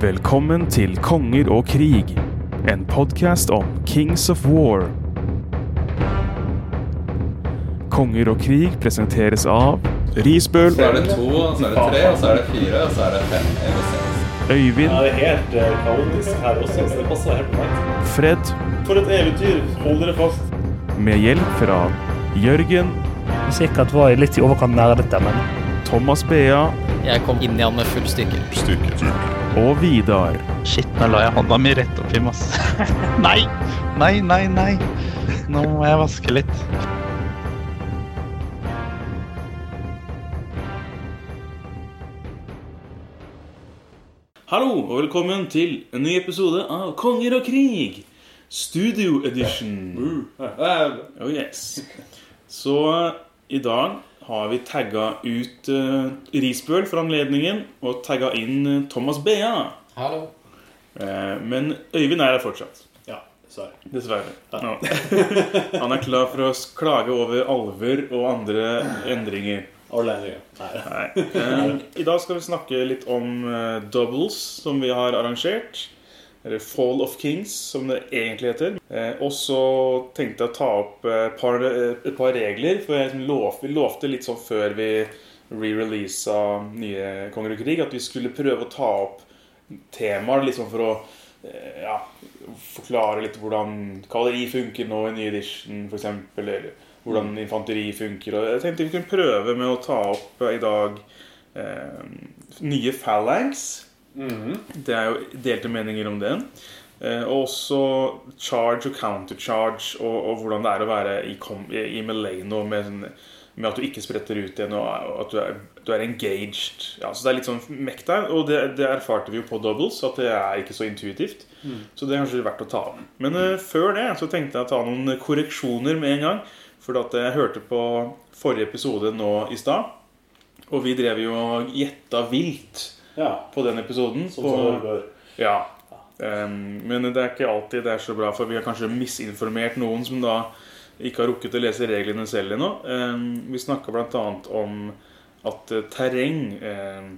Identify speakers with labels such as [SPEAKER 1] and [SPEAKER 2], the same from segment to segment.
[SPEAKER 1] Velkommen til Konger og krig, en podkast om Kings of War. Konger og krig presenteres av Risbøl,
[SPEAKER 2] Så er det to, og så er det tre, og så er det fire, og så er det fem eller seks.
[SPEAKER 1] Øyvind,
[SPEAKER 3] Ja, det er helt eh, kaotisk her også, så det passer helt perfekt.
[SPEAKER 1] Fred,
[SPEAKER 3] For et eventyr! Hold dere fast.
[SPEAKER 1] med hjelp fra Jørgen,
[SPEAKER 4] Sikkert var jeg litt i overkant nerdete, men
[SPEAKER 1] Thomas Bea
[SPEAKER 5] Jeg kom inn i han med full styrke.
[SPEAKER 1] og Vidar.
[SPEAKER 6] Shit, nå la jeg hånda mi rett oppi masse. nei! Nei, nei, nei. Nå må jeg vaske litt.
[SPEAKER 7] Hallo, og velkommen til en ny episode av Konger og krig, studio edition. Oh yes. Så eh, i dag har vi tagga ut uh, Risbøl for anledningen, og tagga inn eh, Thomas Bea.
[SPEAKER 5] Hallo.
[SPEAKER 7] Eh, men Øyvind er her fortsatt.
[SPEAKER 3] Ja, sorry.
[SPEAKER 7] Dessverre. Ja. Han er klar for å s- klage over alver og andre endringer.
[SPEAKER 3] Alle er nye. Nei.
[SPEAKER 7] Nei. Eh, I dag skal vi snakke litt om eh, doubles som vi har arrangert. Eller Fall of Kings, som det egentlig heter. Eh, og så tenkte jeg å ta opp eh, et par, eh, et par regler, for jeg liksom lov, vi lovte litt sånn før vi re-releasa nye Konger og krig, at vi skulle prøve å ta opp temaer liksom for å eh, ja, forklare litt hvordan kaleri funker nå i ny edition, f.eks. Eller hvordan infanteri funker. Og jeg tenkte vi kunne prøve med å ta opp eh, i dag eh, nye phalanx. Det er jo delte meninger om den. Eh, og også charge og countercharge, og, og hvordan det er å være i, com i i melee nå med, sånn- med at du ikke spretter ut igjen, og og at du er, du er engaged. Ja, så det er litt sånn mekk der, og det, det erfarte vi jo på doubles, at det er ikke så intuitivt.
[SPEAKER 3] Mm.
[SPEAKER 7] Så det er kanskje verdt å ta om. Men eh, før det så tenkte jeg å ta noen korreksjoner med en gang. For at jeg hørte på forrige episode nå i stad, og vi drev jo og gjetta vilt
[SPEAKER 3] Ja,
[SPEAKER 7] på den episoden.
[SPEAKER 3] sånn
[SPEAKER 7] på,
[SPEAKER 3] som det bør.
[SPEAKER 7] ja. Ehm, men det er ikke alltid det er så bra, for vi har kanskje misinformert noen som da ikke har rukket å lese reglene selv ennå. Ehm, vi snakka bl.a. om at eh, terreng ehm,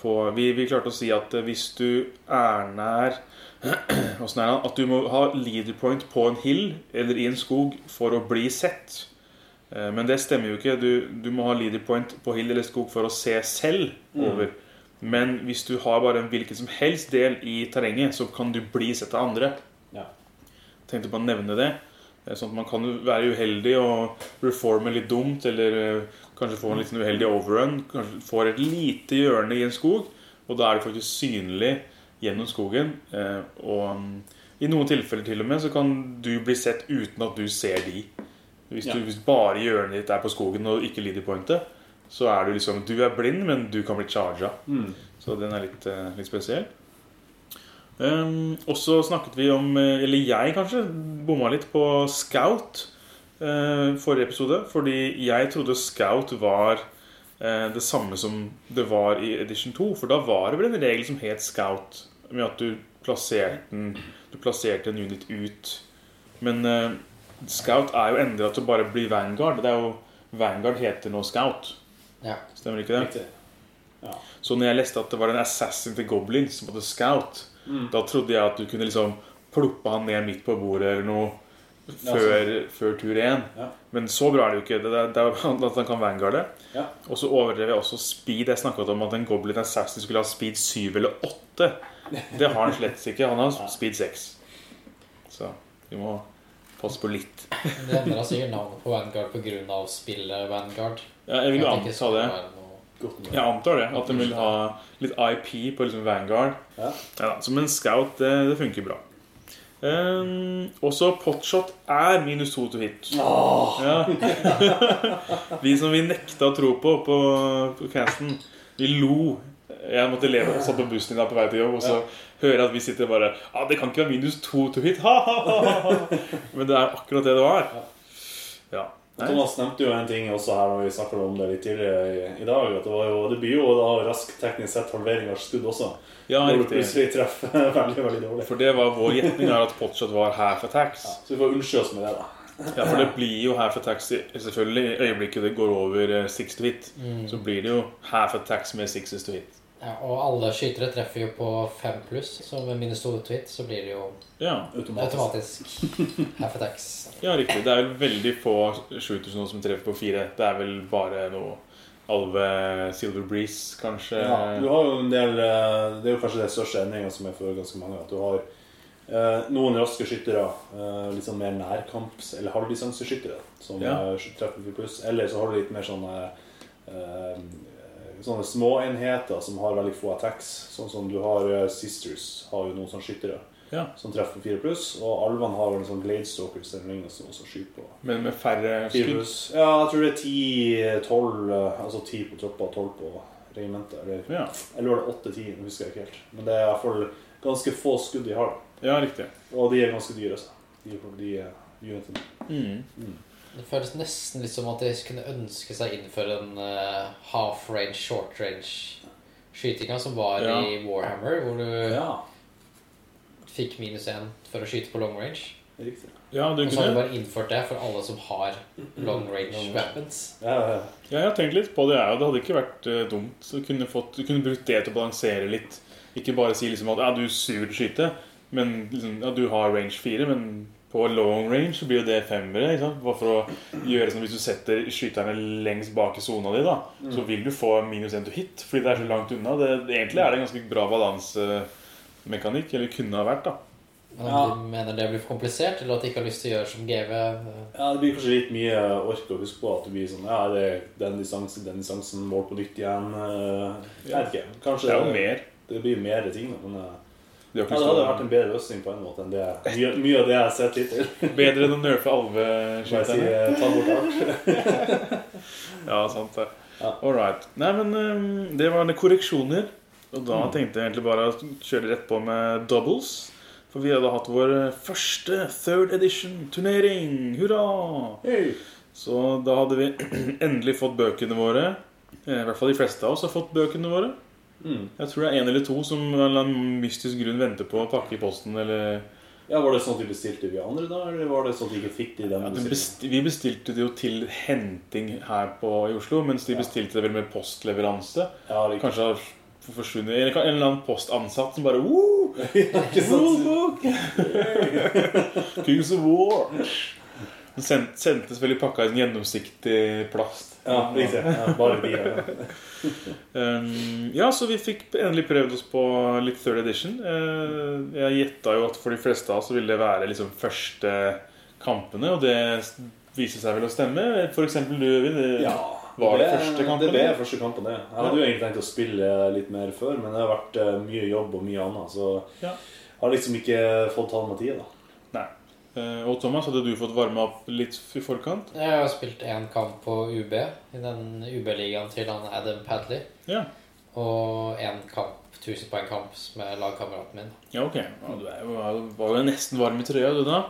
[SPEAKER 7] på vi, vi klarte å si at eh, hvis du er nær Åssen er det? At du må ha leader point på en hill eller i en skog for å bli sett. Eh, Men det stemmer jo ikke. Du, du må ha leader point på hill eller skog for å se selv over. Men hvis du har bare en hvilken som helst del i terrenget, så kan du bli sett av andre.
[SPEAKER 3] Ja.
[SPEAKER 7] Tenkte bare å nevne det. Eh, Sånn at man kan jo være uheldig og reforme litt dumt, eller eh, kanskje få en litt sånn uheldig overrun. Kanskje får et lite hjørne i en skog, og da er du faktisk synlig gjennom skogen. eh, Og mm, i noen tilfeller til og med så kan du bli sett uten at du ser de. Hvis, du,
[SPEAKER 3] Ja.
[SPEAKER 7] hvis bare hjørnet ditt er på skogen og ikke leader pointet, så er du liksom Du er blind, men du kan bli charga. Så den er litt, eh, litt spesiell. Um, og så snakket vi om, eh, eller jeg kanskje, bomma litt på Scout eh, forrige episode. Fordi jeg trodde Scout var eh, det samme som det var i Edition 2. For da var det vel en regel som het Scout, med at du plasserte, den, du plasserte en unit ut. Men eh, Scout er jo endra til å bare bli Vanguard. Det er jo, Vanguard heter nå Scout.
[SPEAKER 5] Ja.
[SPEAKER 7] Stemmer ikke det?
[SPEAKER 3] Riktig.
[SPEAKER 7] Så når jeg leste at det var en assassin til Goblin som hadde scout,
[SPEAKER 3] Mm.
[SPEAKER 7] da trodde jeg at du kunne liksom ploppe han ned midt på bordet eller noe før, før tur én.
[SPEAKER 3] Ja.
[SPEAKER 7] Men så bra er det jo ikke. Det er, det er jo at han kan vanguarde.
[SPEAKER 3] Ja.
[SPEAKER 7] Og så overdrev jeg også speed. Jeg snakket om at en Goblin assassin skulle ha speed 7 eller 8. Det har han slett ikke. Han har speed 6. Så vi må passe på litt.
[SPEAKER 5] Det endra sikkert navnet på Vanguard pga. spillet Vanguard.
[SPEAKER 7] Ja, jeg vil jo
[SPEAKER 5] At det ikke
[SPEAKER 7] anta
[SPEAKER 5] skulle
[SPEAKER 7] det.
[SPEAKER 5] være noe-
[SPEAKER 3] Godt med.
[SPEAKER 7] Jeg antar det. At de vil ha litt IP på liksom Vanguard.
[SPEAKER 3] Ja.
[SPEAKER 7] Ja, som en scout, det, det funker bra. Ehm, også potshot er minus to to hit. Ja. vi som vi nekta å tro på på, på casten, vi lo. Jeg måtte leve og satt på bussen i dag på vei til jobb, og så hører jeg at vi sitter og bare ah, 'Det kan ikke være minus to to hit!' Ha, ha, ha, ha. Men det er akkurat det det var. Ja. Nei.
[SPEAKER 3] Thomas nevnte jo en ting også her når vi snakket om det litt tidligere i, i dag. At det, var jo, det blir jo da rask teknisk sett halvering av skudd også.
[SPEAKER 7] ja,
[SPEAKER 3] Når du
[SPEAKER 7] riktig.
[SPEAKER 3] plutselig treffer veldig, veldig dårlig.
[SPEAKER 7] For det var vår gjetning er at potshot var half attacks.
[SPEAKER 3] Så vi får unnskylde oss med det, da.
[SPEAKER 7] Ja, for det blir jo half attacks i- selvfølgelig i øyeblikket det går over eh, six to hit. Så blir det jo half attacks med sixes to hit.
[SPEAKER 5] Ja, og alle skytere treffer jo på fem pluss, så med minus to tweet så blir det jo
[SPEAKER 1] Ja.
[SPEAKER 3] Automatisk.
[SPEAKER 5] automatisk half attacks.
[SPEAKER 1] Ja, riktig. Det er vel veldig få shooters nå som treffer på fire. Det er vel bare noe Alve Silver Breeze, kanskje.
[SPEAKER 3] Ja, du har jo en del eh, Det er jo kanskje det største endringa som er for ganske mange. At du har eh, noen raske skyttere, eh, litt sånn mer nærkamps- eller halvdistanseskyttere, som
[SPEAKER 1] Ja.
[SPEAKER 3] eh, skyt- treffer for pluss. Eller så har du litt mer sånne eh, Sånne småenheter som har veldig få attacks. Sånn som du har eh, Sisters, har jo noen sånne skyttere
[SPEAKER 1] Ja.
[SPEAKER 3] som treffer fire pluss. Og alvene har vel en sånn Gladestalkers eller lignende som også skyter på
[SPEAKER 1] Men med færre
[SPEAKER 3] Fire
[SPEAKER 1] skudd.
[SPEAKER 3] pluss. Ja, jeg tror det er ti-tolv Altså ti på troppa og tolv på regimentet. Eller
[SPEAKER 1] Ja.
[SPEAKER 3] eller var det 8-10? Nå husker jeg ikke helt. Men det er i hvert fall ganske få skudd de har.
[SPEAKER 1] ja, riktig.
[SPEAKER 3] Og de er ganske dyre, altså. De, de eh, unitene.
[SPEAKER 1] Mm.
[SPEAKER 5] Det føles nesten litt som at de kunne ønske seg inn for en eh, half range, short range skytinga som var
[SPEAKER 1] Ja.
[SPEAKER 5] i Warhammer, hvor du
[SPEAKER 3] Eh, Ja,
[SPEAKER 5] fikk minus én for å skyte på long range.
[SPEAKER 3] det er riktig.
[SPEAKER 1] Ja, du
[SPEAKER 5] Og så har de
[SPEAKER 1] kunne.
[SPEAKER 5] bare innført det for alle som har long range weapons.
[SPEAKER 3] Ja, ja, ja.
[SPEAKER 1] Ja, jeg har tenkt litt på det, jeg. og Det hadde ikke vært eh, dumt. Så Du kunne, fått, du kunne brukt det til å balansere litt. Ikke bare si liksom at ja, du suger til å skyte, men liksom, ja, du har range fire, men på long range så blir jo det femmere. Ikke sant? Bare for å gjøre sånn Hvis du setter skyterne lengst bak i sona di, da,
[SPEAKER 3] Mm.
[SPEAKER 1] så vil du få minus én to hit fordi det er så langt unna. Det, egentlig er det en ganske bra balansemekanikk, eller kunne ha vært, da.
[SPEAKER 5] Men om
[SPEAKER 3] Ja.
[SPEAKER 5] de mener det blir for komplisert, eller at de ikke har lyst til å gjøre som GV eh,
[SPEAKER 3] ja, det blir kanskje litt mye ork å huske på at det blir sånn Ja, det er den distansen, den distansen, mål på nytt igjen. eh, Jeg vet ikke. Kanskje
[SPEAKER 1] Det er jo mer.
[SPEAKER 3] det blir mer ting, da. Men eh,
[SPEAKER 1] Det
[SPEAKER 3] ja, det
[SPEAKER 1] har ikke lyst til
[SPEAKER 3] hadde
[SPEAKER 1] å-
[SPEAKER 3] vært en bedre løsning på en måte enn det mye, mye av det jeg har sett hittil.
[SPEAKER 1] Bedre enn å nerfe
[SPEAKER 3] Bare si
[SPEAKER 1] alveskyterne.
[SPEAKER 3] eh, ta bort alt.
[SPEAKER 1] Ja, sant det.
[SPEAKER 3] Ja.
[SPEAKER 1] All right. Nei, men ehm, det var korreksjoner. Og da
[SPEAKER 3] Mm.
[SPEAKER 1] tenkte jeg egentlig bare å kjøre rett på med doubles. For vi hadde hatt vår første third edition-turnering. Hurra!
[SPEAKER 3] Hey.
[SPEAKER 1] Så da hadde vi endelig fått bøkene våre. Eh, I hvert fall de fleste av oss har fått bøkene våre.
[SPEAKER 3] Mm.
[SPEAKER 1] Jeg tror det er en eller to som av en eller annen mystisk grunn venter på å pakke i posten. Eller
[SPEAKER 3] Ja, Var det sånn at de bestilte vi andre, da? Eller var det sånn at de ikke fikk de den?
[SPEAKER 1] Ja, de
[SPEAKER 3] bestillingen?
[SPEAKER 1] best, vi bestilte det jo til henting her på, i Oslo, mens de
[SPEAKER 3] Ja.
[SPEAKER 1] bestilte det vel med postleveranse.
[SPEAKER 3] ja, riktig.
[SPEAKER 1] Kanskje har f- forsvunnet Eller kan- en eller annen postansatt som bare Woo!
[SPEAKER 3] Ikke sant?
[SPEAKER 1] Rulebook! Kings of War! Den send, sendtes vel i pakka i en gjennomsiktig plast.
[SPEAKER 3] Ja, riktig. Ja, bare de. Ja.
[SPEAKER 1] Um, ja, så vi fikk endelig prøvd oss på litt third edition. Eh, jeg gjetta jo at for de fleste av oss så ville det være liksom første kampene, og det s- viste seg vel å stemme. For eksempel du, Øyvind. det-
[SPEAKER 3] Ja,
[SPEAKER 1] Var det
[SPEAKER 3] ble-
[SPEAKER 1] første kampen,
[SPEAKER 3] Det ble
[SPEAKER 1] eller?
[SPEAKER 3] første kampen, det. Jeg hadde jo egentlig tenkt å spille litt mer før, men det har vært eh, mye jobb og mye annet, så
[SPEAKER 1] Ja.
[SPEAKER 3] jeg har liksom ikke fått tatt meg tid, da.
[SPEAKER 1] Eh, og Thomas, hadde du fått varma opp litt i forkant?
[SPEAKER 5] Jeg har spilt én kamp på UB, i den UB-ligaen til han Adam Padley.
[SPEAKER 1] Ja.
[SPEAKER 5] Og én kamp, 1000 poeng-kamp, med lagkameraten min.
[SPEAKER 1] Ja, ok. Ja, du er jo, du var jo nesten varm i trøya, du da.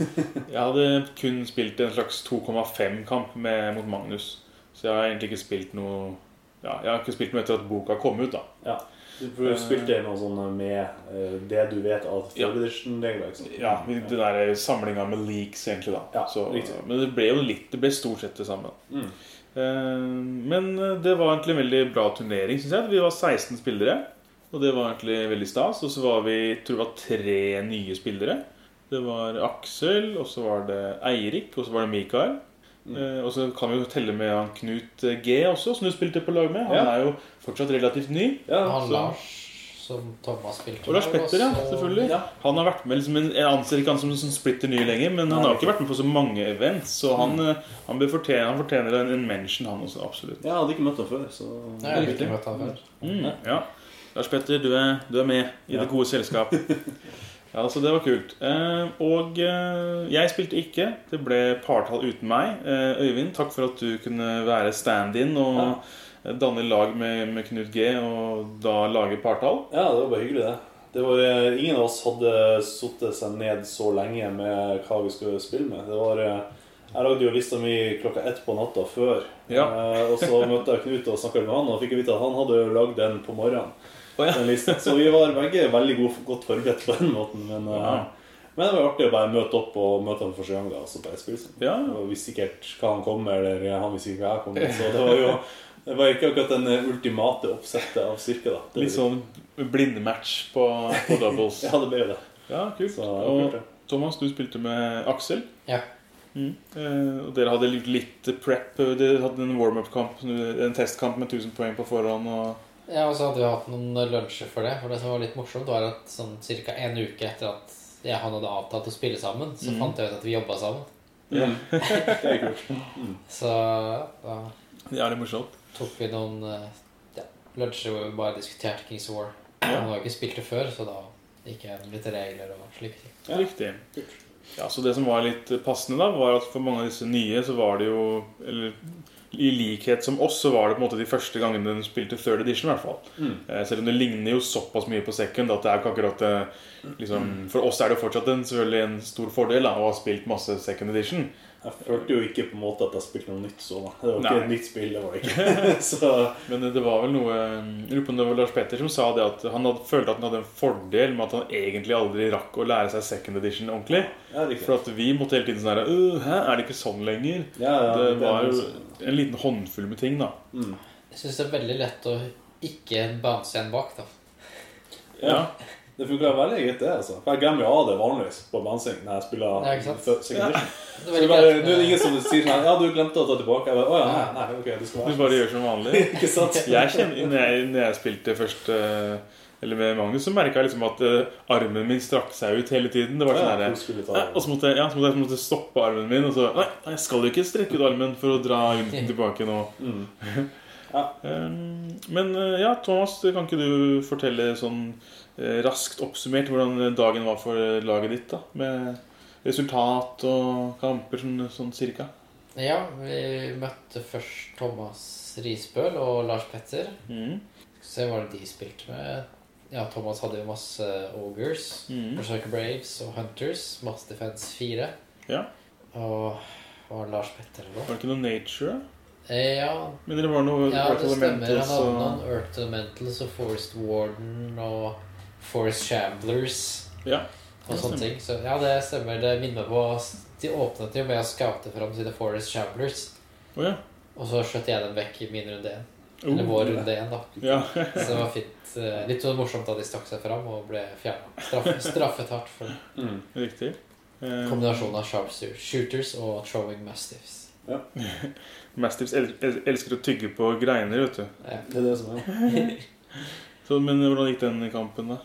[SPEAKER 1] Jeg hadde kun spilt en slags 2,5-kamp med- mot Magnus. Så jeg har egentlig ikke spilt noe ja, Jeg har ikke spilt noe etter at boka kom ut, da.
[SPEAKER 3] Du prøv- spilte noe sånn med eh, det du vet av
[SPEAKER 1] Eh. Ja.
[SPEAKER 3] third edition-regler, liksom.
[SPEAKER 1] Ja, Den der samlinga med leaks, egentlig, da.
[SPEAKER 3] Ja,
[SPEAKER 1] så,
[SPEAKER 3] riktig.
[SPEAKER 1] men det ble jo litt Det ble stort sett det samme. da.
[SPEAKER 3] Mm.
[SPEAKER 1] Eh, Men det var egentlig en veldig bra turnering, syns jeg. Vi var 16 spillere. Og det var egentlig veldig stas. Og så var vi tror det var tre nye spillere. Det var Aksel, og så var det Eirik, og så var det Mikael.
[SPEAKER 3] Mm.
[SPEAKER 1] Eh, og så kan vi jo telle med han Knut G også, som du spilte på lag med. Han
[SPEAKER 3] Ja.
[SPEAKER 1] er jo fortsatt relativt ny.
[SPEAKER 3] Ja,
[SPEAKER 5] Og han
[SPEAKER 1] så-
[SPEAKER 5] Lars, som Thomas spilte
[SPEAKER 1] Og Lars
[SPEAKER 5] med,
[SPEAKER 1] Petter, ja.
[SPEAKER 5] og så-
[SPEAKER 1] Selvfølgelig.
[SPEAKER 3] Ja.
[SPEAKER 1] Han har vært med liksom, en- Jeg anser ikke han som en sånn splitter ny lenger, men han har jo ikke vært med på så mange events, så han,
[SPEAKER 3] Mm.
[SPEAKER 1] eh, han, bør fortjene, han fortjener en, en mention, han også. Absolutt.
[SPEAKER 3] jeg hadde ikke møtt ham før, så
[SPEAKER 5] Nei, Jeg har ikke møtt han før.
[SPEAKER 1] Mm, ja. Lars Petter, du er, du er med i
[SPEAKER 3] Ja.
[SPEAKER 1] det gode selskap. Ja, så det var kult. Eh, og eh, jeg spilte ikke. Det ble partall uten meg. Eh, Øyvind, takk for at du kunne være stand-in og
[SPEAKER 3] Ja.
[SPEAKER 1] eh, danne lag med, med Knut G, og da lage partall.
[SPEAKER 3] Ja, det var bare hyggelig, det. Det var, eh, ingen av oss hadde sittet seg ned så lenge med hva vi skulle spille med. Det var, eh, jeg lagde jo lista mi klokka ett på natta før.
[SPEAKER 1] Ja.
[SPEAKER 3] Eh, og så møtte jeg Knut og snakket med han, og fikk jeg vite at han hadde jo lagd den på morgenen.
[SPEAKER 1] Å, ja.
[SPEAKER 3] Den lista. Så vi var begge veldig god, godt forberedt på den måten. Men, eh,
[SPEAKER 1] Ja.
[SPEAKER 3] men det var artig å bare møte opp og møte ham for første gang. da, og så bare spille sammen.
[SPEAKER 1] Ja,
[SPEAKER 3] Og visste ikke helt hva han kom med, eller han visste ikke hva jeg kom med. Så det var jo Det var ikke akkurat den eh, ultimate oppsettet av styrke, da. Det-
[SPEAKER 1] Litt sånn blindematch på, på doubles.
[SPEAKER 3] Ja, det ble jo det.
[SPEAKER 1] Ja, kult.
[SPEAKER 3] Så,
[SPEAKER 1] Og Thomas, du spilte med Aksel.
[SPEAKER 5] Ja.
[SPEAKER 1] Mm. Eh, og dere hadde litt, litt prep. Dere hadde en warm-up-kamp, en testkamp med 1000 poeng på forhånd. Og
[SPEAKER 5] Ja, og så hadde vi hatt noen lunsjer for det. For det som var litt morsomt, var at sånn ca. en uke etter at jeg og han hadde avtalt å spille sammen, så fant jeg ut at vi jobba sammen.
[SPEAKER 3] Mhm. det er kult. Mm.
[SPEAKER 5] Så da
[SPEAKER 1] det er litt morsomt.
[SPEAKER 5] tok vi noen eh, ja, lunsjer hvor vi bare diskuterte Kings of War. Han har jo ikke spilt det før, så da gikk jeg gjennom litt regler og slike ting.
[SPEAKER 1] Riktig. Ja, så det som var litt passende, da, var at for mange av disse nye, så var det jo eller, I likhet som oss, så var det på en måte de første gangene de spilte third edition. I hvert fall. Eh, Selv om det ligner jo såpass mye på second at det er jo ikke akkurat eh, liksom, For oss er det jo fortsatt en, selvfølgelig en stor fordel da, å ha spilt masse second edition.
[SPEAKER 3] Jeg følte jo ikke på en måte at jeg spilte noe nytt så, da. Det var ikke
[SPEAKER 1] Nei.
[SPEAKER 3] et nytt spill, det var det ikke. så
[SPEAKER 1] Men det var vel noe eh, jeg lurer på om det var Lars Petter som sa det at han hadde, følte at han hadde en fordel med at han egentlig aldri rakk å lære seg second edition ordentlig.
[SPEAKER 3] ja, riktig.
[SPEAKER 1] For at vi måtte hele tiden sånn her «Øh, Hæ, er det ikke sånn lenger?
[SPEAKER 3] Ja, ja,
[SPEAKER 1] det
[SPEAKER 3] det er
[SPEAKER 1] var
[SPEAKER 3] noe sånn.
[SPEAKER 1] jo
[SPEAKER 3] sånt.
[SPEAKER 1] en liten håndfull med ting, da.
[SPEAKER 5] Jeg syns det er veldig lett å ikke bounce igjen bak, da.
[SPEAKER 1] Ja.
[SPEAKER 3] Det funka veldig greit, det. altså. For Jeg glemmer jo av det vanligvis på Bansing når jeg spiller
[SPEAKER 5] Ja, ikke sant?
[SPEAKER 3] fø- second edition.
[SPEAKER 5] Det
[SPEAKER 3] Så
[SPEAKER 5] er
[SPEAKER 3] det er
[SPEAKER 5] veldig
[SPEAKER 3] bare,
[SPEAKER 5] greit
[SPEAKER 3] nå er det
[SPEAKER 5] med-
[SPEAKER 3] ingen som sier sånn Ja, du glemte å ta tilbake. Jeg bare, Å ja, nei, nei, ok, det skal
[SPEAKER 1] Du
[SPEAKER 3] være
[SPEAKER 1] bare gjør som vanlig.
[SPEAKER 3] Ikke sant?
[SPEAKER 1] Jeg kjenner, når, jeg, når jeg spilte først eh, Eller med Magnus, så merka jeg liksom at eh, armen min strakk seg ut hele tiden. Det var
[SPEAKER 3] Ja,
[SPEAKER 1] sånn her,
[SPEAKER 3] hvor skulle du ta
[SPEAKER 1] eh,
[SPEAKER 3] den?
[SPEAKER 1] Og så måtte jeg, ja, så måtte jeg måtte jeg stoppe armen min, og så Nei, nei, jeg skal jo ikke strekke ut armen for å dra runden tilbake nå.
[SPEAKER 3] Mm. Ja.
[SPEAKER 1] Eh, Men eh, ja, Thomas, kan ikke du fortelle sånn eh, raskt oppsummert hvordan dagen var for eh, laget ditt? da Med resultat og kamper, sånn, sånn cirka?
[SPEAKER 5] Ja, vi møtte først Thomas Risbøl og Lars Petter.
[SPEAKER 1] Mhm.
[SPEAKER 5] Skal se hva de spilte med. Ja, Thomas hadde jo masse Ogres.
[SPEAKER 3] Mm.
[SPEAKER 1] Mhm.
[SPEAKER 5] Berserker Braves og Hunters. Mass Defense 4.
[SPEAKER 1] Ja.
[SPEAKER 5] Og hva var det Lars Petter eller noe?
[SPEAKER 1] Var det ikke noe nature?
[SPEAKER 5] Eh, Ja,
[SPEAKER 1] Men det var noe
[SPEAKER 5] ja, det
[SPEAKER 1] Earth
[SPEAKER 5] stemmer. Han
[SPEAKER 1] Elementals
[SPEAKER 5] hadde
[SPEAKER 1] og-
[SPEAKER 5] noen Earth Elementals og Forest Warden og Forest Shamblers
[SPEAKER 1] Ja.
[SPEAKER 5] og
[SPEAKER 1] det
[SPEAKER 5] sånne
[SPEAKER 1] stemmer.
[SPEAKER 5] ting. Så ja, det stemmer. Det minner meg på De åpnet jo med å skaute fram sine Forest Shamblers,
[SPEAKER 1] Å ja.
[SPEAKER 5] og så skjøt jeg dem vekk i min runde 1. Eller
[SPEAKER 1] Oh,
[SPEAKER 5] vår runde én, da.
[SPEAKER 1] ja.
[SPEAKER 5] Så det var fint. eh, Litt sånn morsomt da de stakk seg fram og ble fjerna. Straffet, straffet hardt for det.
[SPEAKER 3] Mm.
[SPEAKER 1] Riktig. Eh,
[SPEAKER 5] kombinasjonen av sharpshooters shooters og throwing mastiffs.
[SPEAKER 1] Mastiffs el el elsker å tygge på greiner, vet du.
[SPEAKER 3] Det er det som er.
[SPEAKER 1] Så, men hvordan gikk den kampen, da?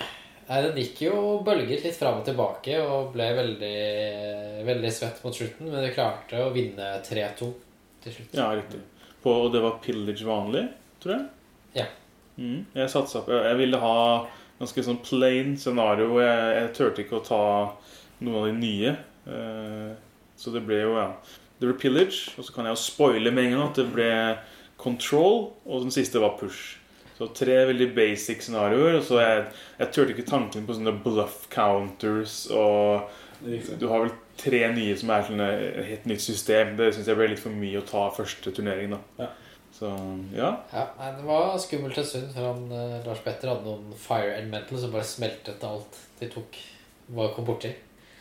[SPEAKER 5] Nei, Den gikk jo bølget litt fram og tilbake og ble veldig, veldig svett mot slutten, men vi klarte å vinne 3-2 til slutt.
[SPEAKER 1] Ja, riktig. På, og det var pillage vanlig, tror jeg?
[SPEAKER 5] Ja.
[SPEAKER 1] Mm. Jeg satsa på Jeg ville ha ganske sånn plain scenario. og Jeg, jeg turte ikke å ta noen av de nye. Eh, så det ble jo ja. Det ble pillage, og så kan jeg jo spoile med en gang at det ble control, og den siste var push. Så tre veldig basic scenarioer. Og så jeg, jeg turte ikke tanken på sånne bluff counters og
[SPEAKER 3] Riktig.
[SPEAKER 1] du har vel tre nye som er sånn et helt nytt system. Det syns jeg ble litt for mye å ta første turnering, da.
[SPEAKER 3] Ja.
[SPEAKER 1] Så ja.
[SPEAKER 5] Ja, nei, Det var skummelt en stund før han, eh, Lars Petter hadde noen fire elemental som bare smeltet alt de tok. Bare kom borti.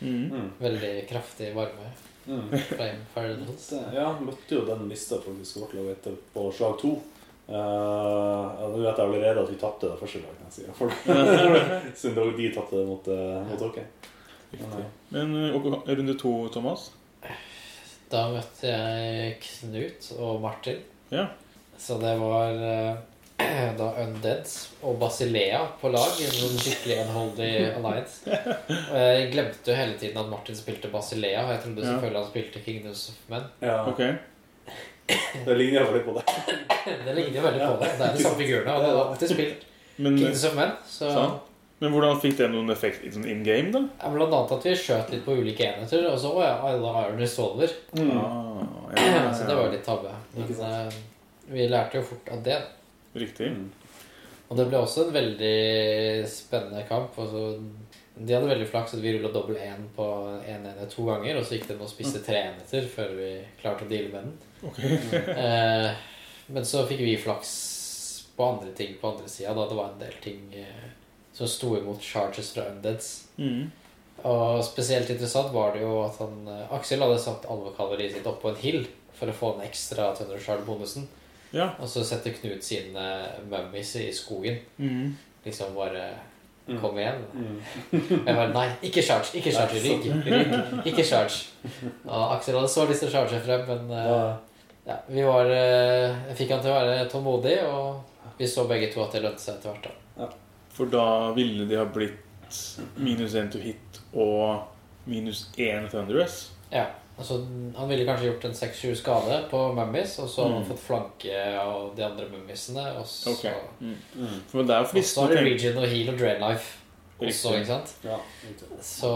[SPEAKER 1] Mm.
[SPEAKER 5] Veldig kraftig varme.
[SPEAKER 3] Mm.
[SPEAKER 5] Flame fire elementals.
[SPEAKER 3] Det- Ja, jeg møtte jo den lista faktisk vårt lag etter på slag to. Eh, ja, Nå vet jeg allerede at vi tapte det første laget, kan jeg si. For- Siden det var de tapte det mot, eh, mot dere. Men, eh,
[SPEAKER 1] Men ø, ok, runde to, Thomas.
[SPEAKER 5] Da møtte jeg Knut og Martin.
[SPEAKER 1] Ja.
[SPEAKER 5] Så det var eh, da Undeads og Basilea på lag. En sånn skikkelig unholy alliance. Og jeg glemte jo hele tiden at Martin spilte Basilea, og jeg trodde
[SPEAKER 1] Ja.
[SPEAKER 5] selvfølgelig han spilte Kingdoms of Men.
[SPEAKER 3] Ja,
[SPEAKER 1] Ok.
[SPEAKER 3] det ligner jo veldig på det.
[SPEAKER 5] Det ligner jo veldig på det. Det er de samme figurene. Og det har alltid spilt
[SPEAKER 1] Men,
[SPEAKER 5] Kingdoms of Men. Så
[SPEAKER 1] Mm. Sånn. men hvordan fikk det noen effekt i sånn in game, da?
[SPEAKER 5] Ja, blant annet at vi skjøt litt på ulike enheter, og så var ja, alle iron resolver.
[SPEAKER 1] Ah, ja, ja,
[SPEAKER 5] Så det var jo litt tabbe. Men
[SPEAKER 3] Ikke sant.
[SPEAKER 5] eh, vi lærte jo fort av det. da.
[SPEAKER 1] Riktig.
[SPEAKER 5] Og det ble også en veldig spennende kamp. Og så, de hadde veldig flaks at vi rulla dobbel én på én enhet to ganger, og så gikk det med å spise tre enheter før vi klarte å deale med den. eh, men så fikk vi flaks på andre ting på andre sida, da det var en del ting eh, som sto imot charges fra Undeads.
[SPEAKER 1] Mm.
[SPEAKER 5] Og spesielt interessant var det jo at han, eh, Aksel hadde satt alvekaloriet sitt oppå en hill for å få den ekstra 200 bonusen
[SPEAKER 1] Ja.
[SPEAKER 5] Og så setter Knut sine mummies i skogen.
[SPEAKER 1] Mhm.
[SPEAKER 5] Liksom bare
[SPEAKER 3] Mm.
[SPEAKER 5] Kom igjen.
[SPEAKER 3] Mm.
[SPEAKER 5] Jeg bare Nei, ikke charge! Ikke charge! Rygg! Rygg! Ikke charge! Og Aksel hadde så lyst til å charge frem, men eh,
[SPEAKER 3] Ja.
[SPEAKER 5] ja, vi var eh, Jeg fikk han til å være tålmodig, og vi så begge to at det lønte seg etter hvert. da.
[SPEAKER 1] For da ville de ha blitt minus én to hit og minus én thunderous.
[SPEAKER 5] Ja, altså Han ville kanskje gjort en 6-7 skade på mummies, og så har han
[SPEAKER 1] Mm.
[SPEAKER 5] fått flanke av de andre mummiesene, og så
[SPEAKER 1] Ok. Mm.
[SPEAKER 3] Mm.
[SPEAKER 1] For det er jo
[SPEAKER 5] Og så
[SPEAKER 1] fristende
[SPEAKER 5] har
[SPEAKER 1] å
[SPEAKER 5] du
[SPEAKER 1] tenke
[SPEAKER 5] Region og Heal og Drain Life også,
[SPEAKER 1] Riktig.
[SPEAKER 5] ikke sant?
[SPEAKER 3] Ja, riktig.
[SPEAKER 5] Så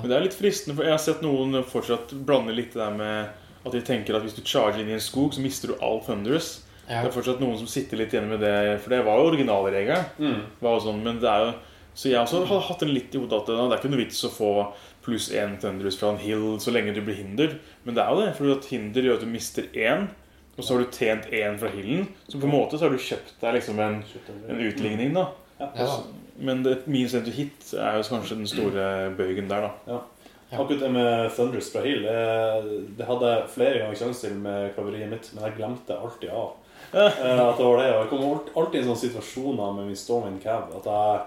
[SPEAKER 1] Men det er litt fristende, for jeg har sett noen fortsatt blande litt det der med at de tenker at hvis du charger inn i en skog, så mister du all thunderous.
[SPEAKER 5] ja.
[SPEAKER 1] Det er fortsatt noen som sitter litt igjen med det, for det var jo originalregelen.
[SPEAKER 3] Mm.
[SPEAKER 1] var jo sånn, men det er jo Så jeg også har hatt den litt i hodet at det er ikke noe vits å få pluss én Thunderous fra en hill så lenge du blir hinder. Men det er jo det, for at hinder gjør at du mister én, og så har du tjent én fra hillen. Så på en måte så har du kjøpt deg liksom en, en utligning, da.
[SPEAKER 5] ja.
[SPEAKER 1] Men det, minus én til hit er jo kanskje den store bøygen der, da.
[SPEAKER 5] Ja.
[SPEAKER 3] Akkurat det med Thunders fra Hill eh, Det hadde jeg flere ganger sjanse til med klaveriet mitt, men jeg glemte alltid av. Eh, At det var det. og Jeg kom alt- alltid i sånne situasjoner med min Stormwind Cab at jeg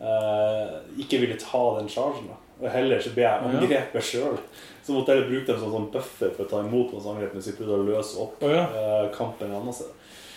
[SPEAKER 3] eh, ikke ville ta den chargen. da. Og Heller så ble jeg angrepet sjøl. Så måtte jeg bruke dem som sånn buffer for å ta imot hans angrep mens jeg prøvde å løse opp
[SPEAKER 1] Å, ja.
[SPEAKER 3] eh, kampen et annet sted.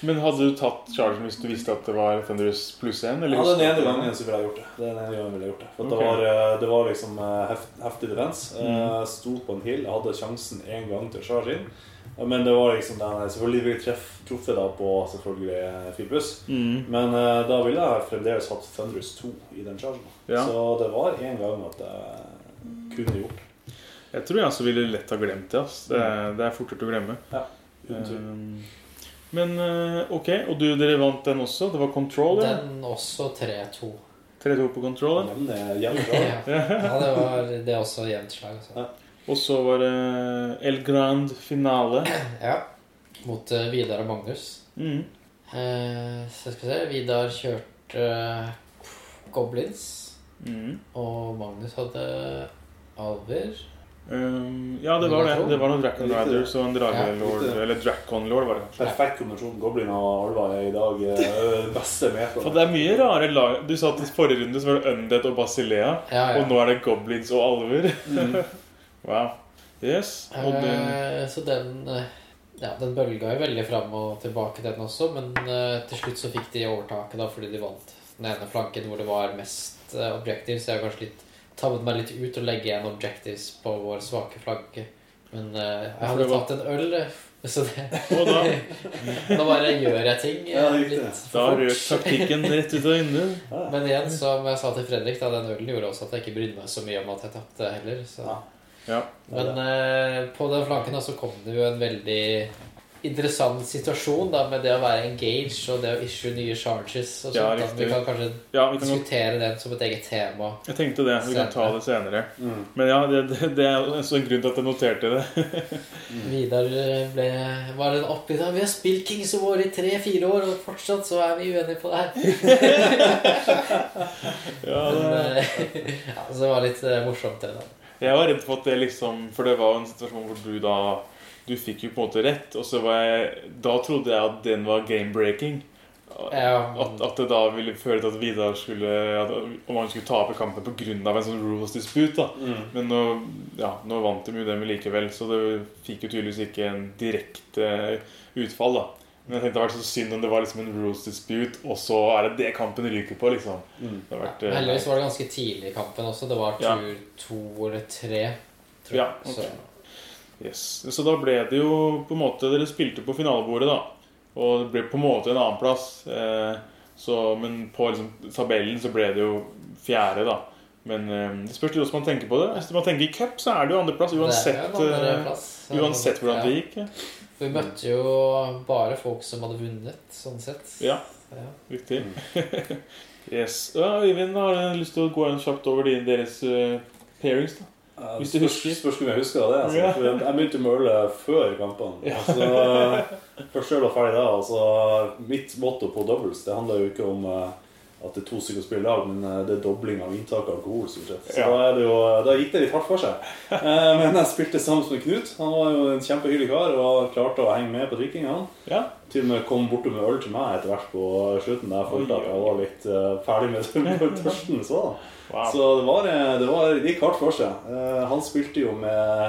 [SPEAKER 1] Men hadde du tatt chargen hvis du visste at det var Thunderous pluss én?
[SPEAKER 3] Ja, den ene gangen så ville jeg gjort det. Den ene gangen ville jeg gjort Det For at
[SPEAKER 1] Ok.
[SPEAKER 3] det, var, eh, det var liksom eh, heft, heftig defens.
[SPEAKER 1] Mhm.
[SPEAKER 3] Jeg sto på en hill, jeg hadde sjansen én gang til å charge inn. Eh, Men det var liksom den, selvfølgelig ville jeg treff, truffet da på selvfølgelig eh, Fibus.
[SPEAKER 1] Mm.
[SPEAKER 3] Men eh, da ville jeg fremdeles hatt Thunderous 2 i den chargen.
[SPEAKER 1] Ja.
[SPEAKER 3] Så det var én gang at jeg kunne gjort det.
[SPEAKER 1] Jeg tror jeg også ville lett ha glemt det. ass. Det, er- det er fortere å glemme.
[SPEAKER 3] uten tvil.
[SPEAKER 1] Um, Men eh, ok, og du, dere vant den også? Det var Control, ja?
[SPEAKER 5] Den også 3-2.
[SPEAKER 1] 3-2 på Control. ja.
[SPEAKER 3] Jevne jevne
[SPEAKER 5] Ja.
[SPEAKER 3] charger.
[SPEAKER 5] ja, det var det er også jevnt slag. Altså.
[SPEAKER 1] Og så var det El Grand Finale.
[SPEAKER 5] Ja. Mot eh, Vidar og Magnus.
[SPEAKER 1] Mm.
[SPEAKER 5] Eh, så skal vi se Vidar kjørte eh, Goblins,
[SPEAKER 1] Mm.
[SPEAKER 5] og Magnus hadde alver.
[SPEAKER 1] Um, ja, det var det. Det var noen Dracon Riders og en Dragelord
[SPEAKER 3] eh, Ja, riktig.
[SPEAKER 1] Eller Dracon-lord, var det.
[SPEAKER 3] Perfekt kombinasjon. Goblin og alver er i dag eh, beste
[SPEAKER 1] For
[SPEAKER 3] medfører.
[SPEAKER 1] det er mye rare lag Du sa at i forrige runde så var det Undead og Basilea,
[SPEAKER 5] Ja, ja.
[SPEAKER 1] og nå er det Goblins og alver. wow. Yes. Og det,
[SPEAKER 5] Eh, så den eh, Ja, den bølga jo veldig fram og tilbake, den også, men eh, til slutt så fikk de overtaket da fordi de vant den ene flanken hvor det var mest eh, objectives. Jeg har kanskje litt tabbet meg litt ut og legge igjen objectives på vår svake flanke. Men eh, jeg hadde
[SPEAKER 1] det var-
[SPEAKER 5] tatt en øl, eh, så det
[SPEAKER 1] og da,
[SPEAKER 5] Nå bare gjør jeg ting eh,
[SPEAKER 3] Ja, det er riktig.
[SPEAKER 5] litt
[SPEAKER 1] da
[SPEAKER 5] for
[SPEAKER 1] røk
[SPEAKER 5] fort.
[SPEAKER 1] taktikken rett ut av vinduet.
[SPEAKER 5] Men igjen, som jeg sa til Fredrik, da, den ølen gjorde også at jeg ikke brydde meg så mye om at jeg tapte heller. Så.
[SPEAKER 3] Ja.
[SPEAKER 1] Ja.
[SPEAKER 5] Men eh, på den flanken da, så kom det jo en veldig interessant situasjon da, med det å være engaged og det å issue nye charges. Og sånt,
[SPEAKER 1] Ja,
[SPEAKER 5] da.
[SPEAKER 1] riktig.
[SPEAKER 5] Vi kan kanskje
[SPEAKER 1] Ja, vi kan godt
[SPEAKER 5] diskutere den som et eget tema.
[SPEAKER 1] Jeg tenkte det. Vi kan ta det senere.
[SPEAKER 3] Mm.
[SPEAKER 1] Men ja, det, det, det er også en sånn grunn til at jeg noterte det.
[SPEAKER 5] Vidar eh, ble, var en oppi da. Vi har spilt Kings of War i tre-fire år, og fortsatt så er vi uenige på det her.
[SPEAKER 1] Ja, det.
[SPEAKER 5] Men, eh, ja, så det var litt eh, morsomt, det. da.
[SPEAKER 1] Jeg var redd for at det liksom For det var jo en situasjon hvor du da Du fikk jo på en måte rett, og så var jeg Da trodde jeg at den var game-breaking.
[SPEAKER 5] Ja,
[SPEAKER 1] At, at det da ville føre til at Vidar skulle at, Om han skulle tape kampen pga. en sånn rules dispute, da.
[SPEAKER 3] Mm.
[SPEAKER 1] Men nå, ja, nå vant de jo dem likevel, så det fikk jo tydeligvis ikke en direkte utfall, da. Men jeg tenkte det hadde vært så synd om det var liksom en rules dispute, og så er det det kampen ryker på, liksom.
[SPEAKER 3] Mm.
[SPEAKER 1] Det har vært,
[SPEAKER 5] Men
[SPEAKER 1] eh,
[SPEAKER 5] Heldigvis var det ganske tidlig i kampen også. Det var
[SPEAKER 1] Ja.
[SPEAKER 5] tur to eller tre. Tror jeg.
[SPEAKER 1] Ja, ok. yes. Så da ble det jo på en måte Dere spilte på finalebordet, da. Og det ble på en måte en annen plass. Eh, så, men på liksom, tabellen så ble det jo fjerde, da. Men eh, det spørs litt hvordan man tenker på det. Hvis man tenker i cup, så er det jo andreplass
[SPEAKER 5] Det er
[SPEAKER 1] uansett,
[SPEAKER 5] jo en
[SPEAKER 1] eh,
[SPEAKER 5] andre plass.
[SPEAKER 1] uansett hvordan det gikk. ja.
[SPEAKER 5] Ja. Vi møtte jo bare folk som hadde vunnet, sånn sett.
[SPEAKER 1] Ja.
[SPEAKER 5] Ja.
[SPEAKER 1] Riktig. yes. Ja, Øyvind, har du lyst til å gå en kjapt over de, deres eh, pairings? da?
[SPEAKER 3] Ja,
[SPEAKER 1] Hvis du
[SPEAKER 3] spørs-
[SPEAKER 1] husker.
[SPEAKER 3] Spørs om jeg husker det. Altså.
[SPEAKER 1] Ja.
[SPEAKER 3] For jeg- Jeg begynte med øl før kampene.
[SPEAKER 1] Ja.
[SPEAKER 3] altså, Så først øl var ferdig da. Altså, mitt motto på doubles det handla jo ikke om eh, at det er to stykker som spiller i lag, men eh, det er dobling av inntak av alkohol. stort sett. Så
[SPEAKER 7] Ja.
[SPEAKER 3] da, er det jo, eh, da gikk det litt hardt for seg. Eh, Men jeg spilte sammen med Knut. Han var jo en kjempehyggelig kar og klarte å henge med på drikkinga. han.
[SPEAKER 7] Ja.
[SPEAKER 3] Til og med kom bortom med øl til meg etter hvert på slutten. Da jeg følte at jeg var litt eh, ferdig med tørsten. Så, da.
[SPEAKER 7] Wow.
[SPEAKER 3] så det, var, eh, det, var, det gikk hardt for seg. Eh, Han spilte jo med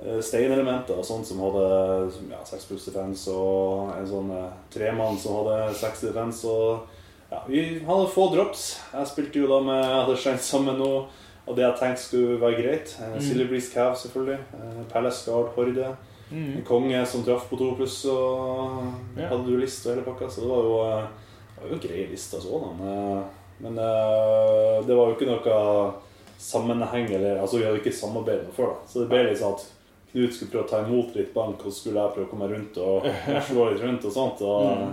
[SPEAKER 3] eh, steinelementer og sånt som hadde som, ja, 6 pluss defense, og en sånn eh, tremann som hadde 6 defense. Og ja, vi hadde få drops. Jeg spilte jo da med Jeg hadde slengt sammen noe av det jeg tenkte skulle være greit. Eh, Silly Breeze Cav, selvfølgelig. Eh, Palace Guard Horde.
[SPEAKER 1] Mm.
[SPEAKER 3] En konge som traff på to pluss, og
[SPEAKER 7] Ja.
[SPEAKER 3] hadde du list og hele pakka. Så det var jo, eh, det var jo greie lister sådan. eh, Men eh, det var jo ikke noe sammenheng eller Altså, vi hadde ikke samarbeidet før, da. Så det ble litt sånn at Knut skulle prøve å ta imot litt bank, og så skulle jeg prøve å komme rundt og og slå litt rundt og sånt. Og,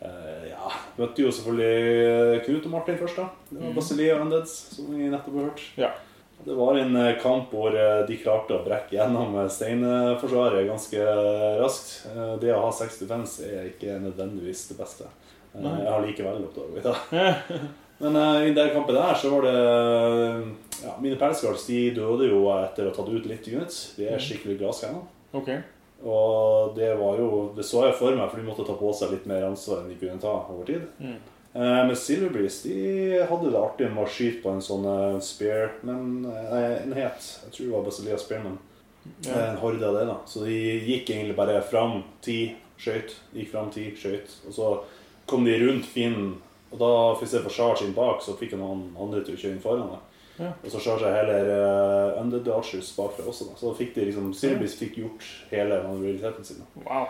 [SPEAKER 3] eh, ja, Møtte jo selvfølgelig Knut og Martin først, da. Det var Basilea og Undeads, som vi nettopp har hørt.
[SPEAKER 7] Ja.
[SPEAKER 3] Det var en eh, kamp hvor eh, de klarte å brekke gjennom eh, steinforsvaret ganske raskt. Eh, Det å ha 6 defense er ikke nødvendigvis det beste. Eh,
[SPEAKER 7] Nei.
[SPEAKER 3] Jeg har likevel oppdaget det. Men eh, i den kampen der så var det eh, ja, Mine pelsguards de døde jo etter å ha tatt ut litt units. De er skikkelig glasskanna.
[SPEAKER 7] Ok.
[SPEAKER 3] Og det var jo Det så jeg for meg, for de måtte ta på seg litt mer ansvar enn de kunne ta over tid.
[SPEAKER 7] Mm.
[SPEAKER 3] Eh, Men Silverbreeze de hadde det artig med å skyte på en sånn eh, spear men, eh, enhet. Jeg tror det var Basilia Spearman.
[SPEAKER 7] Ja.
[SPEAKER 3] Eh, En horde av det, da. Så de gikk egentlig bare fram ti, skøyt. Gikk fram ti, skøyt. Og så kom de rundt fienden. Og da fikk jeg for Charge inn bak, så fikk han noen andre til å kjøre inn foran. da.
[SPEAKER 7] Ja.
[SPEAKER 3] Og så Charge heller uh, Undead Archers bakfra også, da. Så da fikk de liksom Silverbreeze fikk gjort hele manualiteten sin. da.
[SPEAKER 7] Wow.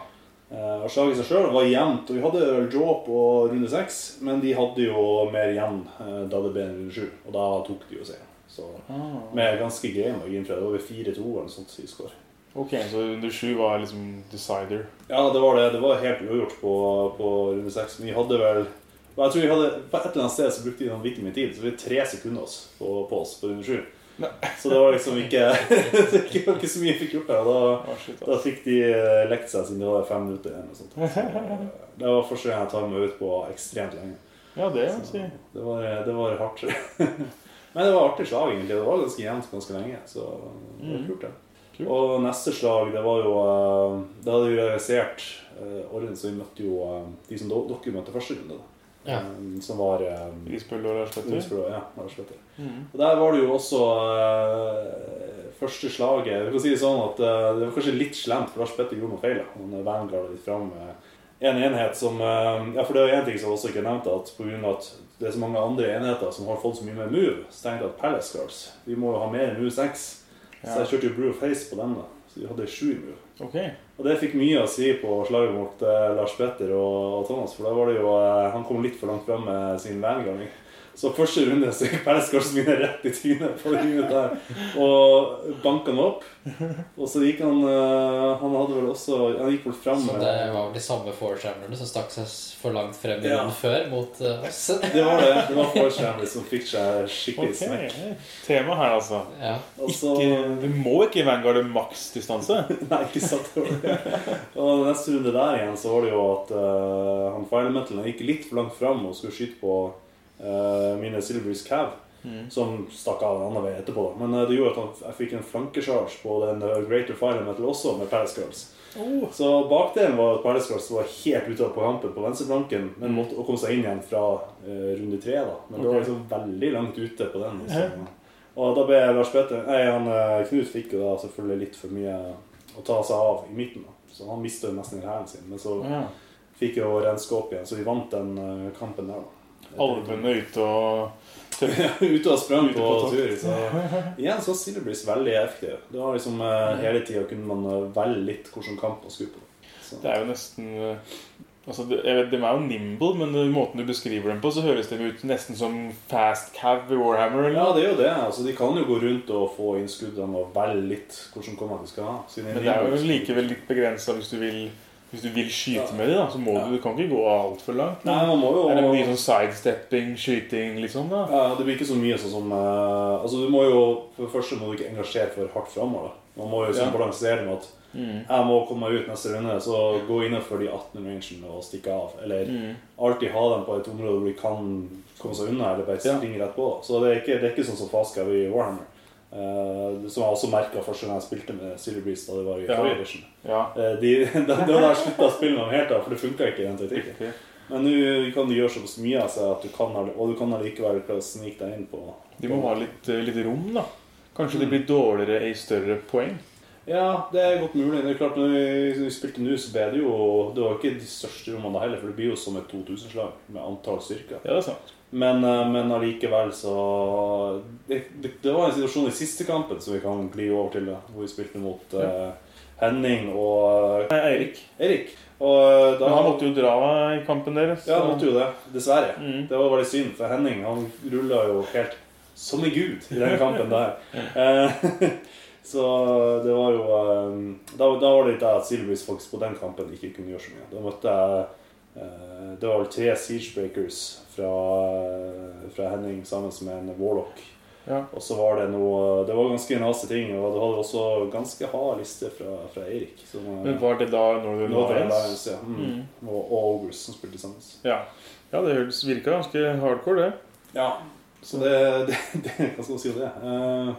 [SPEAKER 3] Eh, Og slaget i seg sjøl var jevnt. og Vi hadde draw på runde seks, men de hadde jo mer igjen eh, da det ble en runde sju. Og da tok de jo seieren. Så
[SPEAKER 7] Ah.
[SPEAKER 3] med ganske grei margin, tror jeg. Det var vel 4-2 eller noe sånt i score.
[SPEAKER 7] Ok, så under sju var liksom decider.
[SPEAKER 3] Ja, det var det. Det var helt uavgjort på, på runde seks. Men vi hadde vel og jeg tror vi hadde, På et eller annet sted så brukte de vanvittig mye tid. Så vi hadde tre sekunder oss på, på oss på runde sju. Så det var liksom ikke, det var ikke så mye vi fikk gjort der. og Da,
[SPEAKER 7] Ah, shit, ass.
[SPEAKER 3] Da fikk de eh, lekt seg siden det var fem minutter igjen. og sånt. Så, eh, det var første gang jeg tar meg ut på ekstremt lenge.
[SPEAKER 7] Ja, det vil jeg si.
[SPEAKER 3] Det var, det var hardt. Men det var artig slag, egentlig. Det var ganske jevnt ganske lenge. Så det var kult, det.
[SPEAKER 7] Mm. Kult.
[SPEAKER 3] Og neste slag, det var jo eh, Da hadde vi realisert eh, orden, så vi møtte jo eh, de som do- dere møtte første runde, da.
[SPEAKER 5] Ja.
[SPEAKER 3] Eh, Som var eh,
[SPEAKER 7] Isbøll og Mm, Rørsletter.
[SPEAKER 3] Ulvsbro, ja, det var slett det. Og der var det jo også eh, første slaget Vi kan si det sånn at eh, det var kanskje litt slemt, for Lars Petter gjorde noe feil. da. Han eh, vanguardet litt fram eh, en enhet som eh, Ja, for det er en ting som også ikke er nevnt, at pga. at det er så mange andre enheter som har fått så mye mer move, så tenkte jeg at Palace Guards Vi må jo ha mer enn move 6. Så jeg kjørte jo Brew of Face på dem, da. Så de hadde sju move.
[SPEAKER 7] Ok.
[SPEAKER 3] Og det fikk mye å si på slaget mot eh, Lars Petter og, og Thomas, for da var det jo eh, Han kom litt for langt fram med sin vanguarding. Så første runde så gikk pelskarsene mine rett i trynet på det livet der. Og banka han opp. Og så gikk han eh, Han hadde vel også Han gikk vel fram
[SPEAKER 5] Så
[SPEAKER 3] med-
[SPEAKER 5] det var vel de samme foreshadowene som stakk seg s- for langt frem i
[SPEAKER 3] Ja.
[SPEAKER 5] runden før mot eh, oss.
[SPEAKER 3] Det var det. Det var Forshammer som fikk seg skikkelig
[SPEAKER 7] Ok.
[SPEAKER 3] smekk.
[SPEAKER 7] Tema her, altså.
[SPEAKER 5] Ja.
[SPEAKER 3] Og så-
[SPEAKER 7] Ikke, det må ikke vanguarde maksdistanse.
[SPEAKER 3] Nei, ikke sant. det var det. Og neste runde der igjen så var det jo at eh, han filemetalen gikk litt for langt fram og skulle skyte på eh, mine Silverbreeze Cav, som stakk av en annen vei etterpå. da. Men eh, det gjorde at han, jeg fikk en flankesjarge på den eh, Greater Filemetal også, med Palace Girls.
[SPEAKER 7] Oh.
[SPEAKER 3] Så bakdelen var at Palace Girls var helt ute av på kampen på venstreflanken, men måtte å komme seg inn igjen fra eh, runde tre, da. Men det var liksom veldig langt ute på den. Liksom. Og da ble Lars Petter Nei, han, eh, Knut fikk jo da selvfølgelig litt for mye å ta seg av i midten. da. Så han mista jo nesten hele hæren sin. Men så
[SPEAKER 7] Ja.
[SPEAKER 3] fikk jo renska opp igjen, så vi vant den eh, kampen der, da.
[SPEAKER 7] Albuene ute og
[SPEAKER 3] Ute og sprang
[SPEAKER 7] Ute
[SPEAKER 3] på
[SPEAKER 7] på topp.
[SPEAKER 3] tur. Så igjen så Silverbreeze veldig effektiv. Det var liksom eh, Hele tida kunne man eh, velge litt hvilken kamp man skulle på. Så.
[SPEAKER 7] Det er jo nesten eh, Altså, det- jeg vet, De er jo nimble, men eh, måten du beskriver dem på, så høres de ut nesten som fast cav i Warhammer. eller?
[SPEAKER 3] Ja, det er jo det. Altså, de kan jo gå rundt og få innskuddene og velge litt hvilken kamp de skal ha. siden
[SPEAKER 7] Men det er jo
[SPEAKER 3] Nimrod-
[SPEAKER 7] likevel litt begrensa hvis du vil hvis du vil skyte
[SPEAKER 3] Ja.
[SPEAKER 7] med dem, da, så må
[SPEAKER 3] Ja.
[SPEAKER 7] du, du kan ikke gå altfor langt.
[SPEAKER 3] Nei, man må jo
[SPEAKER 7] Er det mye sånn sidestepping, skyting, liksom? da?
[SPEAKER 3] Ja, det blir ikke så mye sånn som eh, Altså, du må jo For det første må du ikke engasjere for hardt framover. da. Man må jo sånn
[SPEAKER 7] Ja.
[SPEAKER 3] balansere med at Jeg må komme meg ut neste runde, så gå innenfor de 18 rangene og stikke av. Eller
[SPEAKER 7] Mm.
[SPEAKER 3] alltid ha dem på et område hvor de kan komme seg unna, eller bare springe rett på. Så det er ikke, det er ikke sånn som Faska i Warhammer. eh, som jeg også merka første gang jeg spilte med Silver Breeze, da det var i
[SPEAKER 1] Ja.
[SPEAKER 3] forrige edition.
[SPEAKER 1] Ja.
[SPEAKER 3] Eh, de, da, da hadde jeg slutta å spille med dem helt, da, for det funka ikke i den taktikken.
[SPEAKER 1] Riktig.
[SPEAKER 3] Men nå kan du gjøre så mye av seg at du kan, alle- og du kan allikevel prøve å snike deg inn på
[SPEAKER 1] De må ha litt, eh, litt rom, da. Kanskje
[SPEAKER 3] Mm.
[SPEAKER 1] de blir dårligere i større poeng.
[SPEAKER 3] Ja, det er godt mulig. Det er klart, når vi- når vi spilte nå, så ble det jo Det var ikke de største rommene da heller, for det blir jo som et 2000-slag med antall styrker.
[SPEAKER 1] Ja, det er sant.
[SPEAKER 3] Men, eh, men allikevel så det, det, det var en situasjon i siste kampen som vi kan gli over til, da, hvor vi spilte mot eh, Henning og
[SPEAKER 1] Nei, Eirik.
[SPEAKER 3] eh, Erik. Og eh, da
[SPEAKER 1] Men han måtte jo dra i kampen deres.
[SPEAKER 3] Ja, han måtte jo det. Dessverre.
[SPEAKER 1] Mm.
[SPEAKER 3] Det var veldig synd, for Henning han rulla jo helt som en gud i den kampen der. Eh, så det var jo eh, Da, da var det litt at Silverbreeze faktisk på den kampen ikke kunne gjøre så mye. Da møtte jeg eh, Det var vel tre Siegebreakers fra, fra Henning sammen med en Warlock.
[SPEAKER 1] Ja.
[SPEAKER 3] Og så var det noe Det var ganske naste ting. Og du hadde også ganske hard liste fra, fra Eirik. Som, eh,
[SPEAKER 1] Men var det da Northern
[SPEAKER 3] Northern
[SPEAKER 1] Alliance?
[SPEAKER 3] Alliance, ja. mm. Og, og Ogres som spilte sammen.
[SPEAKER 1] Ja. ja, det hørtes- virka ganske hardcore, det.
[SPEAKER 3] Ja, så det, det, det Hva skal man si om det? Eh,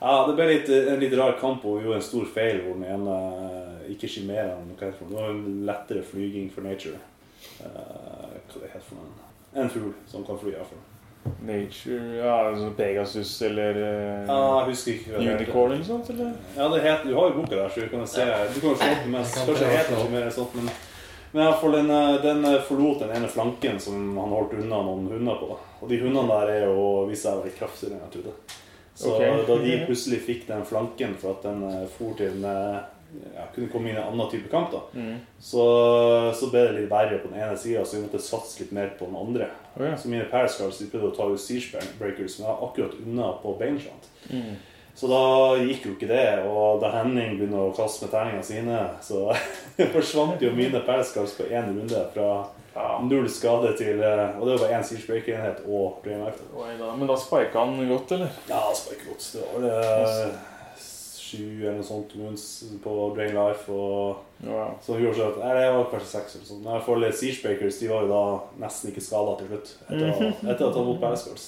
[SPEAKER 3] ja, det ble litt, en litt rar kamp og vi gjorde en stor feil hvor den ene eh, ikke skimmerer den. Hva heter det for noe? Det var en lettere flyging for nature. Eh, hva det heter for noe? En fugl som kan fly, iallfall.
[SPEAKER 1] Nature Ja, sånn Pegasus eller eh,
[SPEAKER 3] Ja, jeg husker ikke hva det heter.
[SPEAKER 1] Unicorn eller noe sånt? Eller?
[SPEAKER 3] Ja, det heter, du har jo boka der, så du kan jo se Du kan jo slå opp mens
[SPEAKER 5] Jeg kan
[SPEAKER 3] Kanskje
[SPEAKER 5] prøve å
[SPEAKER 3] heter
[SPEAKER 5] slå
[SPEAKER 3] det
[SPEAKER 5] opp.
[SPEAKER 3] ikke mer sånt, men men i hvert fall den, eh, den eh, forlot den ene flanken som han holdt unna noen hunder på. Og de hundene der er jo, viser seg å være kraftigere enn jeg trodde. Så
[SPEAKER 1] Ok.
[SPEAKER 3] da de plutselig fikk den flanken for at den eh, for til en eh, ja, kunne komme inn i en annen type kamp, da, så, så ble det litt verre på den ene sida, så vi måtte satse litt mer på den andre.
[SPEAKER 1] Å, ja.
[SPEAKER 3] Så mine parascars de prøvde å ta ut Siege Breakers, men jeg var akkurat unna på beinshant. Så da gikk jo ikke det, og da Henning begynner å kaste med terningene sine, så forsvant jo mine pelskars på én runde fra null skade til eh, Og det var bare én Searsbreaker-enhet og Brainlife.
[SPEAKER 1] Oi da, Men da spika han godt, eller?
[SPEAKER 3] Ja, altså, ikke godt. Det var det sju eller noe sånt wounds på Brainlife og
[SPEAKER 1] Ja.
[SPEAKER 3] så gjorde sånn at Nei, det var kanskje seks eller sånn. Men i hvert fall Searsbreakers de var jo da nesten ikke skada til slutt. Etter å etter å ha tatt mot Pelskars.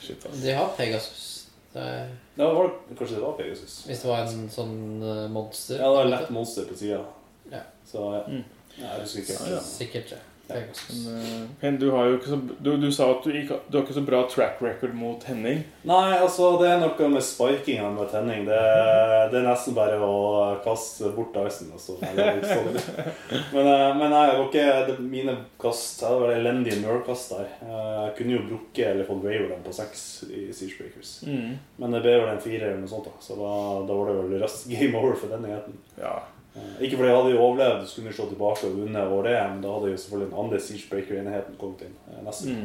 [SPEAKER 3] Shit, ass.
[SPEAKER 5] De har Pegasus. Det er,
[SPEAKER 3] Det var, kanskje det var Pegasus.
[SPEAKER 5] hvis det var en sånn eh, monster.
[SPEAKER 3] Ja, det var lett monster på sida.
[SPEAKER 5] Ja.
[SPEAKER 3] Så ja.
[SPEAKER 1] Mm.
[SPEAKER 3] Nei, jeg husker ikke.
[SPEAKER 1] Ja, ja.
[SPEAKER 5] Sikkert det. Pegasus.
[SPEAKER 1] Men, eh, Hen, du, har jo ikke så, du, du sa at du, ikke, du har ikke så bra track record mot Henning.
[SPEAKER 3] Nei, altså, det er noe med spikinga med tenning. Det, det er nesten bare å kaste bort dicen. Og så eller litt sånn. men, eh, men nei, det var ikke det, mine kast. Det var elendige nerdkast der. Eh, Jeg kunne jo bruke eller fått waver dem på seks i Siege Breakers.
[SPEAKER 1] Mm.
[SPEAKER 3] Men det ble vel en fire eller noe sånt, da. Så da, da var det vel rust game over for den enheten.
[SPEAKER 1] Ja.
[SPEAKER 3] Eh, Ikke fordi jeg hadde jo overlevd, så kunne vi se tilbake og vunnet over det, men da hadde jo selvfølgelig den andre Siege Breaker-enheten kommet inn. eh,
[SPEAKER 1] Mm.
[SPEAKER 3] Neste.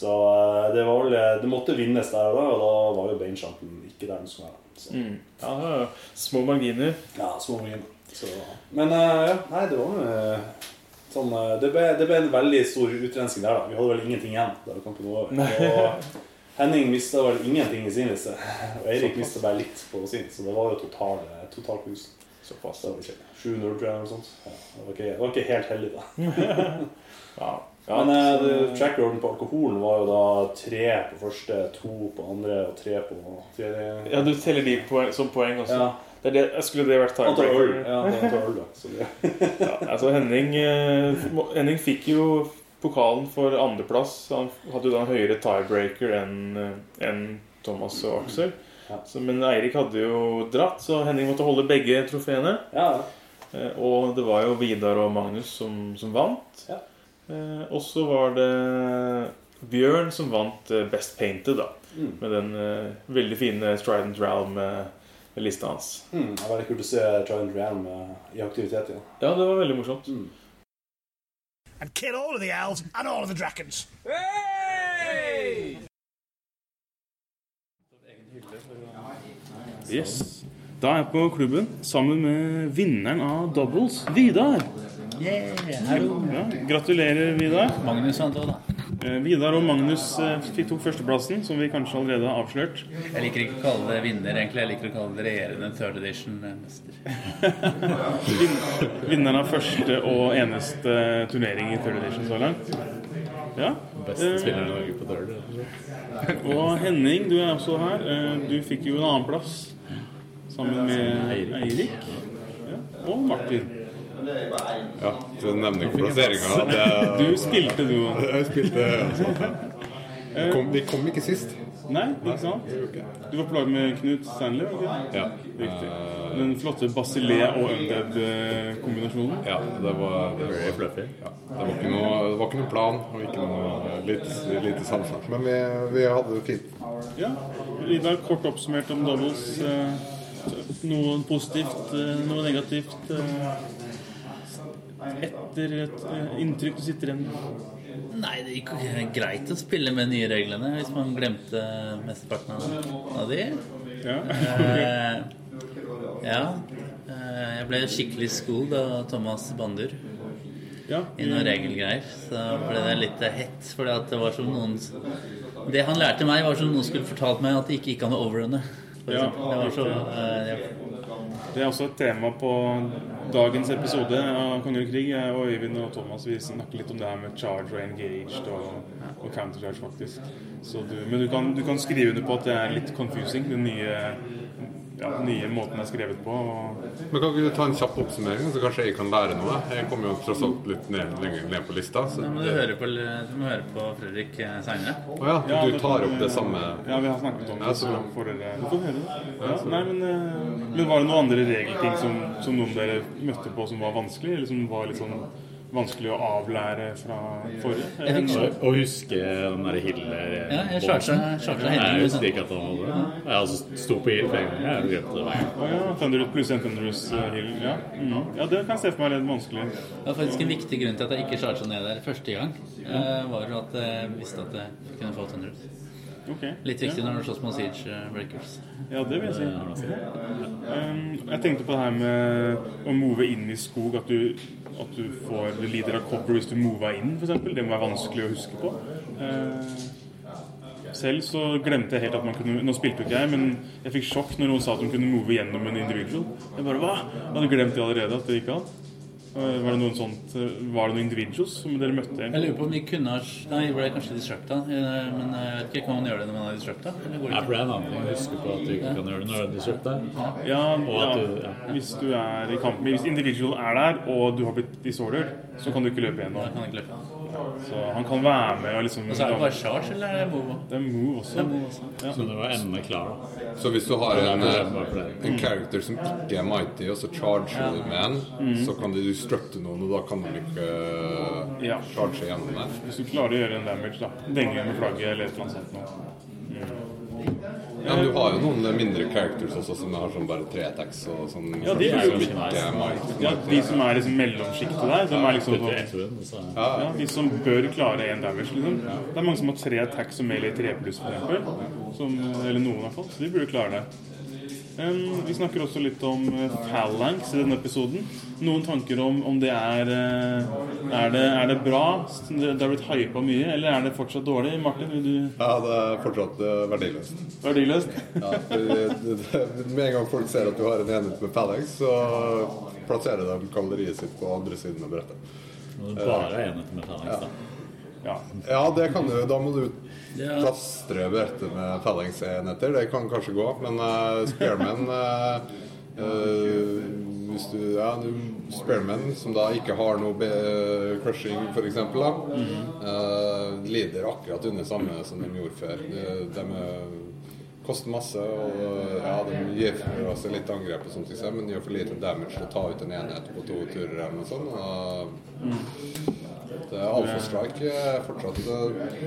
[SPEAKER 3] Så eh, det var vel eh, Det måtte vinnes der og da, og da var jo Bainshanten ikke der den skulle være. Så,
[SPEAKER 1] Mm. ja det er små marginer.
[SPEAKER 3] ja, små mine. Så, men eh, ja, nei, det var eh, sånn eh, det ble, det ble en veldig stor utrensking der, da. Vi hadde vel ingenting igjen da kampen var over. Og Henning mista vel ingenting i sin liste. Og Eirik mista bare litt på sin, så det var jo total, eh, total kos.
[SPEAKER 1] Såpass.
[SPEAKER 3] Så det var ikke- 7-0, tror jeg, eller noe sånt. Ja, det, var ikke, det var ikke helt heldig, da.
[SPEAKER 1] Ja.
[SPEAKER 3] Men eh,
[SPEAKER 1] så-
[SPEAKER 3] det- track record på alkoholen var jo da tre på første, to på andre og tre på tredje.
[SPEAKER 1] ja, du teller de poeng, som poeng også.
[SPEAKER 3] Ja,
[SPEAKER 1] Det er det, skulle det vært
[SPEAKER 3] Antall øl.
[SPEAKER 1] tiebreaker?
[SPEAKER 3] Ja, det er antall øl, da. Så det,
[SPEAKER 1] Ja, altså Henning, eh, må- Henning fikk jo pokalen for andreplass. Han hadde jo da en høyere tiebreaker enn eh, enn Thomas og Aksel.
[SPEAKER 3] Ja.
[SPEAKER 1] Så, men Eirik hadde jo dratt, så Henning måtte holde begge trofeene.
[SPEAKER 3] ja, ja.
[SPEAKER 1] Eh, Og det var jo Vidar og Magnus som, som vant.
[SPEAKER 3] Ja.
[SPEAKER 1] Eh, og så var det Bjørn som vant eh, Best Painted, da.
[SPEAKER 3] Mm.
[SPEAKER 1] Med den eh, veldig fine Strident Realm-lista hans.
[SPEAKER 3] Hmm, det var veldig kult å se Trial Realm eh, i aktivitet igjen.
[SPEAKER 1] Ja, det var veldig morsomt.
[SPEAKER 4] and kill all of the owls and all of the dragons.
[SPEAKER 8] Yes. Da er jeg på klubben sammen med vinneren av doubles, Vidar.
[SPEAKER 9] Yeah, hallo.
[SPEAKER 8] Gratulerer, Vidar.
[SPEAKER 9] Magnus vant òg, da.
[SPEAKER 1] Eh, Vidar og Magnus eh, fikk- tok førsteplassen, som vi kanskje allerede har avslørt.
[SPEAKER 9] Jeg liker ikke å kalle det vinner, egentlig. Jeg liker å kalle det regjerende third eh, edition-mester.
[SPEAKER 1] Vin- Vinneren av første og eneste turnering i Third Edition så langt. Ja. eh,
[SPEAKER 10] Beste spiller i Norge på third.
[SPEAKER 1] Og Henning, du er også her. Eh, Du fikk jo en annen plass sammen med Eirik ja. og Martin.
[SPEAKER 10] Ja, du nevner ikke plasseringa. Det-
[SPEAKER 1] Du spilte, du òg.
[SPEAKER 10] Jeg spilte Vi kom, vi kom ikke sist.
[SPEAKER 1] Nei, ikke sant? Du var på lag med Knut Steinle? Okay?
[SPEAKER 10] Ja.
[SPEAKER 1] Riktig. Den flotte Basilea og eh, Undead-kombinasjonen.
[SPEAKER 10] Ja, det var Very fluffy. Ja. Det, var ikke noe, det var ikke noen plan og ikke noe lite, lite samsnakk. Men vi, vi hadde det fint.
[SPEAKER 1] Ja. Vidar, kort oppsummert om doubles. eh, Noe positivt, eh, noe negativt. eh, Etter et eh, inntrykk du sitter igjen med.
[SPEAKER 9] Nei, det gikk greit å spille med nye reglene hvis man glemte mesteparten av- av de.
[SPEAKER 1] Ja.
[SPEAKER 9] Eh, ja. Eh, jeg ble skikkelig schooled av Thomas Bandur
[SPEAKER 1] ja.
[SPEAKER 9] i noen regelgreier. Så ble det litt hett. For det var som noen Det han lærte meg, var som noen skulle fortalt meg at det ikke gikk an å overrunne. For
[SPEAKER 1] Ja.
[SPEAKER 9] eksempel. det var så, eh, jeg
[SPEAKER 1] Det er også et tema på dagens episode av Konger og krig. Jeg Og Øyvind og Thomas vi snakker litt om det her med charge og engaged og, og countercharge, faktisk. Så du, men du kan, du kan skrive under på at det er litt confusing, den nye, ja, den nye måten det er skrevet på. Og
[SPEAKER 10] Men Kan ikke du ta en kjapp oppsummering, så kanskje jeg kan lære noe? Jeg kom jo tross alt litt ned, lenger ned på lista. Så
[SPEAKER 9] Nå må du
[SPEAKER 10] det,
[SPEAKER 9] høre på, du må høre på Fredrik eh, seinere.
[SPEAKER 10] Å ja,
[SPEAKER 1] Ja,
[SPEAKER 10] du
[SPEAKER 1] det kan
[SPEAKER 10] tar opp
[SPEAKER 1] du-
[SPEAKER 10] det samme
[SPEAKER 1] Ja, vi har snakket om
[SPEAKER 10] Ja,
[SPEAKER 1] det.
[SPEAKER 10] så
[SPEAKER 1] Så
[SPEAKER 10] bra.
[SPEAKER 1] får dere Du får høre det. Ja, nei, men, eh, men var det noen andre regelting som, som noen dere møtte på som var vanskelig? Eller som var litt sånn vanskelig å avlære fra forrige?
[SPEAKER 10] Å huske
[SPEAKER 9] den
[SPEAKER 10] der Hilde
[SPEAKER 9] Ja, jeg liksom. charga
[SPEAKER 10] Jeg
[SPEAKER 9] hendene.
[SPEAKER 10] husker ikke at han hadde det. Jeg altså, sto på hill flere ganger. Jeg glemte det hver gang.
[SPEAKER 1] Å ja, Thunderus pluss en Thunderus eh, Hill. Ja. Mm. ja, det kan jeg se for meg er litt vanskelig.
[SPEAKER 9] Det var faktisk en viktig grunn til at jeg ikke charga ned der første gang. eh, Var jo at jeg visste at jeg kunne få 100.
[SPEAKER 1] Ok.
[SPEAKER 9] Litt viktig når du slåss mot Siege eh, Breakers.
[SPEAKER 1] Ja, det vil jeg si. Um, jeg tenkte på det her med å move inn i skog, at du, at du får du lider av copper hvis du mover inn, f.eks. Det må være vanskelig å huske på. Eh, selv så glemte jeg helt at man kunne Nå spilte jo ikke jeg, men jeg fikk sjokk når noen sa at hun kunne move gjennom en individual. Jeg bare hva? Jeg hadde glemt det allerede, at det gikk an. Eh, Var det noen sånt eh, Var det noen individuals som dere møtte?
[SPEAKER 9] Jeg lurer på om vi kunne ha Nei, jeg ble kanskje distracta. eh, Men jeg vet ikke, kan man gjøre det når man er distracta? Eller går det ikke?
[SPEAKER 10] det er en annen ting å huske på at du ikke kan gjøre det når du kjøper deg.
[SPEAKER 1] Ja,
[SPEAKER 10] at
[SPEAKER 1] ja.
[SPEAKER 10] du- ja.
[SPEAKER 1] Hvis du er i kamp Hvis individual er der, og du har blitt disordered, så kan du ikke løpe
[SPEAKER 9] Jeg
[SPEAKER 1] gjennom.
[SPEAKER 9] kan ikke løpe.
[SPEAKER 1] Så han kan være med og liksom
[SPEAKER 9] Og så er det bare charge, eller er det move?
[SPEAKER 1] Det er move
[SPEAKER 9] Det
[SPEAKER 1] også.
[SPEAKER 9] er move også.
[SPEAKER 10] Så du var enda klar, da. Så hvis du har en, eh, en character som ikke er mighty, og så charger du med en, så kan du strutte noen, og da kan du ikke eh,
[SPEAKER 1] Ja.
[SPEAKER 10] charge gjennom det.
[SPEAKER 1] Hvis du klarer å gjøre en damage, da. Denge med flagget eller et eller annet sånt noe.
[SPEAKER 10] Ja, men du har jo noen mindre characters også som har sånn bare tre attacks og sånn.
[SPEAKER 1] Ja, de er jo
[SPEAKER 10] som ikke er mighty.
[SPEAKER 1] Ja, de som er liksom mellomsjiktet der, som er liksom sånn
[SPEAKER 10] Ja,
[SPEAKER 1] ja, De som bør klare én damage, liksom. Det er mange som har tre attacks og melee 3 pluss, for eksempel. Som, eller noen har fått. Så de burde klare det. Em, vi snakker også litt om eh, phalanx i denne episoden. Noen tanker om om det er eh, Er det, er det bra? Det har blitt hypa mye, eller er det fortsatt dårlig? Martin, vil du
[SPEAKER 10] ja det er fortsatt eh, verdiløst.
[SPEAKER 1] Verdiløst?
[SPEAKER 10] Ja, for det- det- Med en gang folk ser at du har en enhet med Phalanx, så plasserer de kavaleriet sitt på andre siden av brettet.
[SPEAKER 9] Bare enhet med Tanix, da.
[SPEAKER 1] Ja.
[SPEAKER 10] Ja, det kan du. Da må du plastre brettet med Phalanx-enheter. Det kan kanskje gå, men uh, Spearman eh, eh, hvis du, ja, du, Spearman, som da ikke har noe be crushing, f.eks., uh, lider akkurat under samme som de gjorde før. De, de eh, koster masse, og eh, ja, de gir fra seg litt angrep, og sånt, ikke sant, men gjør for lite damage til å ta ut en enhet på to turer eller noe sånt. og det er alfastrike er eh, fortsatt eh,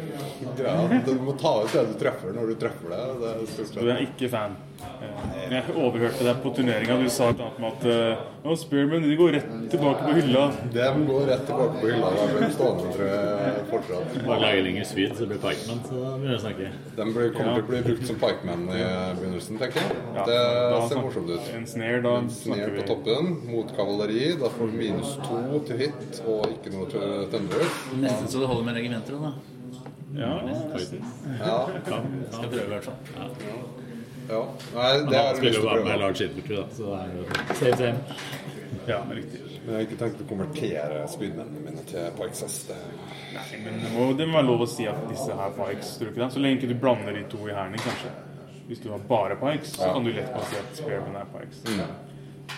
[SPEAKER 10] greia. Du må ta ut det du treffer når du treffer det. det er stort
[SPEAKER 1] Du
[SPEAKER 10] sett.
[SPEAKER 1] er ikke fan. Eh, Jeg overhørte deg på turneringa. Du sa et eller annet med at eh, «Å, Spearman de går rett tilbake på hylla.
[SPEAKER 10] Det går rett tilbake på hylla. De blir stående, tror jeg, fortsatt.
[SPEAKER 9] Lager lenger speed, så blir pikeman, så begynner vi å snakke.
[SPEAKER 10] De blir, kommer til å bli brukt som pikemen i begynnelsen, tenker jeg. Det
[SPEAKER 1] da
[SPEAKER 10] ser
[SPEAKER 1] snakker-
[SPEAKER 10] morsomt ut.
[SPEAKER 1] En snare, da
[SPEAKER 10] Ned
[SPEAKER 1] snakker
[SPEAKER 10] på
[SPEAKER 1] vi.
[SPEAKER 10] toppen mot kavaleri. Da får du minus to til hit og ikke noe til thunder.
[SPEAKER 9] Nesten så det holder med regimenter, da.
[SPEAKER 7] Ja,
[SPEAKER 10] nesten.
[SPEAKER 11] Ja. Skal prøve, i hvert fall. Ja.
[SPEAKER 10] Ja. Nei, det
[SPEAKER 11] Men
[SPEAKER 10] har
[SPEAKER 11] han
[SPEAKER 10] jeg lyst
[SPEAKER 11] spiller
[SPEAKER 10] til
[SPEAKER 11] jo
[SPEAKER 10] å
[SPEAKER 11] bare med
[SPEAKER 10] prøve.
[SPEAKER 11] Lars Edmund, da. Så det er jo
[SPEAKER 7] Ja, riktig.
[SPEAKER 10] Men jeg har ikke tenkt å konvertere speedmennene mine til Parkses.
[SPEAKER 7] Nei, men det må, det må være lov å si at disse her pikes tror du ikke det? Så lenge ikke du blander de to i hælen, kanskje. Hvis du har bare pikes, så
[SPEAKER 10] Ja.
[SPEAKER 7] kan du lett bare si at Spearman er pikes.
[SPEAKER 10] Mm.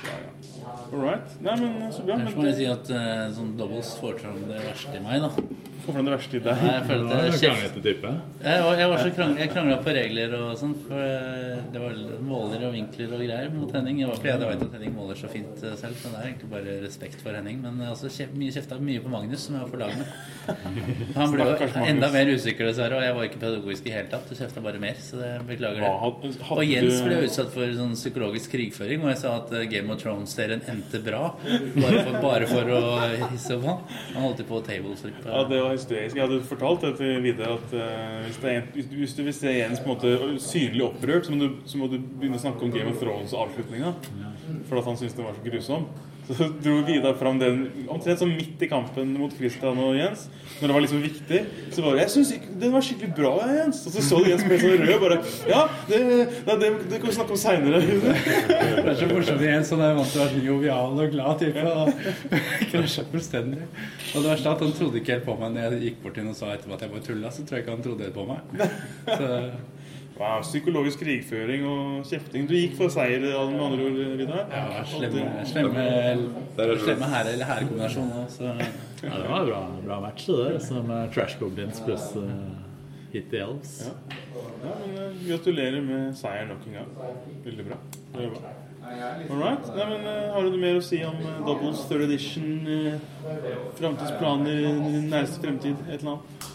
[SPEAKER 7] Ja, ja. All right. Nei, men så bra.
[SPEAKER 9] Ellers
[SPEAKER 7] Men
[SPEAKER 9] må jeg si at eh, sånn doubles får fram det verste i meg, da.
[SPEAKER 7] Får fram det verste i deg?
[SPEAKER 9] Ja, jeg følte
[SPEAKER 7] Du er jo
[SPEAKER 9] kjeft-
[SPEAKER 7] kranglete type.
[SPEAKER 9] Jeg var, jeg var så krang, jeg krangla på regler og sånn. For eh, det var måler og vinkler og greier mot Henning. Jeg var fordi jeg hadde vet at Henning måler så fint eh, selv, så det er egentlig bare respekt for Henning. Men jeg har også kjeft, mye kjefta mye på Magnus, som jeg var på lag med. Han ble jo
[SPEAKER 7] Stakkars Magnus.
[SPEAKER 9] enda mer usikker, dessverre. Og jeg var ikke pedagogisk i hele tatt. Du kjefta bare mer, så det beklager det.
[SPEAKER 7] Hva hadde- hadde
[SPEAKER 9] Og Jens
[SPEAKER 7] du-
[SPEAKER 9] ble utsatt for sånn psykologisk krigføring, og jeg sa at eh, Game of Thrones-serien endte bra. Bare for, bare for å hisse opp han. Han holdt jo på å tableflip.
[SPEAKER 7] Ja, det var hysterisk. Jeg hadde fortalt det til Vidar at eh, hvis, det er en, hvis, du- hvis du vil se Jens på en måte synlig opprørt, så må, du, så må du begynne å snakke om Game of Thrones og avslutninga. For at han syntes den var så grusom. Så dro Vidar fram den omtrent som midt i kampen mot Christian og Jens. Når det var liksom viktig. Så bare 'Jeg syns den var skikkelig bra, Jens'. Og så så du Jens ble sånn rød. Bare 'Ja, det, det, det, det kan vi snakke om seinere'.
[SPEAKER 12] Det er så morsomt igjen, så det er vant til å være sånn jovial og glad type. Og krasja fullstendig. Og det verste er at han trodde ikke helt på meg når jeg gikk bort til ham og sa etterpå at jeg var tulla. Så tror jeg ikke han trodde helt på meg. Så
[SPEAKER 7] Wow, psykologisk krigføring og kjefting. Du gikk for seier, med andre ord, Vidar? Ja,
[SPEAKER 9] Slemme, slemme, slemme herre- eller herrekombinasjon òg, så
[SPEAKER 11] Ja, det var en bra, bra match, det der. Som eh, Trash Goblins pluss eh, Hit the Elves.
[SPEAKER 7] Ja. Ja, men eh, Gratulerer med seier nok en gang. Veldig bra. Veldig bra. All right. Nei, men, eh, har du noe mer å si om eh, doubles, third edition, eh, framtidsplaner, n- nærmeste fremtid, et eller annet?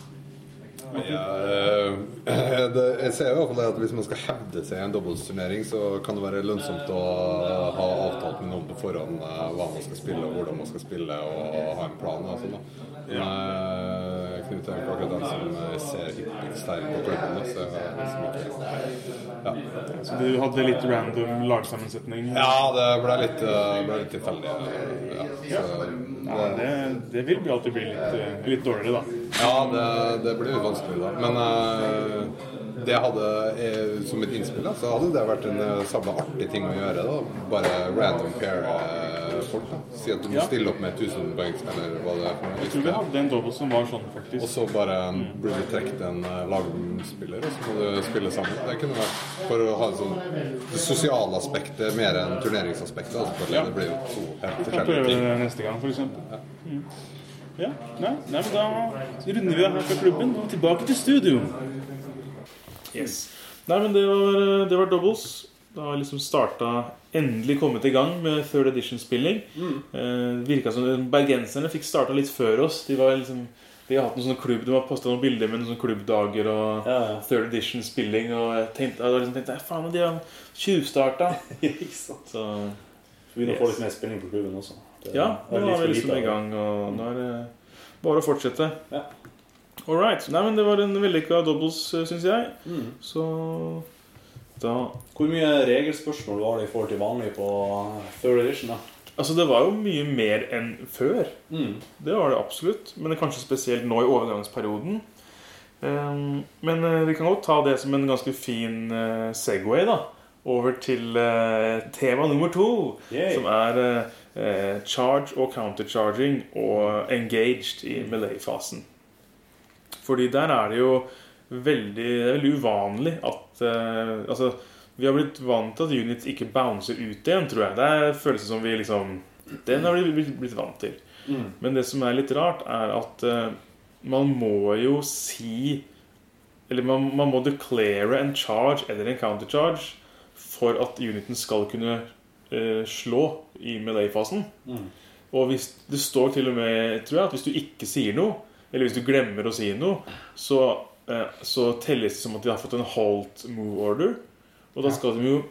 [SPEAKER 10] Ja, eh, det, jeg ser jo i hvert fall det at hvis man skal hevde seg i en dobbeltsturnering, så kan det være lønnsomt å ha avtalt med noen på forhånd eh, hva man skal spille, og hvordan man skal spille, og ha en plan. og sånn, da. Men eh, Knut er jo akkurat den som eh, ser hyppigst her på klubben. da, Så jeg har liksom ikke ja.
[SPEAKER 7] Så Altså, du hadde litt random lagsammensetning?
[SPEAKER 10] ja, det ble litt, eh, ble litt tilfeldig. eh, Ja. Så,
[SPEAKER 7] Ja, det, det vil bli alltid bli litt, eh, litt dårligere, da.
[SPEAKER 10] Ja, det, det blir litt vanskelig da. Men eh, det hadde, eh, som et innspill, da, så hadde det vært en eh, sabla artig ting å gjøre. da. Bare random pair eh, folk. da. Si at du må
[SPEAKER 7] Ja.
[SPEAKER 10] stille opp med 1000 poengs eller hva det er. for noe.
[SPEAKER 7] Jeg tror vi hadde en double som var sånn, faktisk.
[SPEAKER 10] Og så bare eh, blir det trukket en eh, lagspiller, og så må du spille sammen. Det kunne vært for å ha en sånn, det sosiale aspektet mer enn turneringsaspektet. da, selvfølgelig.
[SPEAKER 7] Ja.
[SPEAKER 10] Det blir jo to helt
[SPEAKER 7] Vi skal
[SPEAKER 10] forskjellige
[SPEAKER 7] prøve
[SPEAKER 10] ting.
[SPEAKER 7] det neste gang, f.eks. Mm. Ja. Nei, nei, men da runder vi av her fra klubben og tilbake til studio. Yes. Nei, men det var, eh, det var doubles. Da har jeg liksom starta Endelig kommet i gang med third edition-spilling.
[SPEAKER 11] Mm.
[SPEAKER 7] Eh, virka som Bergenserne fikk starta litt før oss. De var liksom de har hatt noen sånne klubb, de har posta noen bilder med noen sånne klubbdager og third edition-spilling. Og jeg tenkte, jeg liksom tenkte "Nei, faen, de har tjuvstarta. Ikke sant? Så
[SPEAKER 3] Vi begynner å få litt mer spilling på klubben også. Det-
[SPEAKER 7] ja,
[SPEAKER 3] det
[SPEAKER 7] nå
[SPEAKER 3] litt
[SPEAKER 7] er
[SPEAKER 3] for
[SPEAKER 7] vi
[SPEAKER 3] lite
[SPEAKER 7] liksom
[SPEAKER 3] av
[SPEAKER 7] i
[SPEAKER 3] det.
[SPEAKER 7] gang, og nå er det bare å fortsette. Ja. All right. Nei, men det var en vellykka doubles, syns eh, jeg. Så da
[SPEAKER 3] Hmm. Hvor mye regelspørsmål var det i forhold til vanlig på eh, third edition? da?
[SPEAKER 7] Altså, det var jo mye mer enn før.
[SPEAKER 3] Hmm.
[SPEAKER 7] Det var det absolutt. Men det er kanskje spesielt nå i overgangsperioden. Ehm, Men eh, vi kan godt ta det som en ganske fin eh, Segway da over til eh, tema nummer to,
[SPEAKER 3] Yay.
[SPEAKER 7] som er eh, eh, charge og countercharging og engaged i melee-fasen. Fordi der er det jo veldig, det er veldig uvanlig at eh, Altså, vi har blitt vant til at units ikke bouncer ut igjen, tror jeg. Det er følelsen som vi liksom Den har vi blitt, blitt vant til.
[SPEAKER 11] Mm.
[SPEAKER 7] Men det som er litt rart, er at eh, man må jo si Eller man, man må declare en charge eller en countercharge for at uniten skal kunne eh, slå i melee-fasen.
[SPEAKER 3] Mm.
[SPEAKER 7] Og hvis det står til og med, tror jeg, at hvis du ikke sier noe, eller hvis du glemmer å si noe, så, eh, så telles det som at de har fått en halt move order. Og da skal de jo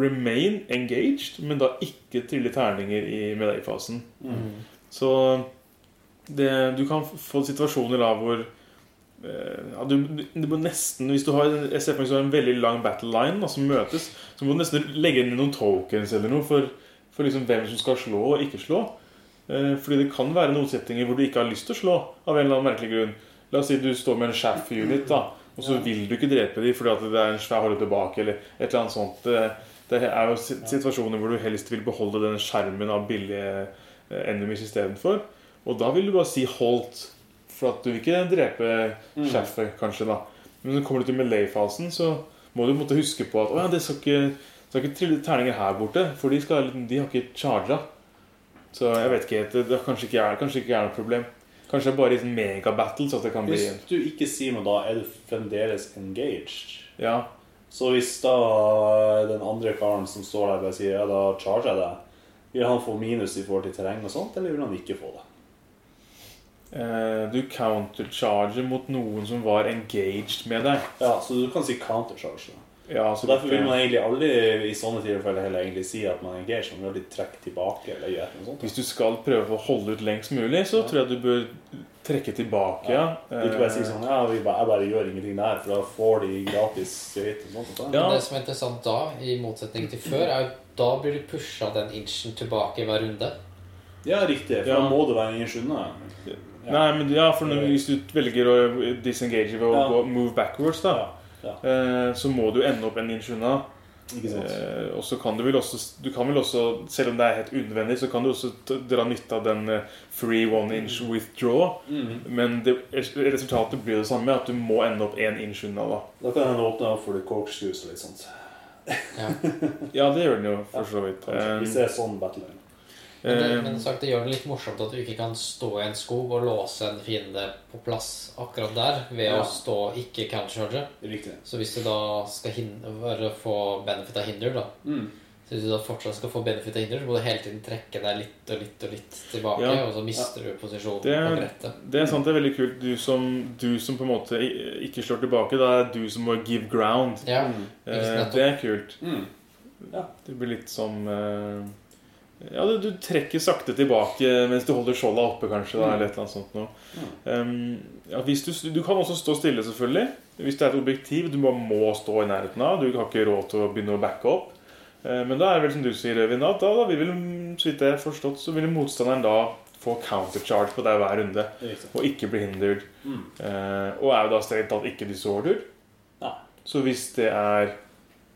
[SPEAKER 7] remain engaged, men da ikke trille terninger i melee-fasen.
[SPEAKER 11] Mm.
[SPEAKER 7] Så det, du kan få situasjoner da hvor eh, ja, du, du må nesten Hvis du har, jeg ser for meg hvis du har en veldig lang battle line da, som møtes, så må du nesten legge inn noen tokens eller noe for, for liksom hvem som skal slå og ikke slå. Eh, Fordi det kan være noen settinger hvor du ikke har lyst til å slå av en eller annen merkelig grunn.
[SPEAKER 1] La oss si du står med en shaff unit, da, og så vil du ikke drepe dem fordi at det er en svær horde tilbake, eller et eller annet sånt. eh, Det er jo sit- situasjoner hvor du helst vil beholde den skjermen av billige eh, enemies istedenfor. Og da vil du bare si 'holdt', for at du vil ikke drepe
[SPEAKER 3] Mm.
[SPEAKER 1] shaffet, kanskje, da. Men når du kommer du til Malay-fasen, så må du måtte huske på at å ja, det skal ikke, skal ikke trille terninger her borte, for de, skal, de har ikke charga. Så jeg vet ikke helt, det er kanskje ikke er, kanskje ikke er noe problem. Kanskje det er bare i en megabattle så at det kan bli
[SPEAKER 3] Hvis du ikke sier noe da, er du fremdeles engaged.
[SPEAKER 1] Ja.
[SPEAKER 3] Så hvis da den andre karen som står der, bare sier ja, da charger jeg deg, vil han få minus i forhold til terreng og sånt, eller vil han ikke få det?
[SPEAKER 1] eh, Du countercharger mot noen som var engaged med deg.
[SPEAKER 3] Ja, så du kan si countercharge. da.
[SPEAKER 1] Ja,
[SPEAKER 3] så
[SPEAKER 1] så
[SPEAKER 3] Derfor
[SPEAKER 1] det-
[SPEAKER 3] vil man egentlig aldri i sånne tilfeller heller egentlig si at man er engaged, man vil aldri trekke tilbake eller gjøre noe sånt.
[SPEAKER 1] Hvis du skal prøve å holde ut lengst mulig, så tror jeg du bør trekke tilbake. Eh, Ja.
[SPEAKER 3] Ikke bare si sånn ja, vi bare, jeg bare gjør ingenting der, for da får de gratis hit og sånt. og sånt.
[SPEAKER 5] Men det som er interessant da, i motsetning til før, er jo at da blir du pusha den inchen tilbake hver runde.
[SPEAKER 3] Ja, riktig. For da må det være ingen skjønne.
[SPEAKER 1] Nei, men ja, for når, hvis du velger å disengage ved å
[SPEAKER 3] Ja.
[SPEAKER 1] gå move backwards, da, Eh, så må du ende opp en inch unna.
[SPEAKER 3] Ikke sant.
[SPEAKER 1] Eh, og så kan du vel også, du kan vel også, selv om det er helt unødvendig, så kan du også t dra nytte av den eh, free one inch withdraw.
[SPEAKER 3] Mhm.
[SPEAKER 1] Men det, resultatet blir det samme, at du må ende opp én inch unna, da.
[SPEAKER 3] Da kan den åpne opp for corkscrews og litt sånt.
[SPEAKER 1] Ja, det gjør den jo, for så vidt.
[SPEAKER 3] Kanskje, Hvis det er sånn battle.
[SPEAKER 5] Men det,
[SPEAKER 1] Eh,
[SPEAKER 5] men sagt, det gjør det litt morsomt at du ikke kan stå i en skog og låse en fiende på plass akkurat der ved
[SPEAKER 3] Ja.
[SPEAKER 5] å stå ikke countercharge. Så hvis du da skal hin- være, få benefit av hinder, da
[SPEAKER 3] Mm.
[SPEAKER 5] så Hvis du da fortsatt skal få benefit av hinder, så må du hele tiden trekke deg litt og litt og litt tilbake,
[SPEAKER 1] Ja.
[SPEAKER 5] og så mister du posisjonen
[SPEAKER 1] Det,
[SPEAKER 5] på
[SPEAKER 1] er-
[SPEAKER 5] brettet.
[SPEAKER 1] det er sant, det er veldig kult. Du som, du som på en måte i- ikke slår tilbake, da er du som må give ground.
[SPEAKER 5] Ja,
[SPEAKER 1] Eh,
[SPEAKER 5] nettopp.
[SPEAKER 1] det er kult.
[SPEAKER 3] Mm.
[SPEAKER 1] Det blir litt som eh, Ja, du, du trekker sakte tilbake mens du holder skjoldet oppe, kanskje. Da,
[SPEAKER 3] Mm.
[SPEAKER 1] eller et eller annet sånt noe. Um, ja, hvis du, du kan også stå stille, selvfølgelig. Hvis det er et objektiv du bare må stå i nærheten av. Du har ikke råd til å begynne å backe opp. Eh, Men da er det vel som du sier, Øyvind, at da, da vil vel, så vidt jeg har forstått, så vil motstanderen da få countercharge på deg hver runde.
[SPEAKER 3] Riktig.
[SPEAKER 1] Og ikke bli hindered.
[SPEAKER 3] Mm.
[SPEAKER 1] Eh, og er jo da strengt tatt ikke disorder. Så hvis det er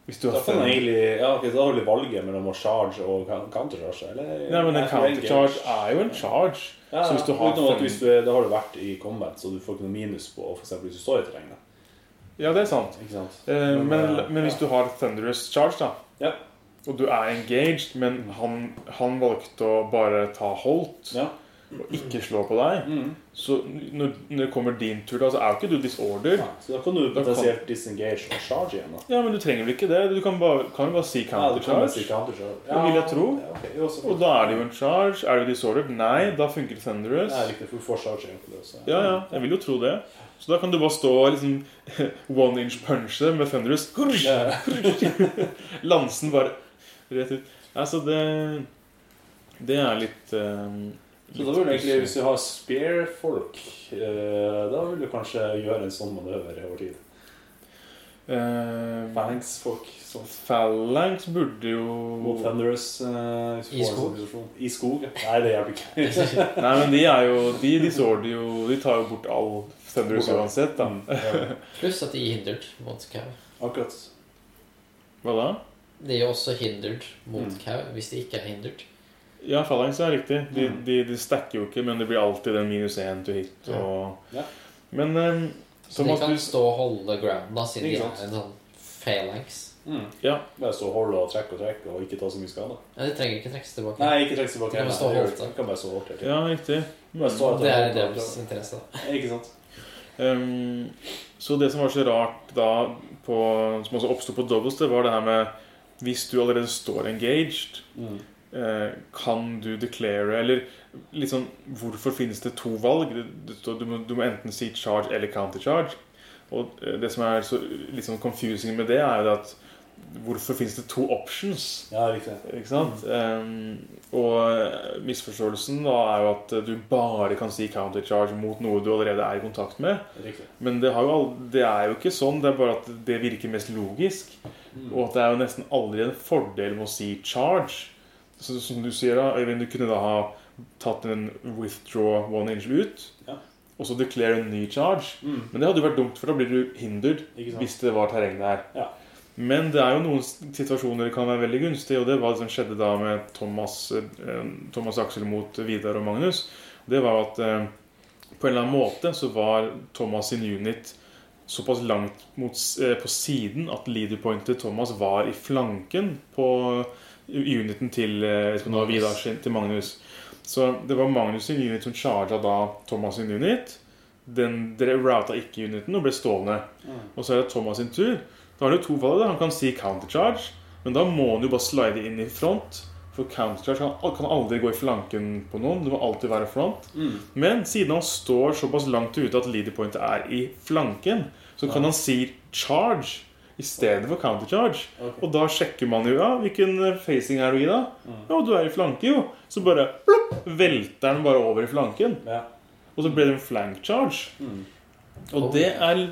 [SPEAKER 1] Hvis du
[SPEAKER 3] Da
[SPEAKER 1] har
[SPEAKER 3] kan man egentlig, ja, ok, så da har du valget mellom å charge og coun- countercharge, eller?
[SPEAKER 1] Nei, men en
[SPEAKER 3] Eller
[SPEAKER 1] countercharge
[SPEAKER 3] engage.
[SPEAKER 1] er jo en charge.
[SPEAKER 3] Ja,
[SPEAKER 1] så hvis du har
[SPEAKER 3] utenom at
[SPEAKER 1] fem-
[SPEAKER 3] hvis du, er- Da har du vært i combat, så du får ikke noe minus på for eksempel hvis du står i terrenget.
[SPEAKER 1] Ja, det er sant.
[SPEAKER 3] Ikke sant?
[SPEAKER 1] Eh,
[SPEAKER 3] Men,
[SPEAKER 1] men,
[SPEAKER 3] eh,
[SPEAKER 1] men hvis du har Thunderous Charge, da, og du er engaged, men han, han valgte å bare ta holdt og ikke slå på deg,
[SPEAKER 3] Mm.
[SPEAKER 1] så når, når det kommer din tur, da, så er jo ikke du disorder.
[SPEAKER 3] Så da kan du potensielt disengage og charge igjen. da.
[SPEAKER 1] Ja, men du trenger vel ikke det. Du kan bare, kan jo bare si
[SPEAKER 3] Ja, du kan bare si
[SPEAKER 1] countercharge.
[SPEAKER 3] countercharge.
[SPEAKER 1] Det vil jeg tro.
[SPEAKER 3] Ja, ok, jo, så-
[SPEAKER 1] og da er det jo en charge. Er du disordered? Nei, da funker Thunderous.
[SPEAKER 3] Nei, riktig, for du får charge igjen for det også.
[SPEAKER 1] Ja, ja, jeg vil jo tro det. Så da kan du bare stå og liksom one inch punche med Thunderous. Lansen bare rett ut. Altså, det Det er litt um,
[SPEAKER 3] Så da vil du egentlig, hvis du har spear-folk, eh, da vil du kanskje gjøre en sånn manøver over tid. Phalanx-folk.
[SPEAKER 1] Eh, Phalanx burde jo
[SPEAKER 3] Mot Thunderous. eh, hvis du
[SPEAKER 1] I
[SPEAKER 3] får en
[SPEAKER 1] skog?
[SPEAKER 3] sånn situasjon. I skog? ja. Nei, det hjelper ikke.
[SPEAKER 1] Nei, men de er jo De disorder jo De tar jo bort all Thunderous
[SPEAKER 5] Bort alt.
[SPEAKER 1] uansett, da.
[SPEAKER 3] Mm.
[SPEAKER 5] Pluss at de er hindered mot cow.
[SPEAKER 3] Akkurat.
[SPEAKER 1] Hva da?
[SPEAKER 5] De er jo også hindered mot
[SPEAKER 1] Mm.
[SPEAKER 5] cow hvis de ikke er hindered.
[SPEAKER 1] Ja, Phalanx er riktig. De, de, de stacker jo ikke, men det blir alltid den minus én to hit.
[SPEAKER 5] Ja.
[SPEAKER 1] Og,
[SPEAKER 3] Mm. Ja.
[SPEAKER 1] Men um,
[SPEAKER 5] Så de kan stå og holde ground da, siden de
[SPEAKER 3] Ikke
[SPEAKER 5] er
[SPEAKER 3] sant.
[SPEAKER 5] en sånn phalanx.
[SPEAKER 1] Ja.
[SPEAKER 3] Mm. Bare stå og holde og trekke og trekke og ikke ta så mye skade.
[SPEAKER 5] Ja, de trenger ikke trekkes tilbake.
[SPEAKER 3] Nei, ikke trekke tilbake.
[SPEAKER 5] De kan
[SPEAKER 3] Nei,
[SPEAKER 5] stå og
[SPEAKER 3] det gjør
[SPEAKER 5] holde
[SPEAKER 3] du ikke. Du kan bare stå og holde.
[SPEAKER 1] Ja, riktig.
[SPEAKER 3] Bare stå etter
[SPEAKER 5] Det er i
[SPEAKER 3] holdt og-
[SPEAKER 5] deres interesse.
[SPEAKER 3] Ikke sant?
[SPEAKER 1] Ehm, så det som var så rart da, på, som også oppsto på doubles, det var det her med Hvis du allerede står engaged,
[SPEAKER 3] Mm.
[SPEAKER 1] eh, kan du declare Eller litt sånn Hvorfor finnes det to valg? Det, det står, du, må, du må enten si charge eller countercharge. Og eh, det som er så, litt sånn confusing med det, er jo det at Hvorfor finnes det to options?
[SPEAKER 3] Ja, riktig.
[SPEAKER 1] Ikke sant? Um, og eh, misforståelsen da er jo at eh, du bare kan si countercharge mot noe du allerede er i kontakt med.
[SPEAKER 3] Riktig.
[SPEAKER 1] Men det, har jo all, det er jo ikke sånn, det er bare at det virker mest logisk.
[SPEAKER 3] Mm.
[SPEAKER 1] Og at det er jo nesten aldri en fordel med å si charge. Så, som du sier da, Øyvind, du kunne da ha tatt en withdraw one inch ut.
[SPEAKER 7] og så declare en ny charge.
[SPEAKER 3] Mm.
[SPEAKER 7] Men det hadde jo vært dumt, for da blir du hindered
[SPEAKER 3] Ikke sant.
[SPEAKER 7] hvis det var terreng der. Men det er jo noen s- situasjoner det kan være veldig gunstig, og det var det som skjedde da med Thomas, eh, Thomas Aksel mot Vidar og Magnus. Det var at eh, på en eller annen måte så var Thomas sin unit såpass langt mot, s- eh, på siden at leaderpointet Thomas var i flanken på uniten til, eh, jeg vet ikke om det var Vidar sin, til Magnus. Så det var Magnus sin unit som charga da Thomas sin unit. Den dere routa ikke uniten og ble stående.
[SPEAKER 3] Mm.
[SPEAKER 7] Og så er det Thomas sin tur. Da har du to valg. da. Han kan si countercharge, men da må han jo bare slide inn i front. For countercharge kan, kan aldri gå i flanken på noen. Det må alltid være front.
[SPEAKER 3] Mm.
[SPEAKER 7] Men siden han står såpass langt ute at leaderpointet er i flanken, så kan han si charge i stedet for countercharge. Og da sjekker man jo ja, hvilken facing er du i da. Ja, du er i flanke, jo. Så bare plopp, velter den bare over i flanken. Og så ble det en flank charge. Og det er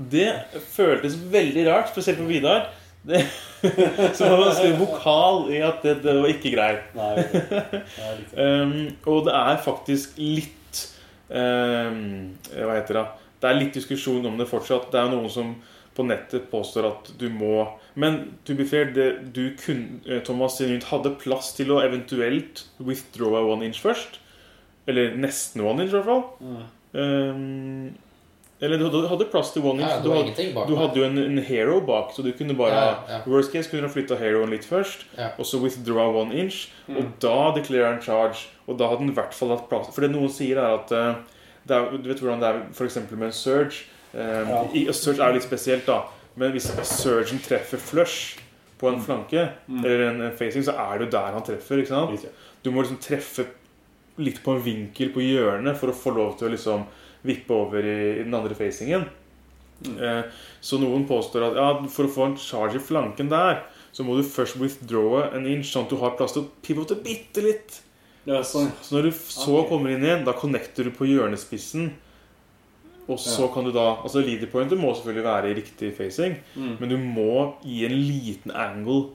[SPEAKER 7] Det føltes veldig rart, spesielt for Vidar. Det, så det var en vokal i at det, det var ikke greit. um, og det er faktisk litt um, Hva heter det? da? Det er litt diskusjon om det fortsatt. Det er noen som på nettet påstår at du må Men to be fair, det, du kun, eh, Thomas Sinut hadde plass til å eventuelt withdraw a one inch først. Eller nesten one inch, i hvert fall.
[SPEAKER 3] Mm.
[SPEAKER 7] Um, eller du hadde- hadde plass til one inch.
[SPEAKER 5] Ja, det
[SPEAKER 7] du,
[SPEAKER 5] var ingenting
[SPEAKER 7] hadde,
[SPEAKER 5] bak
[SPEAKER 7] du
[SPEAKER 5] meg.
[SPEAKER 7] hadde jo en, en hero bak, så du kunne bare
[SPEAKER 5] Ja, ja.
[SPEAKER 7] Worst case kunne du ha flytta heroen litt først,
[SPEAKER 5] Ja.
[SPEAKER 7] og så withdraw one inch, og
[SPEAKER 5] Mm.
[SPEAKER 7] da declare en charge, og da hadde den i hvert fall hatt plass For det noen sier, er at eh, det er, Du vet hvordan det er for eksempel med en surge. eh,
[SPEAKER 3] Ja.
[SPEAKER 7] i- og Surge er jo litt spesielt, da, men hvis surgen treffer flush på en flanke,
[SPEAKER 3] Mm.
[SPEAKER 7] eller en en facing, så er du der han treffer. ikke sant? Du må liksom treffe litt på en vinkel på hjørnet for å få lov til å liksom vippe over i, i den andre facingen.
[SPEAKER 5] Mm.
[SPEAKER 7] Eh, så noen påstår at ja, for å få en charge i flanken der, så må du først withdrawe en inch, sånn at du har plass til å pivote bitte litt.
[SPEAKER 3] sånn.
[SPEAKER 7] Så når du f- så kommer inn igjen, da connecter du på hjørnespissen. Og så
[SPEAKER 3] Ja.
[SPEAKER 7] kan du da Altså leaderpointet må selvfølgelig være i riktig facing,
[SPEAKER 3] Mm.
[SPEAKER 7] men du må gi en liten angle.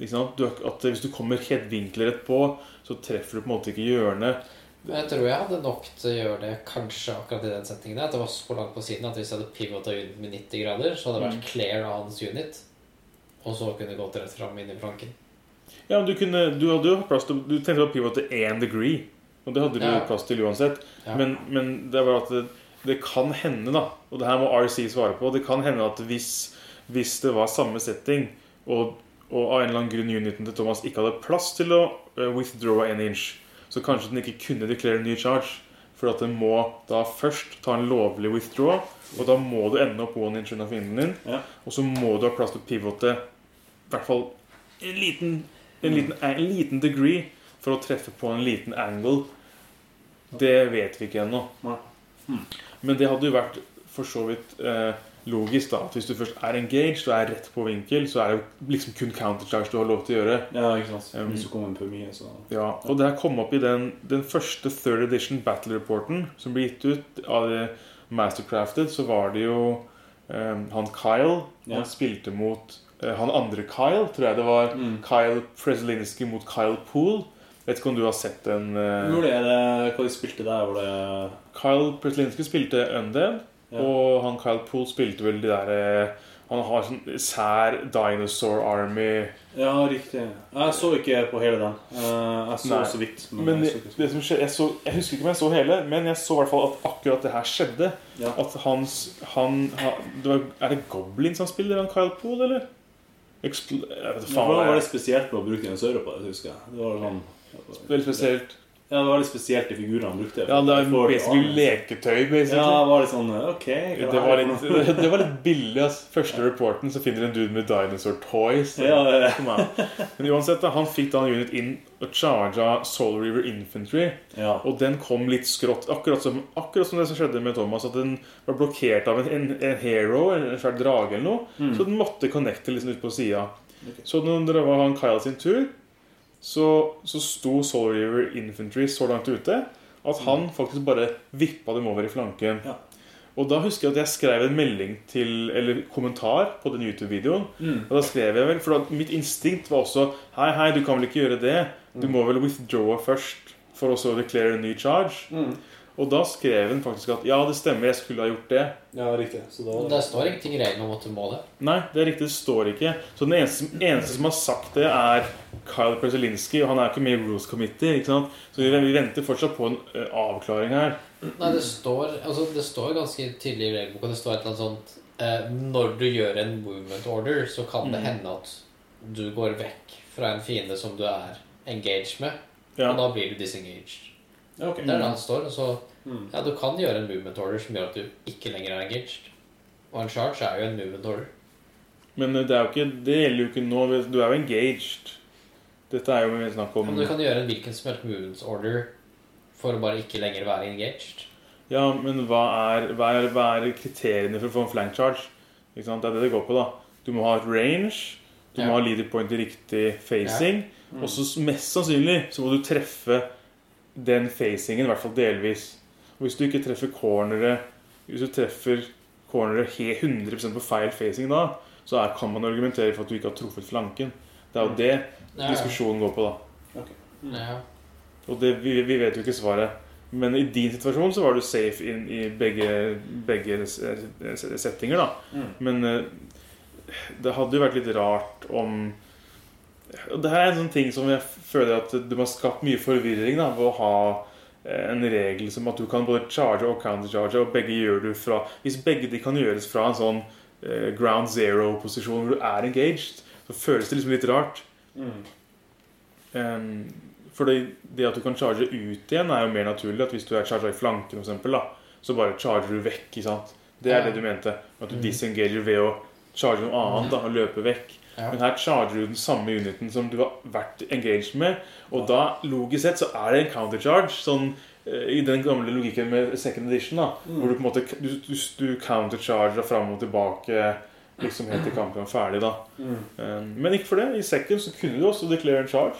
[SPEAKER 7] Ikke sant? Du, at hvis du kommer helt vinkel rett på, så treffer du på en måte ikke hjørnet.
[SPEAKER 5] Men jeg tror jeg hadde nok til å gjøre det kanskje akkurat i den settingen. der, At det var så langt på siden at hvis jeg hadde pivota unit med 90 grader, så hadde det
[SPEAKER 7] Mm.
[SPEAKER 5] vært clear av hans unit. Og så kunne det gått rett fram inn i flanken.
[SPEAKER 7] Ja, men du, kunne, du hadde jo hatt plass til Du tenkte å pivote én degree. Og det hadde du
[SPEAKER 5] Ja.
[SPEAKER 7] plass til uansett.
[SPEAKER 5] Ja.
[SPEAKER 7] Men, men det var at det, det kan hende, da Og det her må RC svare på. Det kan hende at hvis, hvis det var samme setting, og, og av en eller annen grunn uniten til Thomas ikke hadde plass til å eh, withdraw en inch, så kanskje den ikke kunne declare en ny charge. For at den må da først ta en lovlig withdraw, og da må du ende opp one inch unna fienden din. Og så må du ha plass til å pivote i hvert fall en liten, en, liten, en liten degree for å treffe på en liten angle. Det vet vi ikke ennå. Men det hadde jo vært for så vidt eh, logisk da, at hvis du først er engaged og er rett på vinkel, så er det jo liksom kun countercharge du har lov til å gjøre.
[SPEAKER 3] Ja, ikke sant.
[SPEAKER 7] Um,
[SPEAKER 3] Hvis du kommer inn for mye, så
[SPEAKER 7] ja, og det her kom opp i den, den første third edition battle reporten som ble gitt ut av eh, Mastercrafted, så var det jo eh, han Kyle
[SPEAKER 3] Ja.
[SPEAKER 7] Han spilte mot eh, han andre Kyle, tror jeg det var.
[SPEAKER 3] Mm.
[SPEAKER 7] Kyle Preslinski mot Kyle Poole. Vet ikke om du har sett den eh,
[SPEAKER 3] Hvor er det Hva de spilte der? Var det
[SPEAKER 7] Kyle Preslinski spilte Undead,
[SPEAKER 3] Ja.
[SPEAKER 7] og han Kyle Poole spilte vel de derre Han har sånn sær Dinosaur Army
[SPEAKER 3] Ja, riktig. Jeg så ikke på hele den. Eh, Jeg så
[SPEAKER 7] Nei.
[SPEAKER 3] så vidt.
[SPEAKER 7] Men, det,
[SPEAKER 3] jeg så ikke så-
[SPEAKER 7] det som skjedde, jeg, så, jeg husker ikke om jeg så hele, men jeg så i hvert fall at akkurat det her skjedde.
[SPEAKER 3] Ja.
[SPEAKER 7] At hans han, han, det var, Er det Goblins han spiller, han Kyle Poole, eller? Expl jeg vet,
[SPEAKER 3] Men
[SPEAKER 7] faen,
[SPEAKER 3] Hvordan var
[SPEAKER 7] jeg-
[SPEAKER 3] det spesielt med å bruke dinosaurer på det, husker jeg? Det var sånn
[SPEAKER 7] Veldig spesielt.
[SPEAKER 3] Ja, det var litt spesielt de figurene han brukte.
[SPEAKER 7] Ja, det er
[SPEAKER 3] For-
[SPEAKER 7] basically leketøy. Basically.
[SPEAKER 3] Ja, det var litt sånn Ok. hva
[SPEAKER 7] Det
[SPEAKER 3] er
[SPEAKER 7] var
[SPEAKER 3] for
[SPEAKER 7] litt,
[SPEAKER 3] noe?
[SPEAKER 7] det var litt billig. Ass. Første reporten så finner en dude med dinosaur toys.
[SPEAKER 3] Ja, ja, ja.
[SPEAKER 7] Kom an. Men uansett, da, han fikk da en unit inn og charga Soul River Infantry. Og den kom litt skrått. Akkurat som, akkurat som det som skjedde med Thomas. At den var blokkert av en, en, en hero, en, en svær drage eller noe.
[SPEAKER 3] Mm.
[SPEAKER 7] Så den måtte connecte liksom ut på sida.
[SPEAKER 3] Ok.
[SPEAKER 7] Så når det var han Kyle sin tur, så, så sto Soul River Infantry så langt ute at
[SPEAKER 3] Mm.
[SPEAKER 7] han faktisk bare vippa dem over i flanken. Og da husker jeg at jeg skrev en melding til, eller kommentar på den YouTube-videoen.
[SPEAKER 3] Mm.
[SPEAKER 7] Og da skrev jeg vel, for da, mitt instinkt var også Hei, hei, du kan vel ikke gjøre det? Du må vel withdraw først for å så declare a new charge?
[SPEAKER 3] Mm.
[SPEAKER 7] Og da skrev han faktisk at ja, det stemmer, jeg skulle ha gjort det.
[SPEAKER 3] Ja, riktig. Så da,
[SPEAKER 5] Men det står ingenting i reglene om at du må det.
[SPEAKER 7] Nei, det er riktig, det står ikke. Så den eneste, eneste som har sagt det, er Kyle Prezelinski, og han er ikke med i Rules Committee. ikke sant? Så vi, vi venter fortsatt på en ø, avklaring her.
[SPEAKER 5] Nei, det står, altså, det står ganske tydelig i regelboka Det står et eller annet sånt eh, Når du gjør en movement order, så kan det
[SPEAKER 7] Mhm.
[SPEAKER 5] hende at du går vekk fra en fiende som du er engaged med.
[SPEAKER 7] Ja. Mm.
[SPEAKER 5] Og da blir du disengaged.
[SPEAKER 3] Ja, ok.
[SPEAKER 5] Det er det han står. Så
[SPEAKER 3] Mhm.
[SPEAKER 5] ja, du kan gjøre en movement order som gjør at du ikke lenger er engaged. Og en charge er jo en movement order.
[SPEAKER 7] Men ø, det, er jo ikke, det gjelder jo ikke nå. Du er jo engaged. Dette er jo mer snakk om
[SPEAKER 5] Men du kan gjøre en hvilken som helst movement order for å bare ikke lenger være engaged.
[SPEAKER 7] Ja, men hva er, hva er, hva er kriteriene for å få en flank charge? Ikke sant? Det er det det går på, da. Du må ha et range, du
[SPEAKER 5] Ja.
[SPEAKER 7] må ha leader point i riktig facing,
[SPEAKER 5] Ja. Mm.
[SPEAKER 7] og så s- mest sannsynlig så må du treffe den facingen, i hvert fall delvis. Og hvis du ikke treffer corneret Hvis du treffer corneret he- 100 på feil facing da, så er, kan man argumentere for at du ikke har truffet flanken. Det er jo det
[SPEAKER 5] Mm. Ja, ja.
[SPEAKER 7] diskusjonen går på, da.
[SPEAKER 5] Ja.
[SPEAKER 7] Og det, vi, vi vet jo ikke svaret. Men i din situasjon så var du safe inn i begge, begge s- s- settinger, da.
[SPEAKER 3] Mm.
[SPEAKER 7] Men eh, det hadde jo vært litt rart om Og det her er en sånn ting som jeg føler at det har skapt mye forvirring da, ved å ha eh, en regel som at du kan både charge og countercharge, og begge gjør du fra Hvis begge de kan gjøres fra en sånn eh, ground zero-posisjon hvor du er engaged, så føles det liksom litt rart.
[SPEAKER 3] Mm.
[SPEAKER 7] Um, fordi det at du kan charge ut igjen, er jo mer naturlig. At hvis du er charga i flanken, for eksempel, da, så bare charger du vekk. ikke sant? Det er
[SPEAKER 3] Ja.
[SPEAKER 7] det du mente. At du
[SPEAKER 3] Mm.
[SPEAKER 7] disengager ved å charge noe annet da, og løpe vekk.
[SPEAKER 3] Ja.
[SPEAKER 7] Men her charger du den samme uniten som du har vært engaged med. Og da, logisk sett, så er det en countercharge. Sånn eh, i den gamle logikken med second edition, da,
[SPEAKER 3] Mm.
[SPEAKER 7] hvor du på en måte du, du, du countercharger fram og tilbake liksom helt til kampen var ferdig. da.
[SPEAKER 3] Mm.
[SPEAKER 7] Um, Men ikke for det. I second så kunne du også declare en charge.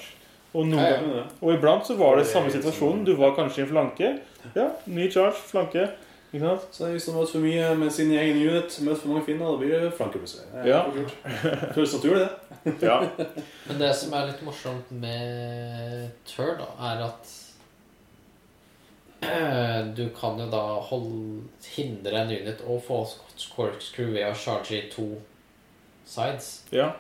[SPEAKER 7] Og, noen,
[SPEAKER 3] Ja, ja.
[SPEAKER 7] ganger- og iblant så var det
[SPEAKER 3] Det er
[SPEAKER 7] samme
[SPEAKER 3] liksom-
[SPEAKER 7] situasjonen. Du var kanskje i en flanke. Ja, ny charge, flanke. Ikke sant?
[SPEAKER 3] Så hvis de møter for mye med sin egen unit, møter for mange finner, da blir det flankebussere. Det er
[SPEAKER 7] Ja.
[SPEAKER 3] for kult. Føles naturlig, det.
[SPEAKER 5] Men det som er litt morsomt med Tur, da, er at eh, du kan jo da hold- hindre en unit å få Scots corkscrew ved å charge i to sides.
[SPEAKER 7] Ja.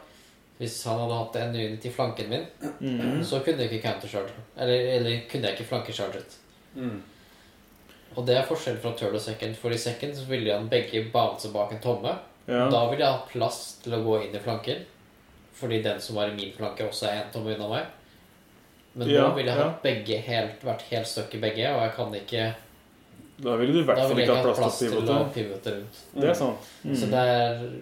[SPEAKER 5] Hvis han hadde hatt en unit i flanken min,
[SPEAKER 1] Mm.
[SPEAKER 7] Mhm.
[SPEAKER 5] så kunne jeg ikke countercharge. Eller, eller kunne jeg ikke flankecharget.
[SPEAKER 3] Mm.
[SPEAKER 5] Og det er forskjell fra turn og second, for i second så ville han begge bounce bak en tomme.
[SPEAKER 7] Ja.
[SPEAKER 5] Da ville jeg ha plass til å gå inn i flanken, fordi den som var i min flanke, også er en tomme unna meg. Men
[SPEAKER 7] Ja,
[SPEAKER 5] nå ville jeg
[SPEAKER 7] ja.
[SPEAKER 5] hatt begge helt, vært helt stuck i begge, og jeg kan ikke
[SPEAKER 7] Da ville du i hvert
[SPEAKER 5] da
[SPEAKER 7] fall
[SPEAKER 5] ville jeg
[SPEAKER 7] ikke hatt plass til å
[SPEAKER 5] til å
[SPEAKER 7] pivote.
[SPEAKER 5] pivote rundt.
[SPEAKER 7] Det er sant. Mm.
[SPEAKER 5] Så det er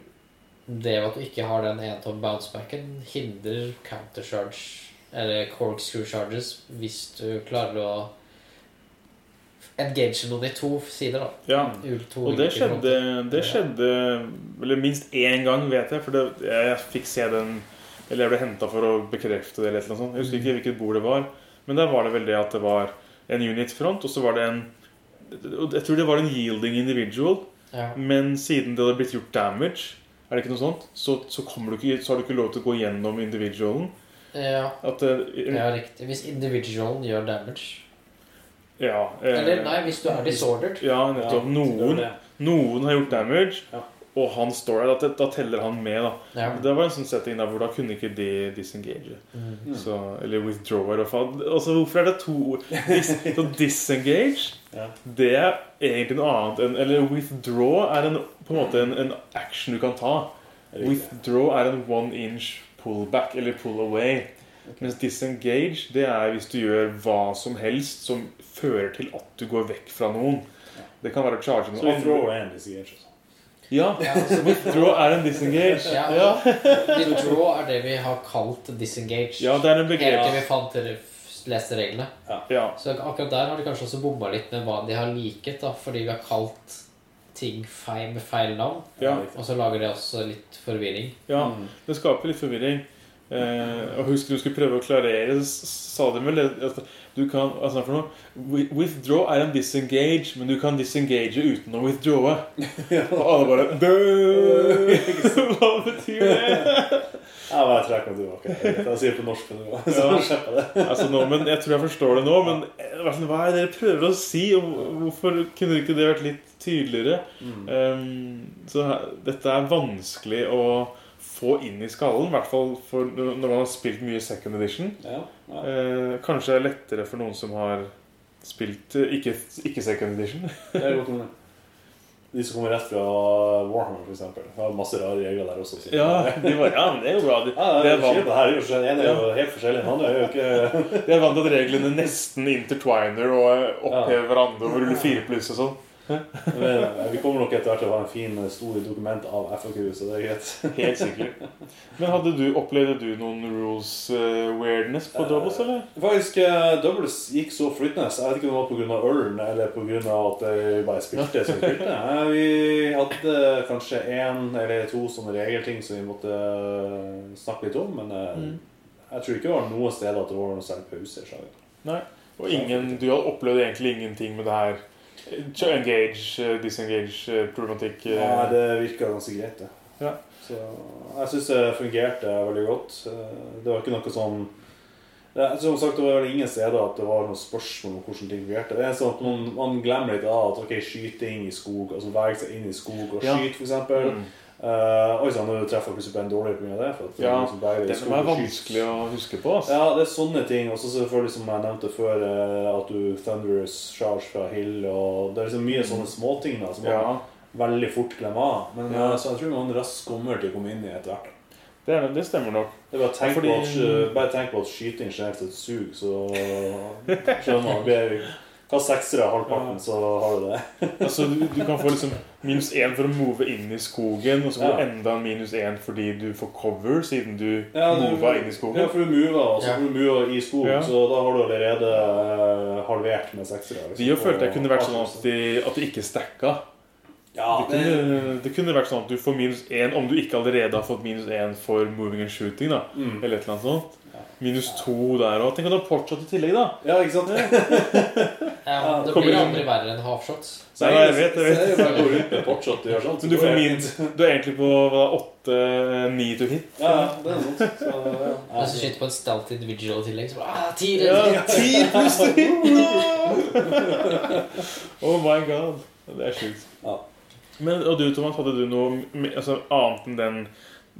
[SPEAKER 5] det at du ikke har den entom bouncebacken, hindrer countercharge eller corkscrew charges hvis du klarer å engage noen i to sider, da.
[SPEAKER 7] Ja.
[SPEAKER 5] Ul- to
[SPEAKER 7] Og det
[SPEAKER 5] ulike
[SPEAKER 7] skjedde, det skjedde Eller minst én gang, vet jeg. For det, jeg, jeg fikk se den Eller jeg ble henta for å bekrefte det. eller et eller annet sånt. Jeg husker ikke hvilket bord det var. Men der var det vel det at det var en unit-front, og så var det en og Jeg tror det var en yielding individual.
[SPEAKER 5] Ja.
[SPEAKER 7] Men siden det hadde blitt gjort damage, er det ikke noe sånt, så, så, kommer du ikke, så har du ikke lov til å gå gjennom individualen.
[SPEAKER 5] Ja.
[SPEAKER 7] At, eh,
[SPEAKER 5] ja, riktig. Hvis individualen gjør damage
[SPEAKER 7] Ja, eh,
[SPEAKER 5] Eller nei, hvis du er disordered.
[SPEAKER 7] Ja, nettopp.
[SPEAKER 5] Ja,
[SPEAKER 7] Noen,
[SPEAKER 5] det er
[SPEAKER 7] noen har gjort damage, og han står der. Da, da teller han med, da.
[SPEAKER 5] Ja.
[SPEAKER 7] Det var en sånn setting der hvor da kunne ikke de disengage.
[SPEAKER 5] Mm.
[SPEAKER 7] Så, eller withdraw, i hvert fall. Altså, hvorfor er det to ord? Dis, så disengage,
[SPEAKER 3] Ja.
[SPEAKER 7] det er egentlig noe annet enn Eller withdraw er en, på en måte en, en action du kan ta.
[SPEAKER 3] Riktig.
[SPEAKER 7] Withdraw er en one inch pullback, eller pull away. Mens disengage, det er hvis du gjør hva som helst som fører til at du går vekk fra noen. Det kan være å charge
[SPEAKER 3] Så
[SPEAKER 7] noen
[SPEAKER 3] vi throw er en disengage. altså.
[SPEAKER 7] Ja. Withdraw er en disengage.
[SPEAKER 5] Ja.
[SPEAKER 7] Ja.
[SPEAKER 5] Withdraw er det vi har kalt disengage.
[SPEAKER 7] Ja, det er en begrep.
[SPEAKER 5] Helt til vi fant eller f- leste reglene. Så akkurat der har de kanskje også bomma litt med hva de har liket, da, fordi vi har kalt ting feil med feil navn.
[SPEAKER 7] Mhm. Ja.
[SPEAKER 5] Og så lager det også litt forvirring.
[SPEAKER 7] Ja, det skaper litt forvirring. Eh, og husker du skulle prøve å klarere, så sa de vel at du kan altså for noe, wi- Withdraw er en disengage, men du kan disengage uten å withdrawe. Og alle bare Bø! Hva betyr det?
[SPEAKER 3] Jeg bare trekker meg tilbake. Jeg sier det på norsk. men det var- Så slipper jeg det.
[SPEAKER 7] altså nå, men Jeg tror jeg forstår det nå, men eh, hva er det- hva er det dere prøver å si? Og hvorfor kunne ikke det vært litt tydeligere?
[SPEAKER 3] Mm.
[SPEAKER 7] Um, så her- dette er vanskelig å få inn i skallen, i hvert fall for når man har spilt mye second edition. Eh, kanskje det er lettere for noen som har spilt eh, ikke, ikke second edition.
[SPEAKER 3] Det er godt mulig. De som kommer rett fra Warhammer, for eksempel. Det er masse rare regler der også. så-
[SPEAKER 7] Ja, de bare, ja, men det er jo bra. De,
[SPEAKER 3] Ja, det er jo kjipt. Det her er jo skjønt. En er jo
[SPEAKER 7] Ja.
[SPEAKER 3] helt forskjellig. Den andre er jo ikke
[SPEAKER 7] De er vant til at reglene nesten intertwiner og eh, opphever hverandre og ruller fire pluss og sånn.
[SPEAKER 3] Men Vi kommer nok etter hvert til å ha en fin, stor dokument av FAQ, så det er greit.
[SPEAKER 7] Helt sikkert. Men hadde du, opplevde du noen rules eh, weirdness på doubles, eller?
[SPEAKER 3] Faktisk, eh, Doubles gik så flytende. så Jeg vet ikke om det var pga. ølen eller på grunn av at jeg bare spilte som vi spilte. Nei, Vi hadde kanskje én eller to sånne regelting som vi måtte eh, snakke litt om, men eh,
[SPEAKER 7] Mm.
[SPEAKER 3] jeg tror ikke det var noe sted at det var noe særlig pause. skjønner du.
[SPEAKER 7] Nei. Og ingen, du hadde opplevd egentlig ingenting med det her eh, engage, eh, disengage eh, problematikk? eh.
[SPEAKER 3] Nei, det virka ganske greit, det.
[SPEAKER 7] Ja.
[SPEAKER 3] Så jeg syns det fungerte veldig godt. Eh, Det var ikke noe sånn det, er- som sagt, det var vel ingen steder at det var noen spørsmål om hvordan ting fungerte. Det er sånn at Man, man glemmer litt av at ok, skyting i skog, altså bevege seg inn i skog og
[SPEAKER 7] Ja.
[SPEAKER 3] skyte, for eksempel
[SPEAKER 7] Mm.
[SPEAKER 3] Eh, Oi sann, nå treffer jeg plutselig på en dårlig pga. det. For at det er
[SPEAKER 7] Ja,
[SPEAKER 3] noen som beveger seg i
[SPEAKER 7] den
[SPEAKER 3] skog
[SPEAKER 7] var
[SPEAKER 3] og skyter.
[SPEAKER 7] vanskelig å huske på. altså. ass.
[SPEAKER 3] Ja, det er sånne ting. Og så selvfølgelig, som jeg nevnte før, eh, at du Thunderous Charge fra Hill og Det er liksom mye sånne småting da, som man
[SPEAKER 7] Mm. Ja.
[SPEAKER 3] veldig fort glemmer av. Men
[SPEAKER 7] Ja.
[SPEAKER 3] eh, så jeg tror man raskt kommer til å komme inn i etter hvert.
[SPEAKER 7] Det, er- det stemmer nok.
[SPEAKER 3] Det er bare tenk,
[SPEAKER 7] Fordi-
[SPEAKER 3] på, at, eh, bare tenk på at skyting generelt sett suger, så skjønner man bedre. Ta seksere av halvparten, så har du det.
[SPEAKER 7] altså, du, du kan få liksom minus én for å move inn i skogen, og så får du
[SPEAKER 3] Ja.
[SPEAKER 7] enda en minus én fordi du får cover siden du
[SPEAKER 3] Ja, du-
[SPEAKER 7] mova inn i skogen.
[SPEAKER 3] Ja, for du mover, og så
[SPEAKER 7] Ja.
[SPEAKER 3] får du mover i skogen,
[SPEAKER 7] Ja.
[SPEAKER 3] så da har du allerede eh, halvert med liksom. seksere.
[SPEAKER 7] De jo følte jeg kunne vært sånn at de, at de ikke stacka.
[SPEAKER 3] Ja,
[SPEAKER 7] det, kunne, det kunne vært sånn at du får minus én om du ikke allerede har fått minus én for moving and shooting. da
[SPEAKER 3] Mm.
[SPEAKER 7] Eller et eller annet sånt. Minus to der òg. Tenk om du har fortsatt i tillegg, da!
[SPEAKER 3] Ja, ikke sant?
[SPEAKER 5] Ja, det
[SPEAKER 7] Kommer
[SPEAKER 5] blir
[SPEAKER 7] inn-
[SPEAKER 5] aldri verre enn halfshots.
[SPEAKER 7] Nei, nei, jeg vet, jeg vet.
[SPEAKER 3] Så jeg bare går ut med fortsatt, du gjør sånn, så
[SPEAKER 7] Men du, får
[SPEAKER 3] går jeg
[SPEAKER 7] min, du er egentlig på hva, åtte, eh, ni to hit?
[SPEAKER 3] Ja, det er sant. Så, ja.
[SPEAKER 5] Og så skyter på en stealth individual i tillegg. Så bare, ah, ti
[SPEAKER 7] Ja,
[SPEAKER 5] redninger.
[SPEAKER 7] ti pluss ti! Oh my god. Det er sjukt. Men, og du, Thomas, hadde du noe m- altså, annet enn den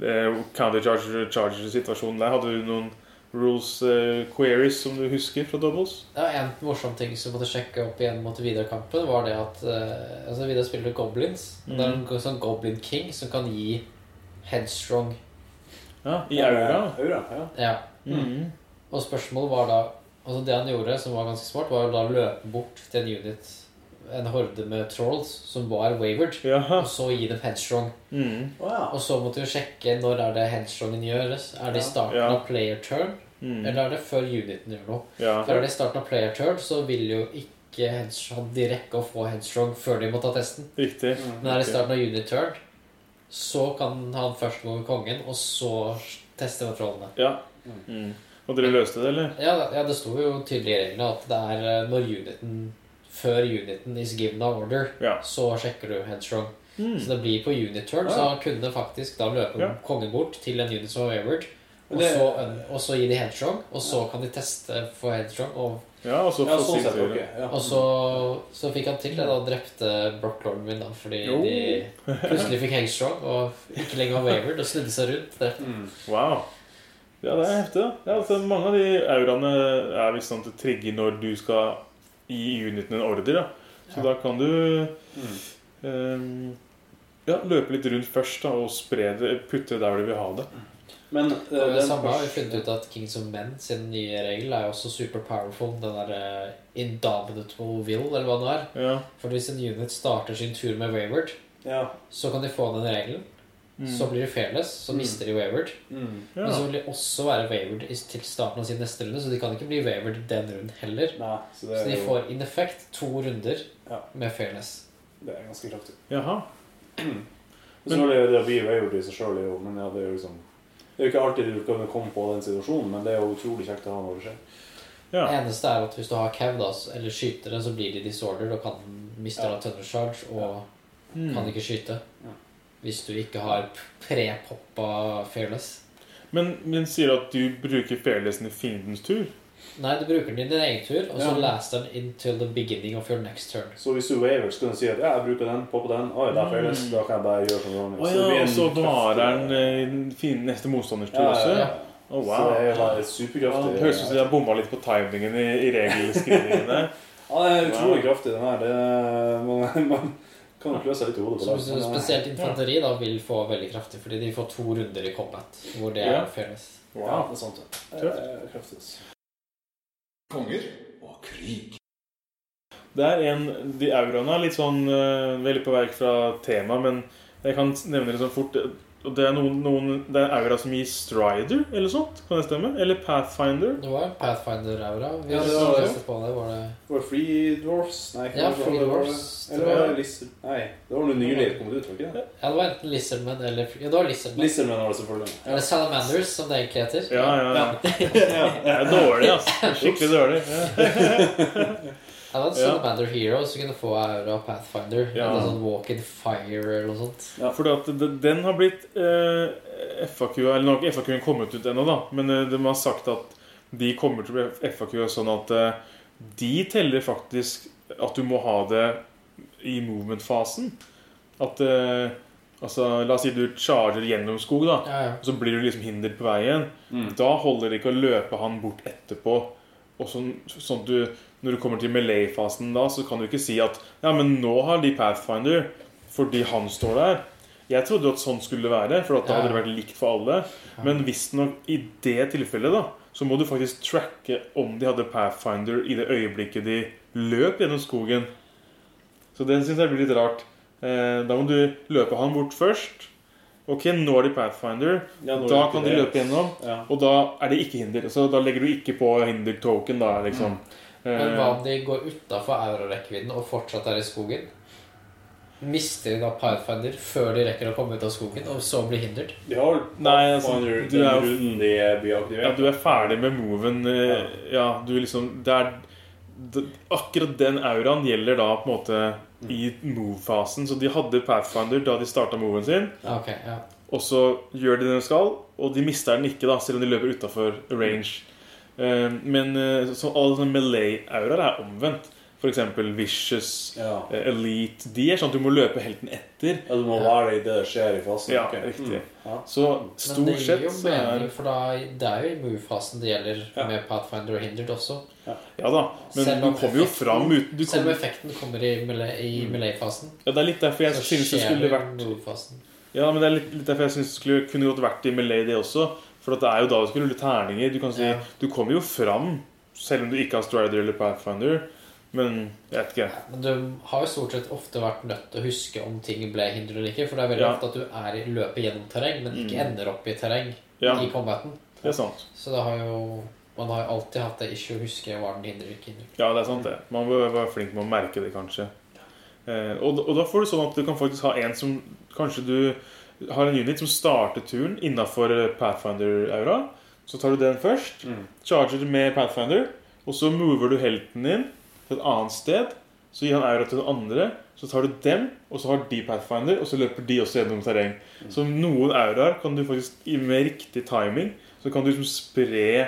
[SPEAKER 7] eh, counter-charger-situasjonen der? Hadde du noen rules eh, queries som du husker fra doubles?
[SPEAKER 5] Det var en morsom ting som jeg måtte sjekke opp igjen mot Vidar-kampen, var det at eh, altså Vidar spiller med goblins. Og Det er
[SPEAKER 7] Mm.
[SPEAKER 5] en go- sånn goblin king som kan gi headstrong.
[SPEAKER 7] Ja, i aura.
[SPEAKER 3] Aura,
[SPEAKER 5] ja.
[SPEAKER 7] Mhm.
[SPEAKER 5] Og spørsmålet var da Altså Det han gjorde, som var ganske smart, var jo da å løpe bort til en unit, en horde med trolls, som var wavered, og så gi dem headstrong.
[SPEAKER 7] Mhm.
[SPEAKER 3] Å, ja.
[SPEAKER 5] Og så måtte vi sjekke når er det headstrongen gjøres. Er det i starten
[SPEAKER 7] Ja.
[SPEAKER 5] av player turn,
[SPEAKER 7] Mm.
[SPEAKER 5] eller er det før uniten gjør noe?
[SPEAKER 7] Ja.
[SPEAKER 5] For er det i starten av player turn, så vil jo ikke headstrong de rekke å få headstrong før de må ta testen.
[SPEAKER 7] Riktig.
[SPEAKER 5] Men er det i starten av unit turn, så kan han først gå med kongen, og så teste med trollene.
[SPEAKER 7] Ja. Mm. Og dere løste det, eller?
[SPEAKER 5] Ja, da- ja, det sto jo tydelig i reglene at det er eh, når uniten før uniten is given an order, så sjekker du headstrong.
[SPEAKER 7] Mm.
[SPEAKER 5] Så det blir på unit turn,
[SPEAKER 7] Ja.
[SPEAKER 5] så han kunne faktisk da løpe
[SPEAKER 7] Ah. Ja.
[SPEAKER 5] kongen bort til en unit som var wavered, og,
[SPEAKER 7] Men det-
[SPEAKER 5] så, og så gi de headstrong, og så kan de teste for headstrong. Og,
[SPEAKER 7] Ja, og så Ja, få sånn sin sett, tur, ok, ja.
[SPEAKER 5] Og så, så fikk han til det, da drepte Brocklorden min, da, fordi
[SPEAKER 7] Jo.
[SPEAKER 5] de plutselig fikk headstrong og ikke lenger var wavered, og snudde seg
[SPEAKER 3] Mm.
[SPEAKER 5] rundt. Drepte.
[SPEAKER 7] Wow. Ja, det er heftig. da. Ja, altså, mange av de auraene er visst sånn at det trigger når du skal gi uniten en ordre. Da. Så da kan du Mm. ehm, ja, løpe litt rundt først da, og spre det, putte det der hvor du vil ha det.
[SPEAKER 3] Men eh,
[SPEAKER 5] Og det
[SPEAKER 3] den
[SPEAKER 5] samme har vi
[SPEAKER 3] første-
[SPEAKER 5] funnet ut at Kings of Men sin nye regel er jo også super powerful. Den der eh, indomitable will, eller hva det
[SPEAKER 7] er.
[SPEAKER 5] For hvis en unit starter sin tur med wavered,
[SPEAKER 3] Ja.
[SPEAKER 5] så kan de få den regelen.
[SPEAKER 3] Mm.
[SPEAKER 5] Så blir de fearless, så
[SPEAKER 3] Mm.
[SPEAKER 5] mister de wavered.
[SPEAKER 3] Mm.
[SPEAKER 5] Men
[SPEAKER 3] Ja.
[SPEAKER 5] så vil de også være wavered i- til starten av sin neste runde, så de kan ikke bli wavered den runden heller.
[SPEAKER 3] så
[SPEAKER 5] så,
[SPEAKER 3] det er
[SPEAKER 5] de
[SPEAKER 3] jo-
[SPEAKER 5] får in effect to runder med fairness.
[SPEAKER 3] Det er ganske kraftig.
[SPEAKER 7] Jaha.
[SPEAKER 3] Men, så var det, det å bli wavered i seg sjøl, jo, men ja, det er jo liksom Det er jo ikke alltid du kan komme på den situasjonen, men det er jo utrolig kjekt å ha når det skjer.
[SPEAKER 5] Eneste er at hvis du har cau, da, s- eller skytere, så blir de disordered og kan miste ja. tønner charge og
[SPEAKER 7] Mm.
[SPEAKER 5] kan ikke skyte. Hvis du ikke har p- pre-poppa fearless.
[SPEAKER 7] Men, men sier at du bruker fearlessen i fiendens tur?
[SPEAKER 5] Nei, du bruker den i din egen tur, og så
[SPEAKER 3] Ja.
[SPEAKER 5] last den until the beginning of your next turn.
[SPEAKER 3] Så hvis du waver, så kan du si at ja, jeg bruker den, på på den, oi, det er felles, da kan jeg bare gjøre som Ronny.
[SPEAKER 7] Mm. Å
[SPEAKER 3] Så
[SPEAKER 7] ja,
[SPEAKER 3] det blir en
[SPEAKER 7] og så
[SPEAKER 3] kraftig-
[SPEAKER 7] varer den eh, fin- neste motstanders tur
[SPEAKER 3] Ja, ja,
[SPEAKER 7] også?
[SPEAKER 3] ja.
[SPEAKER 7] Å, wow.
[SPEAKER 3] Så det er jo bare superkraftig.
[SPEAKER 7] Ja, det høres ut som de har bomma litt på timingen i, i regelskriviningene.
[SPEAKER 3] Ja, det er utrolig
[SPEAKER 7] Wow.
[SPEAKER 3] kraftig, den her. Det, man, man kan jo klø seg litt i hodet på
[SPEAKER 5] Så
[SPEAKER 3] det.
[SPEAKER 5] hvis du,
[SPEAKER 3] men, eh,
[SPEAKER 5] spesielt
[SPEAKER 3] ja.
[SPEAKER 5] infanteri da vil få veldig kraftig, fordi de får to runder i combat hvor det
[SPEAKER 3] Ja.
[SPEAKER 5] er fearless.
[SPEAKER 3] Wow. eh, Ja, det er sant. Det er kraftig.
[SPEAKER 10] Konger.
[SPEAKER 7] Det er en, De auraene er litt sånn eh, veldig på verk fra tema, men jeg kan nevne det sånn fort. eh, Og det er noen, noen Det er aura som gir Strider eller sånt, kan det stemme? Eller Pathfinder?
[SPEAKER 5] Det var Pathfinder-aura. Vi
[SPEAKER 3] Ja, det
[SPEAKER 5] så
[SPEAKER 3] var det.
[SPEAKER 5] leste på det, var det
[SPEAKER 3] Var det Free Dwarfs? Nei, ikke
[SPEAKER 5] Ja,
[SPEAKER 3] det var-
[SPEAKER 5] Free
[SPEAKER 3] det var-
[SPEAKER 5] Dwarfs.
[SPEAKER 3] Eller var
[SPEAKER 5] Ja.
[SPEAKER 3] det Lizard? Nei, det var noe nylig kommet ut, var det ikke det?
[SPEAKER 5] Ja, det var enten Lizardmen eller Ja, det var Lizardmen.
[SPEAKER 3] Lizardmen var det selvfølgelig.
[SPEAKER 5] Eller Salamanders, som det egentlig heter.
[SPEAKER 7] Ja, ja, ja. Det er dårlig, altså. Skikkelig dårlig.
[SPEAKER 5] Det var en
[SPEAKER 7] Ja.
[SPEAKER 5] Salamander Hero som kunne få aura av Pathfinder.
[SPEAKER 7] Ja.
[SPEAKER 5] Eller sånn Walk in Fire eller noe sånt.
[SPEAKER 7] Ja, fordi at de- den har blitt eh, FAQ Eller nå har ikke FAQ-en kommet ut ennå, da. Men eh, de har sagt at de kommer til å bli FAQ sånn at eh, de teller faktisk at du må ha det i movement-fasen. At eh, Altså, La oss si du charger gjennom skog, da.
[SPEAKER 5] Ja, ja.
[SPEAKER 7] Og så blir du liksom hinder på veien.
[SPEAKER 5] Mm.
[SPEAKER 7] Da holder det ikke å løpe han bort etterpå. Og sånn, sånn at du, Når du kommer til melee-fasen da, så kan du ikke si at Ja, men nå har de Pathfinder fordi han står der. Jeg trodde jo at sånn skulle det være, for at da hadde det vært likt for alle. Men visstnok i det tilfellet, da, så må du faktisk tracke om de hadde Pathfinder i det øyeblikket de løp gjennom skogen. Så det syns jeg blir litt rart. Eh, da må du løpe han bort først. Ok, nå er de Pathfinder.
[SPEAKER 3] Ja, nå er
[SPEAKER 7] da
[SPEAKER 3] det
[SPEAKER 7] kan
[SPEAKER 3] ikke
[SPEAKER 7] de
[SPEAKER 3] det.
[SPEAKER 7] løpe gjennom.
[SPEAKER 3] Ja.
[SPEAKER 7] Og da er det ikke hinder. Så da legger du ikke på hinder-token, da, liksom.
[SPEAKER 5] Mm. Men
[SPEAKER 7] Eh,
[SPEAKER 5] hva om de går utafor aurarekkevidden og fortsatt er i skogen? Mister de da Pathfinder før de rekker å komme ut av skogen, og så blir hindret?
[SPEAKER 3] De har vel
[SPEAKER 7] Nei, altså,
[SPEAKER 3] Pathfinder
[SPEAKER 7] du er
[SPEAKER 3] den
[SPEAKER 7] jo-
[SPEAKER 3] runden de blir aktivert.
[SPEAKER 7] ja, du er ferdig med moven. eh, Ja, du liksom Det er d- Akkurat den auraen gjelder da på en måte
[SPEAKER 3] Mm.
[SPEAKER 7] i move-fasen. Så de hadde Pathfinder da de starta moven sin.
[SPEAKER 5] Ja, ok, ja.
[SPEAKER 7] Og så gjør de det de skal, og de mister den ikke, da, selv om de løper utafor range. Eh, Men eh, så så alle sånne melee-auraer er omvendt. F.eks. Vicious, eh, Elite De er sånn at du må løpe helten etter. Eh,
[SPEAKER 3] Ja, du må være i det det skjer i fasen.
[SPEAKER 7] Ja,
[SPEAKER 3] Ok.
[SPEAKER 7] riktig.
[SPEAKER 3] Mm. Ja.
[SPEAKER 7] Så
[SPEAKER 5] Men
[SPEAKER 7] stort
[SPEAKER 5] det gir
[SPEAKER 7] sett
[SPEAKER 5] jo
[SPEAKER 7] så er
[SPEAKER 5] mening, for da, det er jo i move-fasen det gjelder med Pathfinder og hindret også.
[SPEAKER 7] Ja da, men
[SPEAKER 5] Selv
[SPEAKER 7] du
[SPEAKER 5] om
[SPEAKER 7] kommer jo
[SPEAKER 5] effekten-
[SPEAKER 7] fram uten du
[SPEAKER 5] Selv om
[SPEAKER 7] kommer,
[SPEAKER 5] effekten kommer i, melee- i melee-fasen.
[SPEAKER 7] Ja, det er litt derfor Mm. jeg
[SPEAKER 5] så
[SPEAKER 7] synes det
[SPEAKER 5] skjer
[SPEAKER 7] skulle
[SPEAKER 5] jo
[SPEAKER 7] vært-
[SPEAKER 5] move-fasen.
[SPEAKER 7] Ja, men det er litt, litt derfor jeg syns det skulle, kunne godt vært i Melee, det også. For at det er jo da du skal rulle terninger. Du kan si, du kommer jo fram, selv om du ikke har Strider eller Pathfinder. Men jeg vet ikke.
[SPEAKER 5] Men du har jo stort sett ofte vært nødt til å huske om ting ble hindret eller ikke. For det er veldig
[SPEAKER 7] Ja.
[SPEAKER 5] ofte at du er i løpet gjennom terreng, men ikke
[SPEAKER 7] Mm.
[SPEAKER 5] ender opp i terreng
[SPEAKER 7] Ja.
[SPEAKER 5] i combaten.
[SPEAKER 7] Det er sant.
[SPEAKER 5] Så det har jo Man har jo alltid hatt det ikke å huske hva den hindrer ikke hindrer.
[SPEAKER 7] Ja, det er sant det. Man bør være flink med å merke det, kanskje. Eh, og, da- og da får du sånn at du kan faktisk ha en som Kanskje du har en unit som starter turen innafor Pathfinder-aura. Så tar du den først. Charger du med Pathfinder. Og så mover du helten din til et annet sted. Så gir han aura til den andre. Så tar du dem, og så har de Pathfinder, og så løper de også gjennom terreng. Så noen auraer kan du faktisk, i- med riktig timing, så kan du liksom spre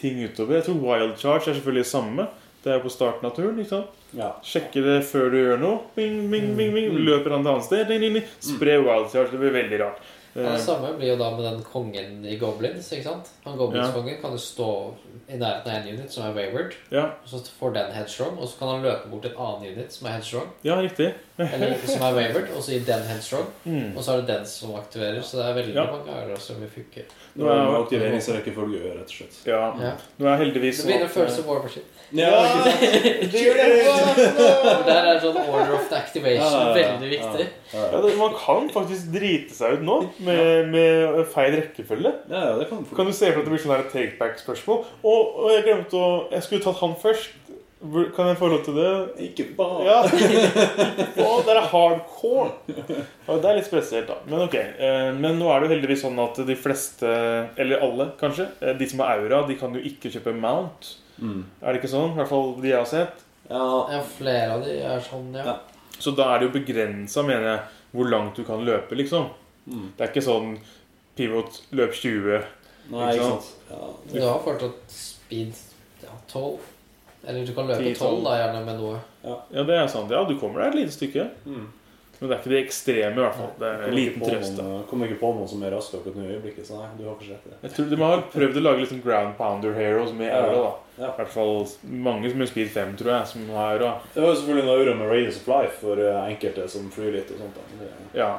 [SPEAKER 7] ting utover. Jeg tror Wild Charge er selvfølgelig det samme. Det er jo på starten av turen. ikke sant? Sjekke det før du gjør noe. Bing, bing, bing, bing. Løper han til annet sted. Ding, ding, ding. Spre Wild Charge. Det blir veldig rart.
[SPEAKER 5] Ja, det
[SPEAKER 7] Eh,
[SPEAKER 5] samme blir jo da med den kongen i Goblins. ikke sant? Han Goblinskongen kan jo stå i nærheten av en unit som er wayward, og så får den headstrong, og så kan han løpe bort til en annen unit som er headstrong.
[SPEAKER 7] Ja, riktig.
[SPEAKER 5] Eller som er wayward, og så gir den headstrong.
[SPEAKER 7] Mm.
[SPEAKER 5] Og så er det den som aktiverer, så det er veldig
[SPEAKER 7] Ja.
[SPEAKER 5] mange ærer som vil funke.
[SPEAKER 3] Det var en aktiveringsrekkefølge, rett og slett.
[SPEAKER 7] Ja. Nå er heldigvis
[SPEAKER 5] Det begynner å føles som War Machine. Der er sånn order of the activation
[SPEAKER 7] Ja, ja, ja.
[SPEAKER 5] veldig viktig.
[SPEAKER 7] Ja, det, man kan faktisk drite seg ut nå med, med feil rekkefølge. kan, du se for deg at det blir sånn her takeback-spørsmål? Og, og jeg glemte å Jeg skulle tatt han først. Hvor- Kan jeg få lov til det? Ikke bare. Ja. Å, dere er hardcore. Og det er litt spesielt, da. Men ok, eh, men nå er det jo heldigvis sånn at de fleste, eller alle kanskje, eh, de som har aura, de kan jo ikke kjøpe mount.
[SPEAKER 5] Mm.
[SPEAKER 7] Er det ikke sånn? I hvert fall de jeg har sett.
[SPEAKER 5] Ja, flere av de er sånn, ja.
[SPEAKER 7] Så da er det jo begrensa, mener jeg, hvor langt du kan løpe, liksom.
[SPEAKER 5] Mm.
[SPEAKER 7] Det er ikke sånn pivot, løp 20.
[SPEAKER 3] Nei, ikke sant.
[SPEAKER 5] Du har fortsatt speed ja, 12. Eller du kan løpe
[SPEAKER 7] 10,
[SPEAKER 5] 12
[SPEAKER 7] tolv.
[SPEAKER 5] da, gjerne med noe.
[SPEAKER 7] Ja. det er sant. Ja, du kommer deg et lite stykke.
[SPEAKER 3] Mm.
[SPEAKER 7] Men det er ikke det ekstreme, i hvert fall. Det er en liten trøst. da.
[SPEAKER 3] Jeg kommer ikke på noen som er raskere akkurat nå i øyeblikket, så nei, du har kanskje rett i det.
[SPEAKER 7] Jeg tror De har prøvd å lage litt sånn ground pounder heroes med
[SPEAKER 3] Ja.
[SPEAKER 7] aura. da I hvert fall mange som er speed 5, tror jeg, som har aura.
[SPEAKER 3] Det var jo selvfølgelig en aura med Radius of Life for eh, enkelte som flyr litt og sånt. da.
[SPEAKER 7] Ja.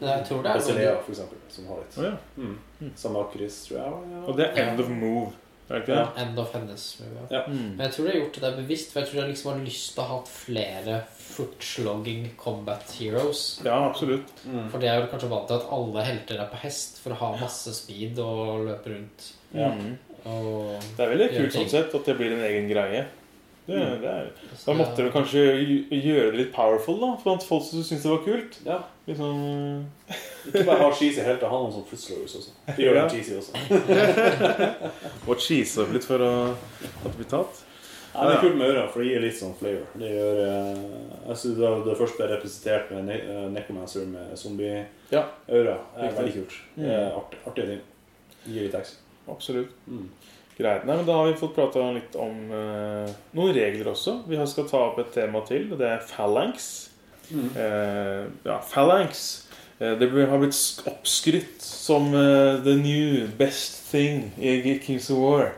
[SPEAKER 5] Men jeg tror det er
[SPEAKER 3] Basilea,
[SPEAKER 5] noe-
[SPEAKER 3] for eksempel, som har litt.
[SPEAKER 7] Å, ja.
[SPEAKER 3] mm. Samme akkuris, tror jeg. Ja.
[SPEAKER 7] Og det er end of move. Er det ikke det?
[SPEAKER 5] End of hennes move, ja.
[SPEAKER 7] Ja. Mm.
[SPEAKER 5] Men jeg tror de har gjort det der bevisst, for jeg tror de liksom har lyst til å ha hatt flere footslogging combat heroes.
[SPEAKER 7] Ja, absolutt.
[SPEAKER 5] For de er jo kanskje vant til at alle helter er på hest for å ha masse speed og løpe rundt.
[SPEAKER 7] Ja.
[SPEAKER 5] Og
[SPEAKER 7] Mm. Det er veldig
[SPEAKER 5] gjøre
[SPEAKER 7] kult
[SPEAKER 5] ting.
[SPEAKER 7] sånn sett at det blir en egen greie. Det,
[SPEAKER 5] Mm.
[SPEAKER 7] det er. Da måtte vi kanskje gj- gjøre det litt powerful, da, for at folk som syntes det var kult. Liksom,
[SPEAKER 3] Ikke bare ha cheesy helter, ha noen som footslowers også. De gjør
[SPEAKER 7] Ja.
[SPEAKER 3] den cheesy også.
[SPEAKER 7] Og cheese opp litt for å, at det blir tatt.
[SPEAKER 3] Ja, det er kult med øra, for det gir litt sånn flavor. Det gjør eh, jeg synes det, det første er representert med ne eh, Necromancer med zombie-øra.
[SPEAKER 7] Ja.
[SPEAKER 3] er
[SPEAKER 7] Riktig.
[SPEAKER 3] veldig kult.
[SPEAKER 7] Mm.
[SPEAKER 3] Det er artig, artige ting. Det gir litt action.
[SPEAKER 7] Absolutt. Greit. Nei, men Da har vi fått prata litt om eh, noen regler også. Vi har- skal ta opp et tema til, og det er phalanx.
[SPEAKER 3] Mm.
[SPEAKER 7] Eh, ja, phalanx. Eh, det blir- har blitt sk- oppskrytt som eh, the new best thing i Kings of War.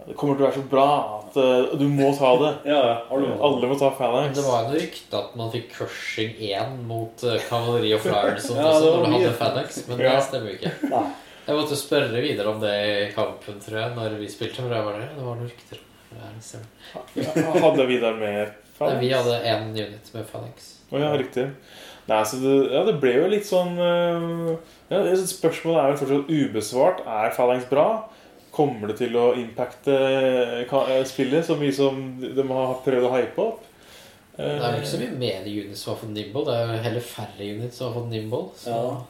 [SPEAKER 7] Det kommer til å være så bra at eh, du må ta det.
[SPEAKER 3] alle må ta det.
[SPEAKER 7] alle må ta phalanx.
[SPEAKER 5] Det var jo noe rykte at man fikk crushing 1 mot eh, kavaleri og flyers og sånt
[SPEAKER 7] Ja, det
[SPEAKER 5] også
[SPEAKER 7] var
[SPEAKER 5] når du hadde
[SPEAKER 7] mye.
[SPEAKER 5] Fanex, men
[SPEAKER 7] Ja.
[SPEAKER 5] det stemmer jo ikke. Jeg måtte spørre videre om det i kampen, tror jeg, når vi spilte. For jeg var der. Det var noen rykter. om det her, ser du.
[SPEAKER 7] Hadde Vidar med
[SPEAKER 5] Nei,
[SPEAKER 7] phalanx?
[SPEAKER 5] vi hadde én unit med Fanex.
[SPEAKER 7] Å ja, riktig. Nei, så det, ja, det ble jo litt sånn eh, ja, det- Spørsmålet er jo fortsatt ubesvart. Er Phalanx bra? Kommer det til å impacte ka- eh, spillet så mye som de har prøvd å hype opp? Eh,
[SPEAKER 5] Det er vel ikke så mye mer units som har fått Nimble. Det er jo heller færre units som har fått Nimble. Så.
[SPEAKER 7] Ja.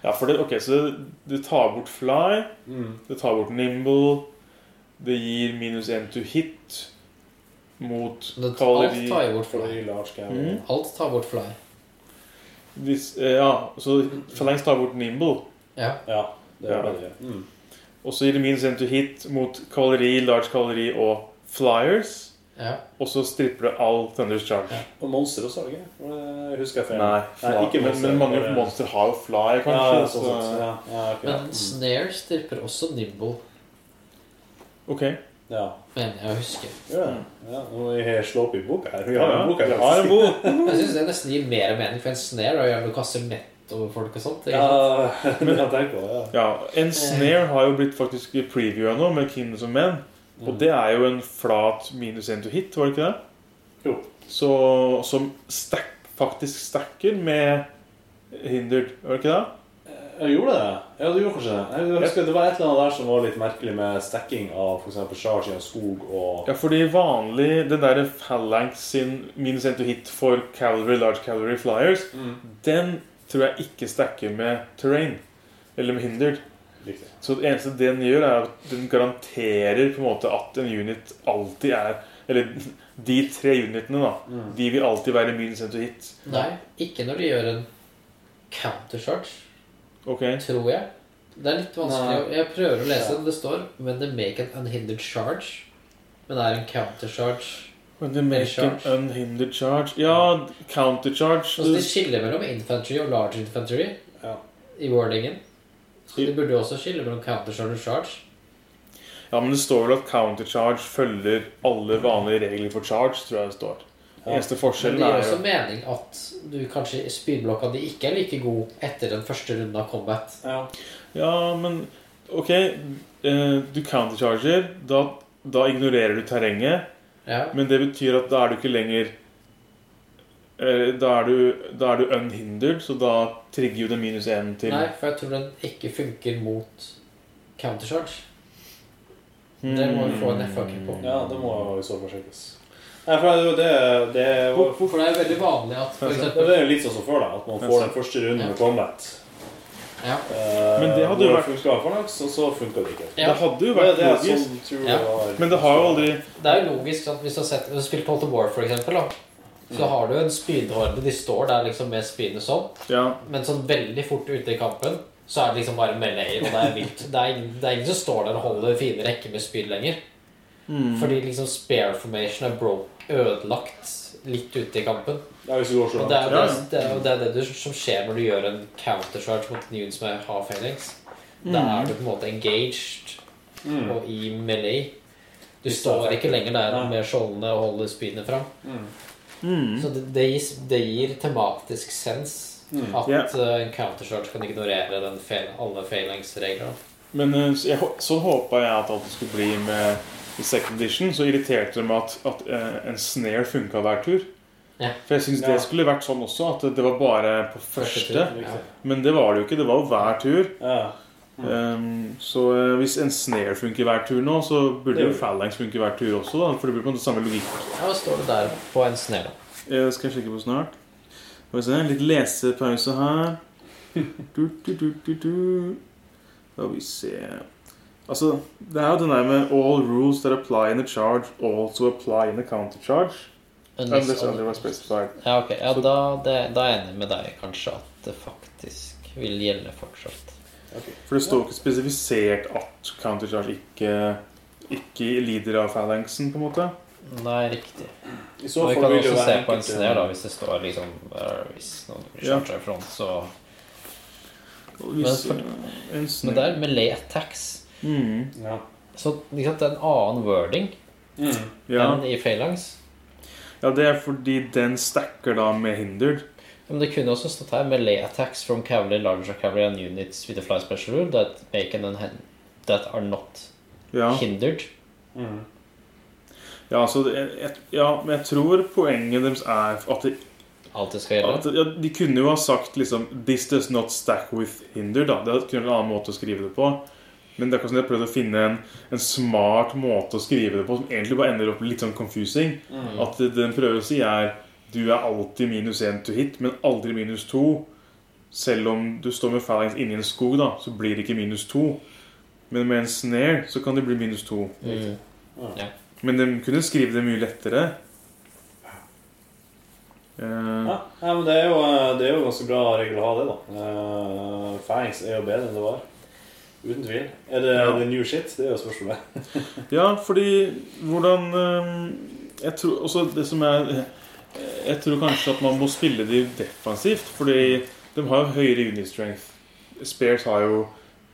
[SPEAKER 7] Ja, for det, ok, så du tar bort fly,
[SPEAKER 5] Mm.
[SPEAKER 7] du tar bort nimble, det gir minus én to hit mot
[SPEAKER 5] Men
[SPEAKER 7] kavalleri.
[SPEAKER 5] alt tar jo bort fly.
[SPEAKER 7] Mm.
[SPEAKER 5] Alt tar bort fly.
[SPEAKER 7] Hvis, eh, ja, så Phalanx tar bort Nimble.
[SPEAKER 5] Ja.
[SPEAKER 3] det er det det gjør. Mm.
[SPEAKER 7] Og så gir det minus 1 to hit mot kavaleri, large kavaleri og flyers.
[SPEAKER 5] Ja.
[SPEAKER 7] Og så stripper det all Thunders Charge.
[SPEAKER 3] Og monster også, er det ikke? Var det- Husker jeg feil?
[SPEAKER 7] Nei, fly,
[SPEAKER 3] ikke
[SPEAKER 7] men,
[SPEAKER 3] monster.
[SPEAKER 7] men mange
[SPEAKER 3] bare-
[SPEAKER 7] monster har jo fly, kanskje.
[SPEAKER 3] Ja, ja,
[SPEAKER 7] så-
[SPEAKER 3] sånn sett, ja. Ja, ok, ja.
[SPEAKER 5] Men Snare stripper også Nimble,
[SPEAKER 7] Ok.
[SPEAKER 3] Ja.
[SPEAKER 5] mener jeg å huske.
[SPEAKER 3] Gjør det? Ja, nå er jeg slå opp i boka her. Vi har
[SPEAKER 5] Ja,
[SPEAKER 3] en bok altså. her.
[SPEAKER 5] vi har en bok. Jeg syns det nesten gir mer mening, for en snare da gjør du kaster nett over folk og sånt. ikke
[SPEAKER 3] Ja,
[SPEAKER 5] sant?
[SPEAKER 3] det har jeg tenkt på, ja.
[SPEAKER 7] Ja, En snare har jo blitt faktisk previewa nå, med Kingdoms of Men.
[SPEAKER 3] Mm.
[SPEAKER 7] Og det er jo en flat minus 1 to hit, var det ikke det?
[SPEAKER 3] Jo.
[SPEAKER 7] Så, som stack, faktisk stacker med hindered, var det ikke det?
[SPEAKER 3] Jeg gjorde det. Ja, du gjorde kanskje det. Jeg husker Det var et eller annet der som var litt merkelig med stekking av f.eks. charge i en skog og
[SPEAKER 7] Ja, fordi vanlig Den der Phalanx sin minus 1 to hit for cavalry, large cavalry flyers, den tror jeg ikke stacker med terrain. Eller med hindered.
[SPEAKER 3] Riktig.
[SPEAKER 7] Så det eneste den gjør, er at den garanterer på en måte at en unit alltid er Eller de tre unitene, da.
[SPEAKER 5] Mm.
[SPEAKER 7] De vil alltid være minus 1 to hit.
[SPEAKER 5] Nei, ikke når de gjør en countercharge,
[SPEAKER 7] Ok.
[SPEAKER 5] tror jeg. Det er litt vanskelig.
[SPEAKER 7] Nei.
[SPEAKER 5] å- Jeg prøver å lese
[SPEAKER 7] Ja.
[SPEAKER 5] det det står, men det make an unhindered charge. Men det er en countercharge.
[SPEAKER 7] When they make an unhindered charge Ja, countercharge
[SPEAKER 5] Altså, de skiller mellom infantry og large infantry i wordingen. Så de burde jo også skille mellom countercharge og charge.
[SPEAKER 7] Ja, men det står vel at countercharge følger alle vanlige regler for charge, tror jeg det står. Eneste forskjellen
[SPEAKER 5] Men det
[SPEAKER 7] er
[SPEAKER 5] gir
[SPEAKER 7] jo
[SPEAKER 5] også mening at du kanskje spydblokka di ikke er like god etter den første runden av combat.
[SPEAKER 7] Ja, men OK, eh, du countercharger. Da, da ignorerer du terrenget.
[SPEAKER 5] Ja.
[SPEAKER 7] Men det betyr at da er du ikke lenger eh, da er, du, da er du unhindered, så da trigger jo det minus én til
[SPEAKER 5] Nei, for jeg tror den ikke funker mot countercharge. Det må vi få en FAQ på.
[SPEAKER 3] Ja, det må jo i så fall sjekkes. Nei, for det, det, det
[SPEAKER 5] Hvor- Hvorfor det er veldig vanlig at for
[SPEAKER 3] Det
[SPEAKER 5] eksempel,
[SPEAKER 3] er jo litt sånn som før, da. At man får den første runden med combat. Eh,
[SPEAKER 7] Men det hadde jo
[SPEAKER 3] hvor
[SPEAKER 7] vært-
[SPEAKER 3] funket Farnax, og så funka det ikke.
[SPEAKER 7] Det hadde jo vært
[SPEAKER 3] det er
[SPEAKER 7] logisk.
[SPEAKER 3] Sånn, tror jeg
[SPEAKER 5] Ja.
[SPEAKER 3] var-
[SPEAKER 7] Men det har jo aldri
[SPEAKER 5] Det er jo logisk sant? hvis du har sett, hvis du har spilt Palt of War, for eksempel. Da, så har du en spydhorde. De står der liksom med spydet sånn.
[SPEAKER 7] Ja.
[SPEAKER 5] Men sånn veldig fort ute i kampen så er det liksom bare melee, og det er vilt. Det er ingen, det er ingen som står der og holder fine rekker med spyd lenger.
[SPEAKER 3] Mm.
[SPEAKER 5] Fordi liksom spare formation er bro ødelagt litt ute i kampen.
[SPEAKER 3] Ja, hvis du går så
[SPEAKER 5] og det er jo
[SPEAKER 3] langt.
[SPEAKER 5] det, det, er jo det, det du, som skjer når du gjør en countercharge mot Newton som er half phoenix. Da
[SPEAKER 3] Mm.
[SPEAKER 5] er du på en måte engaged
[SPEAKER 3] Mm.
[SPEAKER 5] og i melee. Du står ikke lenger der med skjoldene og holder spydene fram.
[SPEAKER 3] Mm.
[SPEAKER 5] Så det, det, gis, det gir tematisk sens
[SPEAKER 7] Mm.
[SPEAKER 5] at
[SPEAKER 7] Ja.
[SPEAKER 5] eh, en countercharge kan ignorere den fail, alle failings-regler.
[SPEAKER 7] Men eh, så jeg, hå- sånn håpa jeg at alt det skulle bli med i second edition. Så irriterte det meg at, at eh, en snare funka hver tur.
[SPEAKER 5] Ja.
[SPEAKER 7] For jeg syns
[SPEAKER 5] Ja.
[SPEAKER 7] det skulle vært sånn også, at det var bare på første.
[SPEAKER 5] Første tur, ja.
[SPEAKER 7] Men det var det jo ikke. Det var jo hver tur.
[SPEAKER 3] Mm.
[SPEAKER 7] Ehm, så eh, hvis en snare funker hver tur nå, så burde
[SPEAKER 5] Det
[SPEAKER 7] jo
[SPEAKER 5] gjør det.
[SPEAKER 7] phalanx funke hver tur også. da For det blir på en måte samme logikk.
[SPEAKER 5] Ja, hva står det der på en snare?
[SPEAKER 7] Jeg Eh, skal jeg sjekke på snart. Skal vi se, Litt lesepause her. Du, du, du, du, du. Skal vi se Altså, det er jo den der med All rules that apply in a charge also apply in a counter charge.
[SPEAKER 5] Unless
[SPEAKER 7] Unless
[SPEAKER 5] all-
[SPEAKER 7] otherwise specified.
[SPEAKER 5] Ja, ok. Ja, da, det, da er jeg enig med deg kanskje at det faktisk vil gjelde fortsatt.
[SPEAKER 7] For det står ikke spesifisert at counter charge ikke, ikke lider av phalanxen, på en måte.
[SPEAKER 5] Nei, riktig.
[SPEAKER 3] I så
[SPEAKER 5] Men vi
[SPEAKER 3] fall
[SPEAKER 5] kan
[SPEAKER 3] vil det
[SPEAKER 5] også
[SPEAKER 3] være
[SPEAKER 5] se på en
[SPEAKER 3] enkelte-
[SPEAKER 5] snare, da, hvis det står liksom eh, Hvis noen
[SPEAKER 7] Ja.
[SPEAKER 5] charger i front, så Men,
[SPEAKER 7] Hvis,
[SPEAKER 5] for,
[SPEAKER 7] eh, en snare-
[SPEAKER 5] men det er melee attacks.
[SPEAKER 7] Mm.
[SPEAKER 5] Så liksom, det er en annen wording
[SPEAKER 7] Mm.
[SPEAKER 5] enn i phalanx.
[SPEAKER 7] Ja, det er fordi den stacker da med hindered.
[SPEAKER 5] Men det kunne også stått her melee attacks from cavalry, larger cavalry and units with a fly special rule that make an unhen- that are not
[SPEAKER 7] Ja.
[SPEAKER 5] hindered.
[SPEAKER 3] mm.
[SPEAKER 7] Ja, altså, det- jeg, jeg, ja, men jeg tror poenget deres er at de,
[SPEAKER 5] Alt det skal gjelde.
[SPEAKER 7] At, ja, de kunne jo ha sagt liksom 'This does not stack with hinder'. da Det kunne vært en annen måte å skrive det på. Men det er ikke sånn at jeg prøvde å finne en, en smart måte å skrive det på som egentlig bare ender opp litt sånn confusing.
[SPEAKER 3] Mm.
[SPEAKER 7] At det den prøver å si, er 'Du er alltid minus én to hit, men aldri minus to'. Selv om du står med phalanx inni en skog, da, så blir det ikke minus to. Men med en snare så kan det bli minus to.
[SPEAKER 5] Mm. Ja.
[SPEAKER 7] Men de kunne skrive det mye lettere. Eh,
[SPEAKER 3] Ja, nei, men det er, jo, eh, det er jo ganske bra regel å ha det, da. Uh, Fangs er jo bedre enn det var. Uten tvil. Er det,
[SPEAKER 7] Ja.
[SPEAKER 3] er det new shit? Det er jo spørsmålet.
[SPEAKER 7] ja, fordi hvordan eh, Jeg tror også det som er eh, Jeg tror kanskje at man må spille de defensivt, fordi de har jo høyere unistrength. Spares har jo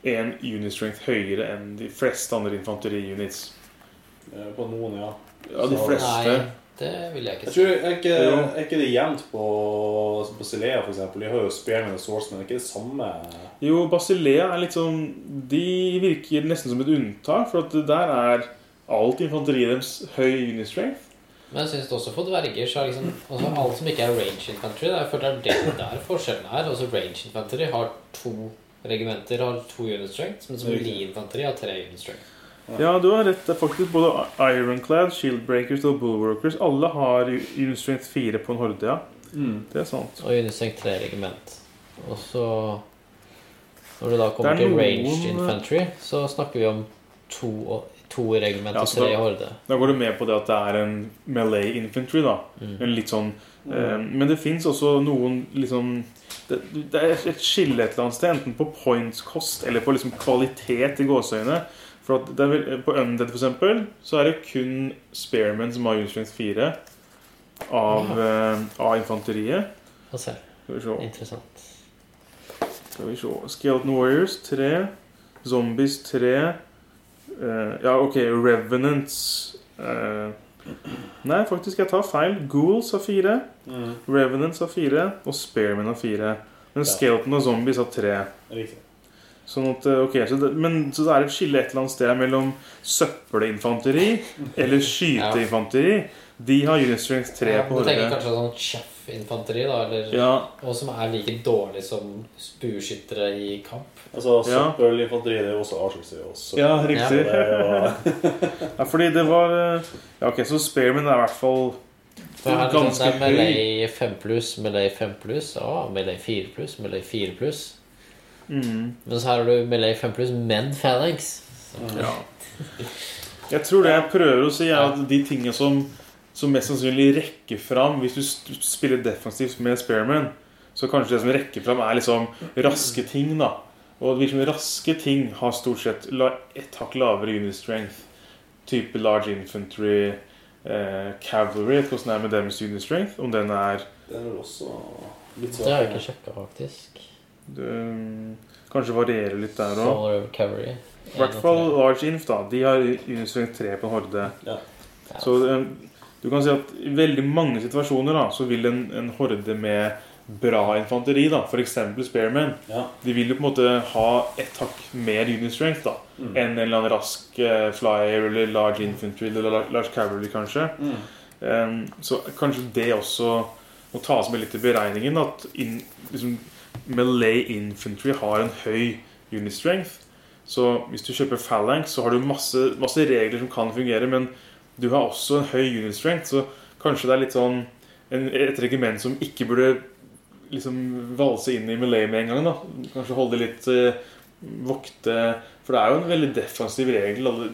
[SPEAKER 7] én unistrength høyere enn de fleste andre infanteriunits.
[SPEAKER 3] Eh, På noen, ja.
[SPEAKER 7] Ja, de
[SPEAKER 3] Så-
[SPEAKER 7] fleste.
[SPEAKER 5] det vil jeg ikke
[SPEAKER 3] Jeg tror, er, ikke,
[SPEAKER 7] Jo.
[SPEAKER 3] er ikke det jevnt på, på Celea, for eksempel De har jo Spearman og Swordsman. Er ikke det samme
[SPEAKER 7] Jo, Basilea er litt sånn De virker nesten som et unntak, for at det der er alt infanteriet deres høy unistrength.
[SPEAKER 5] Men jeg synes det også for dverger så er liksom altså Alle som ikke er range infantry, da, jeg føler det er det der forskjellen er. Altså Range infantry har to regimenter, har to unit strength, mens melee infantry har tre unit strength.
[SPEAKER 7] Ja, du har rett. Det er faktisk både Ironclad, Shieldbreakers og Bullworkers. Alle har Unit Strength 4 på en horde, ja.
[SPEAKER 5] Mm.
[SPEAKER 7] Det er sant.
[SPEAKER 5] Og unistrength tre regiment. Og så Når du da kommer
[SPEAKER 7] Det er
[SPEAKER 5] til
[SPEAKER 7] noen-
[SPEAKER 5] ranged infantry, så snakker vi om to, to regiment
[SPEAKER 7] Ja,
[SPEAKER 5] og
[SPEAKER 7] så
[SPEAKER 5] tre
[SPEAKER 7] da-
[SPEAKER 5] horde.
[SPEAKER 7] Da går du med på det at det er en melee infantry, da. En litt sånn eh, Men det fins også noen liksom det, det er et skille et eller annet sted, enten på pointskost eller på liksom kvalitet i gåseøyne. For at det er vel, På Undead, for eksempel, så er det kun Spearman som har Unit Strength 4 av, eh, av infanteriet.
[SPEAKER 5] Få se.
[SPEAKER 7] Skal vi se.
[SPEAKER 5] Interessant.
[SPEAKER 7] Skal vi se Skeleton Warriors 3. Zombies 3. eh, ja, OK. Revenants eh, Nei, faktisk, jeg tar feil. Ghouls har 4.
[SPEAKER 3] Mm.
[SPEAKER 7] Revenants har 4. Og Spearmen har 4. Men Skeleton og Zombies har 3.
[SPEAKER 3] Riktig.
[SPEAKER 7] Sånn at, eh, ok, så det, men, så det er et skille et eller annet sted mellom søppelinfanteri eller skyteinfanteri. De har unit strength 3
[SPEAKER 5] Ja,
[SPEAKER 7] på
[SPEAKER 5] du tenker
[SPEAKER 7] hodet.
[SPEAKER 5] kanskje sånn chef Buff-infanteri, da, eller,
[SPEAKER 7] Ja.
[SPEAKER 5] og som er like dårlig som bueskyttere i kamp.
[SPEAKER 3] Altså,
[SPEAKER 7] Ja.
[SPEAKER 3] Søppelinfanteri det er jo også artig. Også.
[SPEAKER 7] Ja, riktig.
[SPEAKER 3] Det er jo-
[SPEAKER 7] ja, fordi det var eh, Ja, ok, så Spearman er i hvert fall
[SPEAKER 5] For her er det
[SPEAKER 7] ganske
[SPEAKER 5] sånn, det er
[SPEAKER 7] høy.
[SPEAKER 5] Melee 5 pluss, Melee 5 pluss, ah, Melee 4 pluss, Melee 4 pluss.
[SPEAKER 7] Mhm.
[SPEAKER 5] Men så her har du Melee 5 pluss, men phalanx. Så-
[SPEAKER 7] Ja. Jeg tror det jeg prøver å si, er at de tingene som, som mest sannsynlig rekker fram hvis du s- spiller defensivt med Spearman, så kanskje det som rekker fram, er liksom raske ting, da. Og liksom raske ting har stort sett la, et hakk lavere unit strength. Type large infantry, eh, cavalry Hvordan er det med deres unit strength? Om den er
[SPEAKER 3] Den er vel også litt sånn.
[SPEAKER 5] Det har jeg ikke sjekka, faktisk.
[SPEAKER 7] det, eh, Kanskje varierer litt der òg.
[SPEAKER 5] Solar Cavalry.
[SPEAKER 7] I hvert fall Large Inf, da. De har Uniswing 3 på en horde. Så eh, du kan si at i veldig mange situasjoner da, så vil en, en horde med bra infanteri, da, f.eks. Spearman,
[SPEAKER 3] Ja.
[SPEAKER 7] de vil jo på en måte ha ett hakk mer unit strength da,
[SPEAKER 3] Mm.
[SPEAKER 7] enn en eller annen rask eh, flyer eller large infantry eller la- large cavalry, kanskje.
[SPEAKER 3] Mm.
[SPEAKER 7] Eh, så kanskje det også må tas med litt i beregningen. At in, liksom, Malay infantry har en høy unit strength. Så hvis du kjøper Phalanx, så har du masse, masse regler som kan fungere, men du har også en høy unit strength, så kanskje det er litt sånn en, et regiment som ikke burde liksom valse inn i Malay med en gang. da Kanskje holde litt eh, vokte For det er jo en veldig defensiv regel, alle,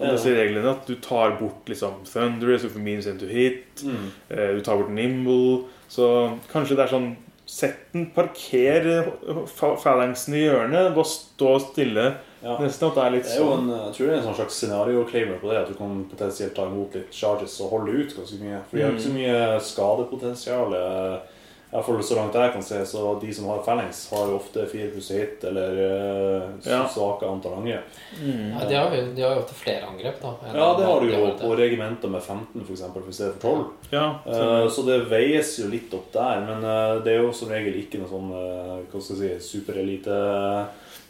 [SPEAKER 7] alle
[SPEAKER 3] Ja.
[SPEAKER 7] disse reglene, at du tar bort liksom Thunderous, for means into hit,
[SPEAKER 3] Mm.
[SPEAKER 7] eh, du tar bort Nimble Så kanskje det er sånn Sett den, parker eh, fa- phalanxen i hjørnet, bare stå stille.
[SPEAKER 3] Ja.
[SPEAKER 7] Nesten at det er litt
[SPEAKER 3] Det er jo en, jeg tror det er en sånn slags scenario-claimer på det, at du kan potensielt ta imot litt charges og holde ut ganske mye. For de har ikke så mye skadepotensial. I hvert fall så langt jeg kan se, så de som har phalanx, har jo ofte fire pluss hit eller eh,
[SPEAKER 5] Ja.
[SPEAKER 3] svake antall angrep.
[SPEAKER 5] Ja, de, har, jo- de har jo ofte flere angrep, da. enn-
[SPEAKER 3] Ja, det har du
[SPEAKER 5] de
[SPEAKER 3] jo
[SPEAKER 5] det.
[SPEAKER 3] på regimenter med 15 for eksempel, for stedet for 12.
[SPEAKER 7] Ja,
[SPEAKER 3] Eh, så det veies jo litt opp der, men eh, det er jo som regel ikke noe sånn eh, hva skal jeg si, superelite eh,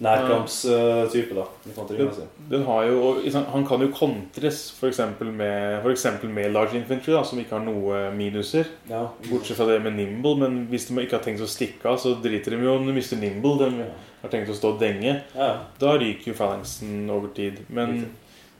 [SPEAKER 3] nærkampstype, da.
[SPEAKER 7] Den,
[SPEAKER 3] infanterimessig.
[SPEAKER 7] den har jo, og, ikke sant, han kan jo kontres f.eks. Med, for eksempel med large infantry, da, som ikke har noe eh, minuser.
[SPEAKER 3] Ja.
[SPEAKER 7] Bortsett fra det med nimble, men hvis de ikke har tenkt å stikke av, så driter de jo om de mister nimble. De har tenkt å stå og denge.
[SPEAKER 3] Ja.
[SPEAKER 7] Da ryker jo phalanxen over tid. Men,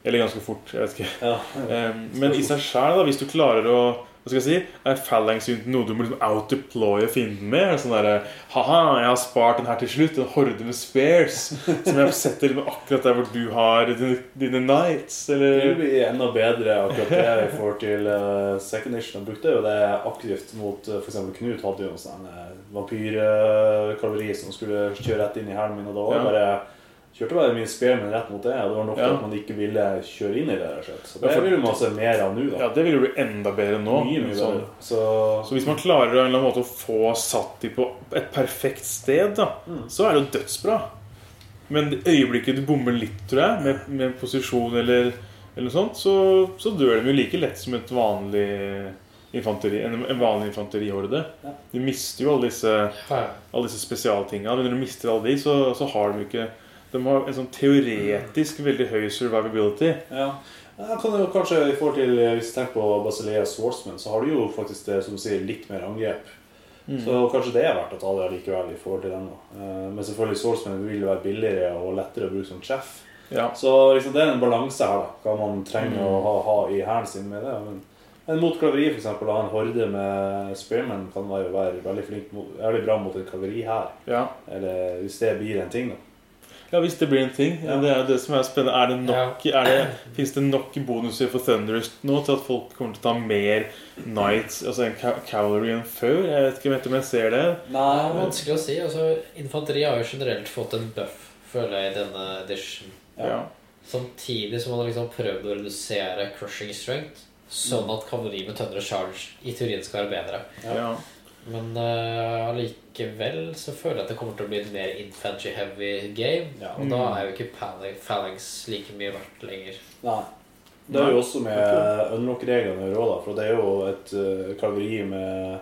[SPEAKER 7] eller ganske fort. Jeg vet ikke. Um, men i seg sjæl, hvis du klarer å hva skal jeg si, Er phalanx uniten noe du må liksom outdeploye fienden med? Er det Sånn derre Haha, jeg har spart den her til slutt. En horde med spares. Som jeg setter med akkurat der hvor du har dine, dine knights.
[SPEAKER 3] Det
[SPEAKER 7] Eller
[SPEAKER 3] blir enda bedre akkurat det jeg får til eh, second edition. Jeg brukte jo det aktivt mot eh, for eksempel Knut hadde jo en sånn vampyrkalveri som skulle kjøre rett inn i hælen min. Og da var det
[SPEAKER 7] Ja.
[SPEAKER 3] bare kjørte bare min spearman rett mot det. Og det var nok til
[SPEAKER 7] Ja.
[SPEAKER 3] at man ikke ville kjøre inn i det. rett og slett. Så
[SPEAKER 7] Ja,
[SPEAKER 3] det
[SPEAKER 7] for-
[SPEAKER 3] vil man se mer av nå. da.
[SPEAKER 7] Ja, det vil jo bli enda bedre nå.
[SPEAKER 3] Mye, mye
[SPEAKER 7] Sånn.
[SPEAKER 3] bedre. Så,
[SPEAKER 7] Så hvis man klarer å, en eller annen måte, å få satt dem på et perfekt sted, da, så er det jo dødsbra. Men det øyeblikket du bommer litt, tror jeg, med, med posisjon eller, eller noe sånt, så, så dør de jo like lett som et vanlig infanteri, en, en vanlig infanterihorde. Du mister jo alle disse, alle disse spesialtinga. Men når du mister alle de, så, så har de jo ikke De har en sånn teoretisk veldig høy survivability.
[SPEAKER 3] Ja. Jeg kan jo kanskje i forhold til eh, Hvis du tenker på Basilea Swordsman, så har du jo faktisk det som du sier, litt mer angrep.
[SPEAKER 7] Mm.
[SPEAKER 3] Så kanskje det er verdt å ta det likevel i forhold til den. da. Eh, Men selvfølgelig Swordsman vil jo være billigere og lettere å bruke som chef.
[SPEAKER 7] Ja.
[SPEAKER 3] Så liksom, det er en balanse her, da. Hva man trenger
[SPEAKER 7] Mm.
[SPEAKER 3] å ha, ha i hæren sin med det. Men, men mot klaveri, f.eks. Ha en horde med spearmen kan være, være veldig flink mot, veldig bra mot en klaveri her.
[SPEAKER 7] Ja.
[SPEAKER 3] Eller hvis det blir en ting, da.
[SPEAKER 7] Ja, hvis det blir en ting. Ja, det er jo det som er spennende. Er det nok, er det, finnes det nok bonuser for Thunderust nå til at folk kommer til å ta mer Knights, altså en ca- Cavalry enn før? Jeg vet ikke vet om jeg ser det.
[SPEAKER 5] Nei, det er vanskelig å si. Altså, infanteri har jo generelt fått en buff, føler jeg, i denne edition.
[SPEAKER 7] Ja.
[SPEAKER 5] Samtidig som man har liksom prøvd å redusere crushing strength, sånn at kavalleri med tønner og charge i teorien skal være bedre.
[SPEAKER 7] Ja.
[SPEAKER 5] Men eh, allikevel så føler jeg at det kommer til å bli et mer infantry-heavy game. Og da
[SPEAKER 7] Mm.
[SPEAKER 5] er jo ikke phalanx- phalanx like mye verdt lenger.
[SPEAKER 3] Nei. Det er jo også med unlock-reglene i råd, da, for det er jo et eh, kalveri med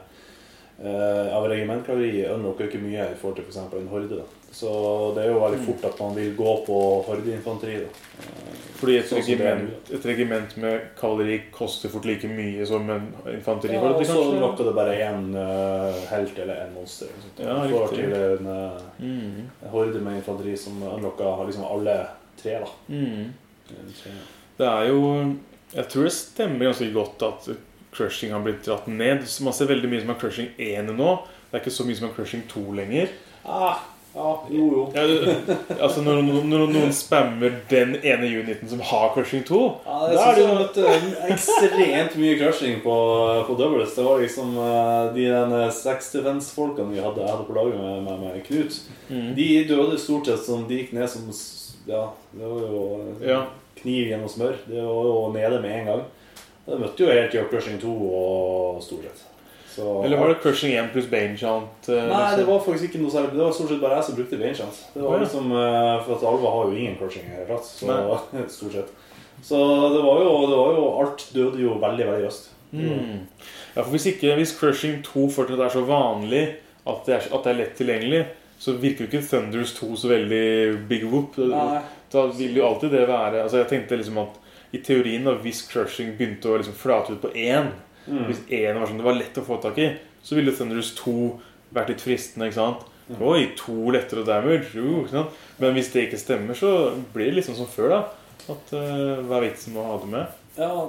[SPEAKER 3] eh, Av regimentkalveri unlocker jo ikke mye i forhold til f.eks.
[SPEAKER 7] Mm.
[SPEAKER 3] en horde. da. Så det er jo veldig fort at man vil gå på hordeinfanteri. da. Eh,
[SPEAKER 7] Fordi et
[SPEAKER 3] Sånn som det er nå,
[SPEAKER 7] regiment, et regiment med kavaleri koster fort like mye som en infanteri.
[SPEAKER 3] Ja,
[SPEAKER 7] var
[SPEAKER 3] og
[SPEAKER 7] det det
[SPEAKER 3] så
[SPEAKER 7] kanskje?
[SPEAKER 3] lokker det bare én eh, helt eller én monster. eller sånt.
[SPEAKER 7] Ja,
[SPEAKER 3] Du får
[SPEAKER 7] riktig.
[SPEAKER 3] til en eh,
[SPEAKER 7] Mm.
[SPEAKER 3] en horde med infanteri som unlocker liksom alle tre. da.
[SPEAKER 7] Mm.
[SPEAKER 3] En tre.
[SPEAKER 7] Det er jo Jeg tror det stemmer ganske godt at crushing har blitt dratt ned. Så Man ser veldig mye som er crushing 1 nå. Det er ikke så mye som er crushing 2 lenger.
[SPEAKER 3] Ah, ja, jo, jo.
[SPEAKER 7] Ja, du- altså når, når, når noen spammer den ene uniten som har crushing 2
[SPEAKER 3] Ja,
[SPEAKER 7] da
[SPEAKER 3] jeg
[SPEAKER 7] er det jo
[SPEAKER 3] synes det var et, eh, ekstremt mye crushing på, eh, på doubles. Det var liksom eh, de den eh, sex defense-folkene vi hadde, jeg hadde på laget med, med, med Knut.
[SPEAKER 7] Mm.
[SPEAKER 3] De døde stort sett som de gikk ned som s- Ja, det var jo eh,
[SPEAKER 7] Ja.
[SPEAKER 3] kniv gjennom smør. Det var jo nede med en gang. Det møtte jo helt til crushing 2 og stort sett. Så-
[SPEAKER 7] Eller var det crushing 1 pluss bane chant? eh,
[SPEAKER 3] Nei, det
[SPEAKER 7] liksom?
[SPEAKER 3] var faktisk ikke noe særlig. Det var stort sett bare jeg som brukte benchant. Det
[SPEAKER 7] Å,
[SPEAKER 3] var
[SPEAKER 7] ja.
[SPEAKER 3] liksom, eh, For at Alva har jo ingen coaching i det hele tatt. Så,
[SPEAKER 7] Nei.
[SPEAKER 3] stort sett. Så det var, jo, det var jo Alt døde jo veldig, veldig raskt.
[SPEAKER 7] Mm. Ja, for hvis ikke hvis crushing 2 fortsatt er så vanlig at det er, at det er lett tilgjengelig, så virker jo ikke Thunders 2 så veldig big whoop.
[SPEAKER 3] Nei.
[SPEAKER 7] Da vil jo alltid det være Altså Jeg tenkte liksom at i teorien, da hvis crushing begynte å liksom flate ut på én
[SPEAKER 3] Mm.
[SPEAKER 7] Hvis én var sånn det var lett å få tak i, så ville Thunders 2 vært litt fristende. ikke sant?
[SPEAKER 3] Mm.
[SPEAKER 7] Oi, to lettere damage. Jo, ikke sant? Men hvis det ikke stemmer, så blir det liksom som før, da. At eh, Hva er vitsen med å ha det med?
[SPEAKER 3] Ja,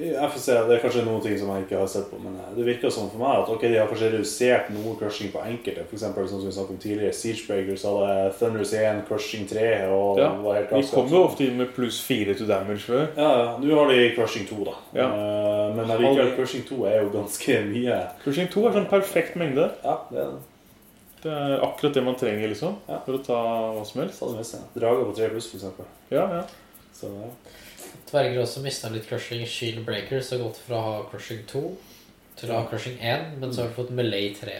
[SPEAKER 3] jeg får se. Det er kanskje noen ting som jeg ikke har sett på, men eh, det virker sånn for meg at ok, de har kanskje redusert noe crushing på enkelte. For eksempel, sånn som vi snakket om tidligere, Siegebreakers hadde Thunders 1, Crushing 3 og
[SPEAKER 7] Ja,
[SPEAKER 3] det var helt
[SPEAKER 7] Vi
[SPEAKER 3] raskt.
[SPEAKER 7] kom jo ofte inn med pluss fire to damage før.
[SPEAKER 3] Ja, ja. Nå har de Crushing 2, da.
[SPEAKER 7] Ja.
[SPEAKER 3] Eh, Men allikevel, Crushing 2 er jo ganske mye.
[SPEAKER 7] Crushing 2 er sånn perfekt mengde.
[SPEAKER 3] Ja, Det er det.
[SPEAKER 7] Det er akkurat det man trenger liksom for å ta hva som helst.
[SPEAKER 3] Drager på 3 pluss, for eksempel.
[SPEAKER 7] Ja, ja.
[SPEAKER 3] Så, ja.
[SPEAKER 5] Dverger også mista litt crushing. Shield Breakers har gått fra å ha crushing 2 til å ha crushing 1, men så har de fått Melee 3.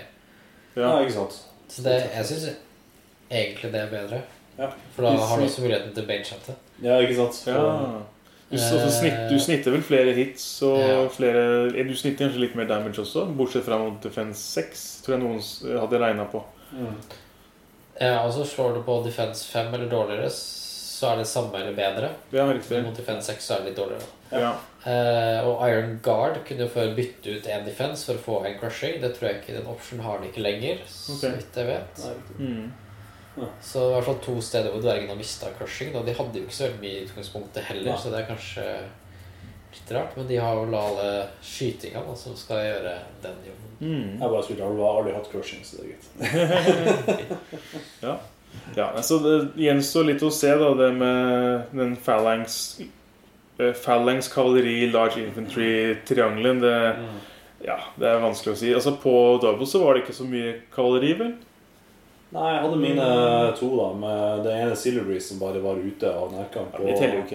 [SPEAKER 3] Ja, ikke sant.
[SPEAKER 5] Så det, jeg syns egentlig det er bedre.
[SPEAKER 3] Ja.
[SPEAKER 5] For da har du også muligheten til benchante.
[SPEAKER 3] Ja, ikke sant?
[SPEAKER 7] Ja. Du, s- også snitt,
[SPEAKER 5] Eh,
[SPEAKER 7] du snitter vel flere hits og flere eh, Du snitter kanskje litt mer damage også, bortsett fra mot Defense 6, tror jeg noen s- hadde regna på.
[SPEAKER 3] mm,
[SPEAKER 5] Ja, og så slår du på defense 5 eller dårligere, så er det samme eller bedre. Men mot defense 6 så er det litt dårligere.
[SPEAKER 7] Ja.
[SPEAKER 5] Eh, og Iron Guard kunne jo før bytte ut en defense for å få en crushing. Det tror jeg ikke den optionen har de ikke lenger, så
[SPEAKER 7] Ok.
[SPEAKER 5] vidt jeg vet.
[SPEAKER 7] Mm.
[SPEAKER 5] Så i hvert fall to steder hvor dvergene har mista crushing. Og de hadde jo ikke så veldig mye i utgangspunktet heller,
[SPEAKER 3] Nei.
[SPEAKER 5] så det er kanskje litt rart. Men de har jo alle skytinga da, som skal gjøre den jobben.
[SPEAKER 3] Jeg bare skulle aldri, aldri hatt crushing, så det er greit.
[SPEAKER 7] ja. ja altså det gjenstår litt å se, da, det med den phalanx eh, Phalanx kavaleri, large infantry-triangelen. Det,
[SPEAKER 3] Mm.
[SPEAKER 7] ja, det er vanskelig å si. Altså På Double så var det ikke så mye kavaleri, vel?
[SPEAKER 3] Nei, jeg hadde mine
[SPEAKER 7] Mm.
[SPEAKER 3] to, da. Med det ene Silver Breeze som bare var ute av nærkamp.
[SPEAKER 7] Ja, det teller jo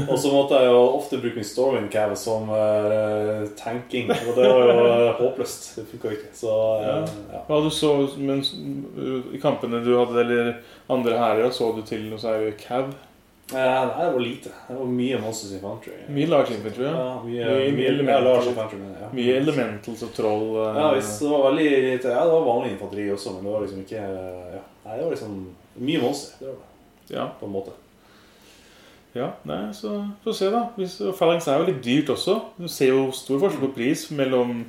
[SPEAKER 7] ikke.
[SPEAKER 3] og så måtte jeg jo ofte bruke min Storwin Cav som eh, tanking, og det var jo eh, håpløst. Det funka ikke. Så
[SPEAKER 7] Ja.
[SPEAKER 3] eh, ja.
[SPEAKER 7] Hva du så mens, i kampene du hadde, eller andre hærer, så du til noe særlig cav?
[SPEAKER 3] Eh, Nei, det var lite. Det var mye Monsters Infantry.
[SPEAKER 7] Mye large infantry, ja.
[SPEAKER 3] Ja, mye-
[SPEAKER 7] mye,
[SPEAKER 3] mye-
[SPEAKER 7] elemental-
[SPEAKER 3] ja, large infantry, men ja.
[SPEAKER 7] mye elementals og troll. eh,
[SPEAKER 3] Ja, visst, det var veldig Ja, det var vanlig infanteri også, men det var liksom ikke ja. Nei, det var liksom mye monster. Det var det.
[SPEAKER 7] Ja.
[SPEAKER 3] På en måte.
[SPEAKER 7] Ja, nei, så får vi se, da. Hvis, og Phalanx er jo litt dyrt også. Du ser jo stor forskjell på pris mellom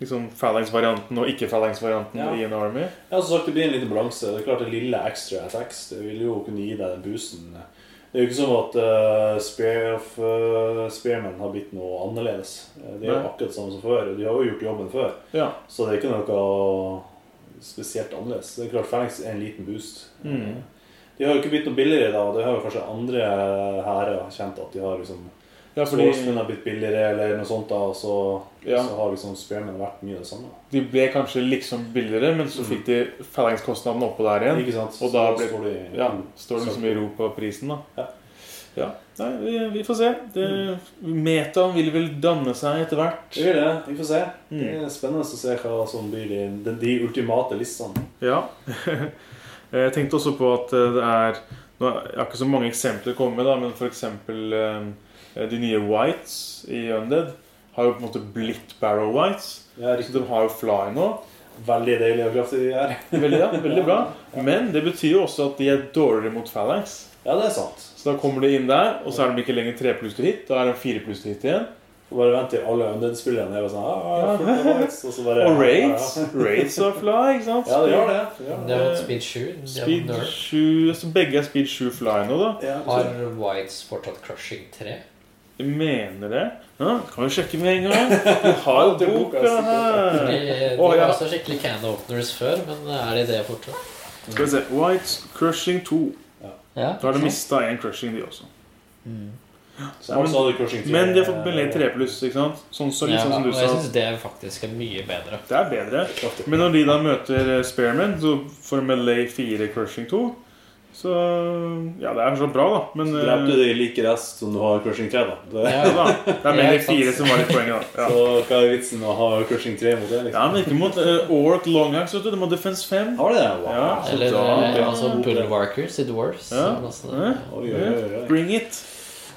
[SPEAKER 7] liksom, Phalanx-varianten og ikke-Phalanx-varianten
[SPEAKER 3] Ja.
[SPEAKER 7] i en Army.
[SPEAKER 3] Ja, som sagt, det blir en liten balanse. Det er klart det lille ekstra attacks det vil jo kunne gi deg den boosten. Det er jo ikke som at eh, Spear of eh, Spearmen har blitt noe annerledes. Eh, De er jo
[SPEAKER 7] Nei.
[SPEAKER 3] akkurat samme som før. og De har jo gjort jobben før.
[SPEAKER 7] Ja.
[SPEAKER 3] Så det er ikke noe spesielt annerledes. Det er klart Phalanx er en liten boost.
[SPEAKER 7] Mm.
[SPEAKER 3] De har jo ikke blitt noe billigere da, og det har jo kanskje andre hærer kjent at de har liksom
[SPEAKER 7] Ja, fordi-
[SPEAKER 3] Swordsman har blitt billigere eller noe sånt da, og så,
[SPEAKER 7] Ja.
[SPEAKER 3] så har liksom Spearmen vært mye det samme.
[SPEAKER 7] De ble kanskje liksom billigere, men så fikk de Phalanx-kostnaden oppå der igjen.
[SPEAKER 3] Ikke sant?
[SPEAKER 7] Og da
[SPEAKER 3] Så
[SPEAKER 7] ble,
[SPEAKER 3] står de-
[SPEAKER 7] ja, står det liksom i ro på prisen, da. Ja. Nei, vi, vi får se. Det, metaen vil vel danne seg etter hvert.
[SPEAKER 3] Det vil det. Vi får se.
[SPEAKER 7] Mm.
[SPEAKER 3] Det er spennende å se hva som blir de, de, de ultimate listene.
[SPEAKER 7] Ja. Jeg tenkte også på at eh, det er nå er- Jeg har ikke så mange eksempler å komme med, da, men f.eks. de nye Whites i Undead har jo på en måte blitt Barrow Whites. så de har jo Fly nå.
[SPEAKER 3] Veldig deilig og kraftig de er.
[SPEAKER 7] veldig, ja, veldig bra. Men det betyr jo også at de er dårligere mot Phalanx.
[SPEAKER 3] Ja, det er sant.
[SPEAKER 7] Så da kommer de inn der, og så er de ikke lenger tre pluss til hit. Da er de fire pluss til hit igjen.
[SPEAKER 3] Bare vent til alle undead-spillerne er sånn ah, ja, full of lights, og så bare-
[SPEAKER 7] Og raids.
[SPEAKER 3] Ja, ja.
[SPEAKER 7] Raids og fly, ikke sant?
[SPEAKER 3] Ja, det gjør det. Det gjør det.
[SPEAKER 5] Det er vel speed 7. Det er
[SPEAKER 7] Speed
[SPEAKER 5] nerf.
[SPEAKER 7] 7 Så begge er speed 7 fly nå, da?
[SPEAKER 5] Har Whites fortsatt crushing 3?
[SPEAKER 7] Jeg mener det. Ja, kan vi sjekke med en gang. Vi har jo boka her.
[SPEAKER 5] De, de
[SPEAKER 7] Å,
[SPEAKER 5] var
[SPEAKER 7] ja.
[SPEAKER 5] også skikkelig can openers før, men eh, er de det fortsatt?
[SPEAKER 7] Skal vi se. Whites crushing 2.
[SPEAKER 5] Ja.
[SPEAKER 7] Da har de mista én crushing, de også.
[SPEAKER 5] Så altså hadde de crushing til-
[SPEAKER 7] Men de har fått belegg 3 pluss, ikke sant? Sånn, så, litt
[SPEAKER 5] Ja,
[SPEAKER 7] sånn som du
[SPEAKER 5] og
[SPEAKER 7] sa.
[SPEAKER 5] jeg synes det faktisk er mye bedre.
[SPEAKER 7] Det er bedre. Men når de da møter eh, Spearman, så får de LA 4 Crushing 2. Så Ja, det er så bra, da. Men
[SPEAKER 3] Så drepte
[SPEAKER 7] eh,
[SPEAKER 3] de like raskt som du har Crushing 3, da. Det,
[SPEAKER 7] Ja, da. Det er mer de fire som var litt poenget, da. Ja.
[SPEAKER 3] Så hva er vitsen med å ha Crushing 3 mot det? Liksom?
[SPEAKER 7] Ja, men ikke mot uh, Orc Longhacks, vet du. De har Defense 5.
[SPEAKER 3] Har de det? Wow.
[SPEAKER 7] Ja, så
[SPEAKER 5] Eller
[SPEAKER 7] da-
[SPEAKER 5] eh, altså Bullwarkers i Dwarves.
[SPEAKER 7] Ja.
[SPEAKER 5] som også-
[SPEAKER 7] Ja. Eh? Bring it.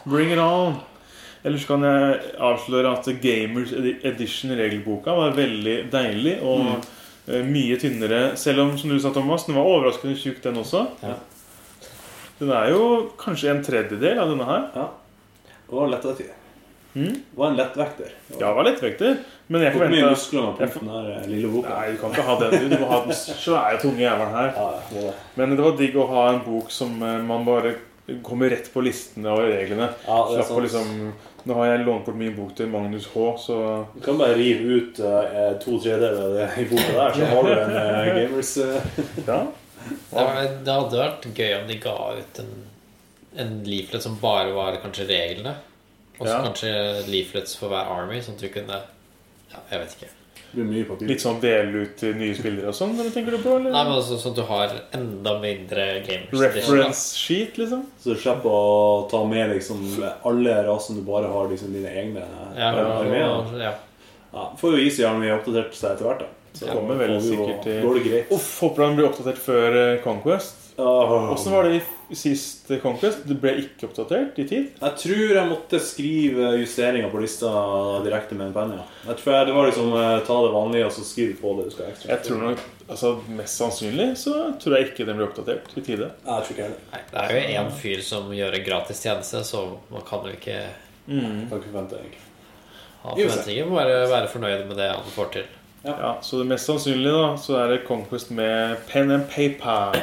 [SPEAKER 7] Bring it on. Ellers kan jeg avsløre at Gamers Edi- Edition regelboka var veldig deilig og
[SPEAKER 3] Mm.
[SPEAKER 7] eh, mye tynnere. Selv om, som du sa, Thomas, den var overraskende tjukk, den også. Den er jo kanskje en tredjedel av denne her.
[SPEAKER 3] Det var lett å ty. Det var en lettvekter.
[SPEAKER 7] Hmm? Ja, det var lettvekter. Men jeg
[SPEAKER 3] Hvor mye
[SPEAKER 7] forventa
[SPEAKER 3] muskler man pumper den der eh, lille boka?
[SPEAKER 7] Nei, du kan ikke ha den. Du, du må ha den svære, tunge jævelen her. Men det var digg å ha en bok som eh, man bare kommer rett på listene og reglene.
[SPEAKER 3] Ja, det er
[SPEAKER 7] Slapp å liksom
[SPEAKER 3] sant.
[SPEAKER 7] Nå har jeg lånt bort min bok til Magnus H, så
[SPEAKER 3] Du kan bare rive ut eh, to tredeler av det i boka der, så har du en eh, gamers eh.
[SPEAKER 5] Det, var, det hadde vært gøy om de ga ut en, en leaflet som bare var kanskje reglene. Og så
[SPEAKER 7] Ja.
[SPEAKER 5] kanskje leaflets for hver army, sånn at du kunne Ja, jeg vet ikke.
[SPEAKER 7] Litt sånn dele ut til nye spillere og sånn, eller tenker du på? Eller?
[SPEAKER 5] Nei, men altså Sånn at du har enda mindre gamers.
[SPEAKER 7] Reference sheet, liksom?
[SPEAKER 3] Så du slipper å ta med liksom alle rasene du bare har liksom dine egne
[SPEAKER 5] Ja,
[SPEAKER 3] armeer.
[SPEAKER 5] og- ja.
[SPEAKER 3] Ja, får jo is i armene oppdatert seg etter hvert, da.
[SPEAKER 7] Det kommer vel
[SPEAKER 3] får vi jo-
[SPEAKER 7] sikkert til
[SPEAKER 3] Går det greit?
[SPEAKER 7] Uff, håper han blir oppdatert før eh, Conquest. Åssen var det i sist eh, Conquest? Det ble ikke oppdatert i tid?
[SPEAKER 3] Jeg tror jeg måtte skrive justeringer på lista direkte med en penn. Ja. Jeg tror jeg, det var liksom eh, ta det vanlige og så skrive på det du skal ha ekstra.
[SPEAKER 7] Jeg tror nok, altså Mest sannsynlig så tror jeg ikke den ble oppdatert i tide.
[SPEAKER 3] Jeg tror ikke heller.
[SPEAKER 5] Nei, det er jo én fyr som gjør en gratis tjeneste, så man kan jo ikke
[SPEAKER 7] Mm.
[SPEAKER 3] Kan ikke forvente, egentlig.
[SPEAKER 5] ha forventninger. Må bare være fornøyd med det han får til.
[SPEAKER 7] Ja. Så det mest sannsynlige da, så er det Conquest med pen and paper.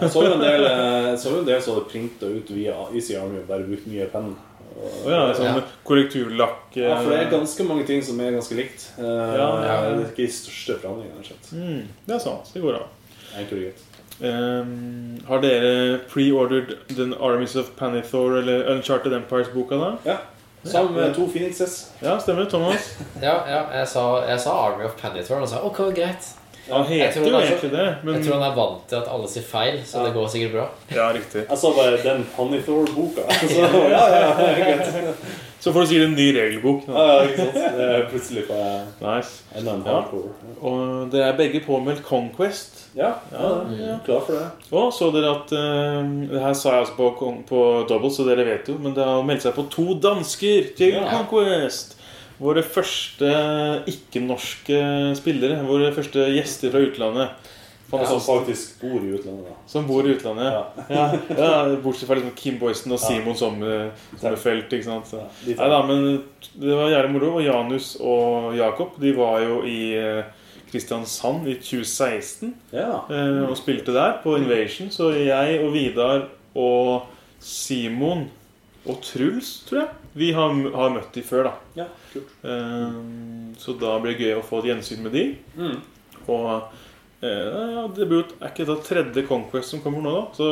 [SPEAKER 3] Jeg så jo en del, eh, jeg så jo en del som hadde printa ut via Easy Army og bare brukt mye penn. Og-
[SPEAKER 7] Å ja, sånn korrekturlakk eh,
[SPEAKER 3] Ja, for det er ganske mange ting som er ganske likt. Eh,
[SPEAKER 7] ja.
[SPEAKER 3] Det er ikke de største forandringene. rett og slett.
[SPEAKER 7] mm, Det er sant. Det går an.
[SPEAKER 3] Enkelt og greit.
[SPEAKER 7] Ehm, har dere pre-ordered den Armies of Panithor eller Uncharted Empires-boka, da?
[SPEAKER 3] Ja. Sammen med to Phoenixes.
[SPEAKER 7] Ja, stemmer det, Thomas?
[SPEAKER 5] Ja, ja jeg, sa, jeg sa Army of Panitor, og han sa OK, greit.
[SPEAKER 7] Han
[SPEAKER 5] Jeg
[SPEAKER 7] heter
[SPEAKER 5] tror
[SPEAKER 7] jo
[SPEAKER 5] han er så-
[SPEAKER 7] egentlig det, men
[SPEAKER 5] Jeg tror han er vant til at alle sier feil, så det går sikkert bra.
[SPEAKER 7] Ja, riktig.
[SPEAKER 3] Jeg sa bare 'Den Pannithor-boka'. Så, ja, ja, ja, greit.
[SPEAKER 7] Så får du sikkert en ny regelbok. da.
[SPEAKER 3] Ja, ja, ikke sant. Det er plutselig på
[SPEAKER 7] Nice.
[SPEAKER 3] enda en
[SPEAKER 7] Ja.
[SPEAKER 3] hardcore.
[SPEAKER 7] Og det er begge påmeldt Conquest.
[SPEAKER 3] Ja, ja, Mm. ja. klar for det.
[SPEAKER 7] Og så dere at eh, Det her sa jeg altså på, kon- på double, så dere vet jo, men det har meldt seg på to dansker til
[SPEAKER 3] Ja.
[SPEAKER 7] Conquest. Våre første ikke-norske spillere. Våre første gjester fra utlandet.
[SPEAKER 3] Han som
[SPEAKER 7] Fantastisk.
[SPEAKER 3] faktisk bor i utlandet, da.
[SPEAKER 7] Som bor i utlandet. Ja. Ja, bortsett fra liksom Kim Boysen og
[SPEAKER 3] Ja.
[SPEAKER 7] Simon Sommer- eh, Sommerfelt. ikke sant? Så.
[SPEAKER 3] de
[SPEAKER 7] Nei
[SPEAKER 3] tar-
[SPEAKER 7] da, men eh, det var jævlig moro. Og Janus og Jakob de var jo i eh, Kristiansand i 2016
[SPEAKER 3] Ja.
[SPEAKER 7] eh, og spilte der på Invasion. Så jeg og Vidar og Simon og Truls, tror jeg, vi har, har møtt de før, da.
[SPEAKER 3] Ja, kult.
[SPEAKER 7] Eh, Så da blir det gøy å få et gjensyn med de.
[SPEAKER 3] Mm.
[SPEAKER 7] Og eh, ja, det blir jo er ikke da tredje Conquest som kommer nå, da. Så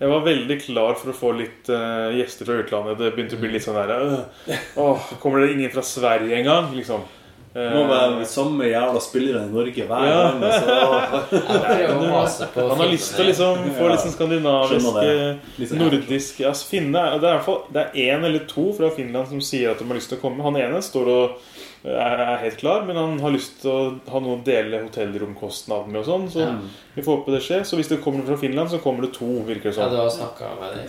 [SPEAKER 7] jeg var veldig klar for å få litt eh, gjester fra utlandet. Det begynte å bli litt sånn der øh, åh, Kommer det ingen fra Sverige engang? Liksom. Eh,
[SPEAKER 3] Må være samme jævla spillere i Norge hver
[SPEAKER 7] Ja.
[SPEAKER 3] gang. Altså.
[SPEAKER 5] prøver å mase på
[SPEAKER 7] Han har lyst til å liksom få litt sånn skandinavisk,
[SPEAKER 3] Skjønner det.
[SPEAKER 7] eh, nordisk ja, altså, finne, er- Det er i hvert fall det er én eller to fra Finland som sier at de har lyst til å komme. Han ene står og eh, er er helt klar, men han har lyst til å ha noen å dele hotellromkostnaden med og sånn. Så
[SPEAKER 5] Ja.
[SPEAKER 7] vi får håpe det skjer. Så hvis det kommer fra Finland, så kommer det to, virker det
[SPEAKER 5] Ja,
[SPEAKER 7] som.
[SPEAKER 5] du har snakka med dem.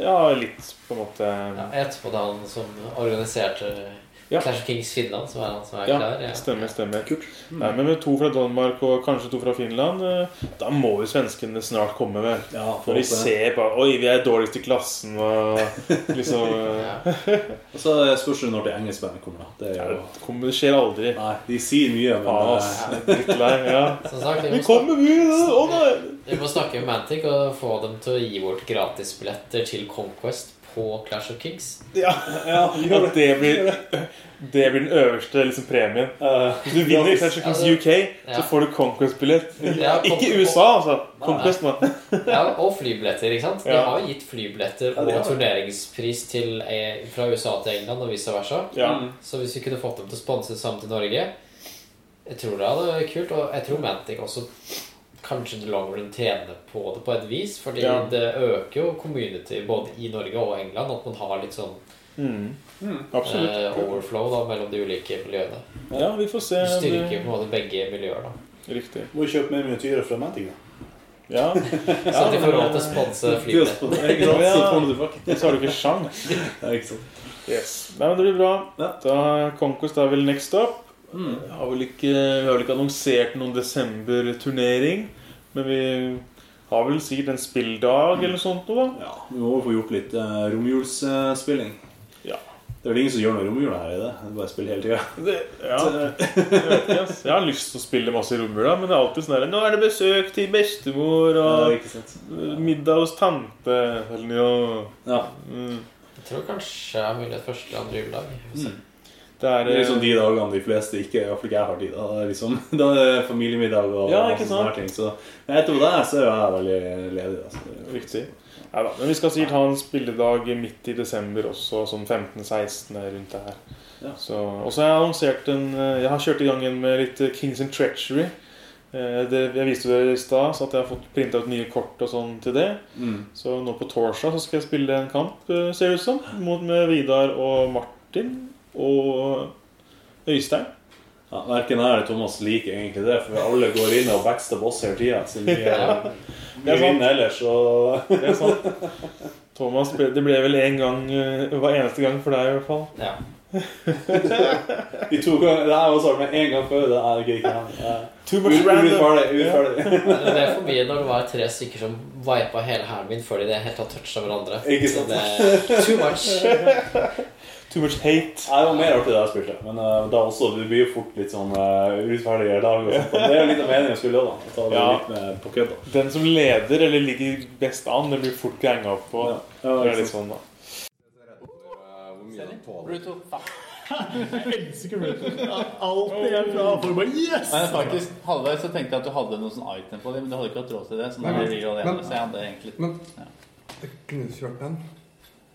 [SPEAKER 7] Ja, litt, på en måte.
[SPEAKER 5] Ja, etterpå da han som organiserte
[SPEAKER 1] Ja.
[SPEAKER 5] Clash of Kings Finland, som er han som er
[SPEAKER 1] Ja,
[SPEAKER 5] klar. Ja.
[SPEAKER 1] stemmer. stemmer Kult.
[SPEAKER 7] Mm.
[SPEAKER 1] Nei, men med to fra Danmark og kanskje to fra Finland, eh, da må jo svenskene snart komme, vel?
[SPEAKER 3] Ja, får
[SPEAKER 1] Når de
[SPEAKER 3] håpe det.
[SPEAKER 1] ser bare Oi, vi er dårligst i klassen, og liksom eh,
[SPEAKER 3] Og så spørs det når det engelskbandet kommer. da Det, er jo...
[SPEAKER 1] det skjer aldri.
[SPEAKER 3] Nei, De sier mye, men eh,
[SPEAKER 1] Faen, ass. Jeg er drittlei, ja.
[SPEAKER 5] Som sagt, vi
[SPEAKER 1] Vi
[SPEAKER 5] må
[SPEAKER 1] kommer, vi! da. Å nei!
[SPEAKER 5] Vi må snakke med Mantic og få dem til å gi bort gratisbilletter til Conquest på Clash of Kings.
[SPEAKER 1] Ja,
[SPEAKER 5] gjør
[SPEAKER 1] At det blir, det blir den øverste liksom, premien. Hvis du vinner
[SPEAKER 5] gratis.
[SPEAKER 1] Clash of Kings
[SPEAKER 5] Ja, det-
[SPEAKER 1] UK, så
[SPEAKER 5] ja.
[SPEAKER 1] får du Conquest-billett.
[SPEAKER 5] Ja,
[SPEAKER 1] Ikke
[SPEAKER 5] Con-
[SPEAKER 1] USA, altså.
[SPEAKER 5] Nei,
[SPEAKER 1] Conquest,
[SPEAKER 5] nei.
[SPEAKER 1] mann.
[SPEAKER 5] Ja, og flybilletter, ikke sant? De
[SPEAKER 1] Ja.
[SPEAKER 5] har jo gitt flybilletter
[SPEAKER 1] Ja, de
[SPEAKER 5] og
[SPEAKER 1] har det.
[SPEAKER 5] turneringspris til, eh, fra USA til England og vice versa.
[SPEAKER 1] Ja.
[SPEAKER 5] Så hvis vi kunne fått dem til å sponse sammen til Norge Jeg tror det hadde vært kult. Og jeg tror Mantic også kanskje in the long run tjener på det på et vis. Fordi
[SPEAKER 1] Ja.
[SPEAKER 5] det øker jo community både i Norge og England at man har litt sånn
[SPEAKER 1] Mm. Mm, absolutt.
[SPEAKER 5] eh, overflow da, mellom de ulike miljøene.
[SPEAKER 1] Ja, vi får se.
[SPEAKER 5] Eh, Du
[SPEAKER 1] om
[SPEAKER 5] styrker
[SPEAKER 1] det-
[SPEAKER 5] på en måte begge miljøer, da.
[SPEAKER 1] Riktig.
[SPEAKER 3] Må jo kjøpe mer miniatyrer fra Mantic, da.
[SPEAKER 1] Ja.
[SPEAKER 5] Så at de får råd til å sponse flybilletten.
[SPEAKER 3] Ikke sant? Så får du det
[SPEAKER 1] tilbake. Så har du ikke sjans. Yes. Nei, men det blir bra. Da Conquest er vel next up.
[SPEAKER 3] Mm.
[SPEAKER 1] Har vel ikke, vi har vel ikke annonsert noen desember-turnering, men vi har vel sikkert en spilldag eller sånt noe, da.
[SPEAKER 3] Ja, Vi må jo få gjort litt uh, romjulsspilling.
[SPEAKER 1] Ja.
[SPEAKER 3] Det er vel ingen som gjør noe i romjula her i det? Det er bare spill hele tida.
[SPEAKER 1] Det, ja. Jeg, vet ikke, ass. jeg har lyst til å spille masse i romjula, men det er alltid sånn her Nå er det besøk til bestemor,
[SPEAKER 3] Ja,
[SPEAKER 1] og
[SPEAKER 3] ikke
[SPEAKER 1] middag hos tante eller noe.
[SPEAKER 3] Ja.
[SPEAKER 1] Mm.
[SPEAKER 5] Jeg tror kanskje jeg har mulighet første eller andre juledag.
[SPEAKER 3] Mm.
[SPEAKER 1] Det er,
[SPEAKER 3] Det er liksom de dagene de fleste ikke Iallfall ikke jeg har tid. Da Det er liksom, da er det familiemiddag og
[SPEAKER 1] Ja, ikke
[SPEAKER 3] masse sånne
[SPEAKER 1] sant?
[SPEAKER 3] her ting. Så men etter det så er jeg veldig ledig. Altså.
[SPEAKER 1] Riktig. Ja da, men vi skal sikkert ha en spilledag midt i desember også, sånn 15-16 er rundt det her.
[SPEAKER 3] Ja.
[SPEAKER 1] Så, og så har jeg annonsert en eh, Jeg har kjørt i gang en med litt eh, Kings and Treachery. Eh, Det, jeg viste dere i stad, så at jeg har fått printa ut nye kort og sånn til det.
[SPEAKER 3] Mm.
[SPEAKER 1] Så nå på torsdag så skal jeg spille en kamp, eh, ser det ut som, mot med Vidar og Martin og Øystein.
[SPEAKER 3] Ja, verken jeg eller Thomas liker egentlig det, for alle går inn og backstabber oss hele tida. Så vi,
[SPEAKER 1] Ja.
[SPEAKER 3] eh, vi vinner ellers, og
[SPEAKER 1] Det er sant. Thomas, ble- det ble vel én gang eh, hver eneste gang for deg, i hvert fall.
[SPEAKER 5] Ja.
[SPEAKER 3] De to ganger Det her var sånn med en gang før. Det er ikke ikke han. Eh,
[SPEAKER 1] Too much
[SPEAKER 3] ut-
[SPEAKER 1] random.
[SPEAKER 3] Urettferdig. urettferdig.
[SPEAKER 5] Det ble for mye når det var tre stykker som vipa hele hæren min før de i det hele tatt toucha hverandre.
[SPEAKER 3] Ikke sant?
[SPEAKER 5] Så Det, too much.
[SPEAKER 1] Too much hate.
[SPEAKER 3] Nei, det var mer artig da jeg spilte. Men eh, da også, det blir jo fort litt sånn uh, urettferdige lag. og sånt. Det er jo litt av meningen skulle òg, da. Ta det
[SPEAKER 1] Ja.
[SPEAKER 3] litt med på kødd. da.
[SPEAKER 1] Den som leder eller ligger best an, det blir fort ganga opp på.
[SPEAKER 3] Ja,
[SPEAKER 1] det er
[SPEAKER 3] ikke
[SPEAKER 1] litt sånn, da.
[SPEAKER 13] Elsker Bluetooth. Alltid jeg fra folk bare Yes!
[SPEAKER 9] Nei, faktisk, halvveis så tenkte jeg at du hadde noe sånn item på det, men du hadde ikke hatt råd til det. Så da
[SPEAKER 10] Nei,
[SPEAKER 9] ble
[SPEAKER 10] men-
[SPEAKER 9] det real
[SPEAKER 10] men-
[SPEAKER 9] igjen, så jeg hadde egentlig
[SPEAKER 10] Men jeg kunne du kjørt den?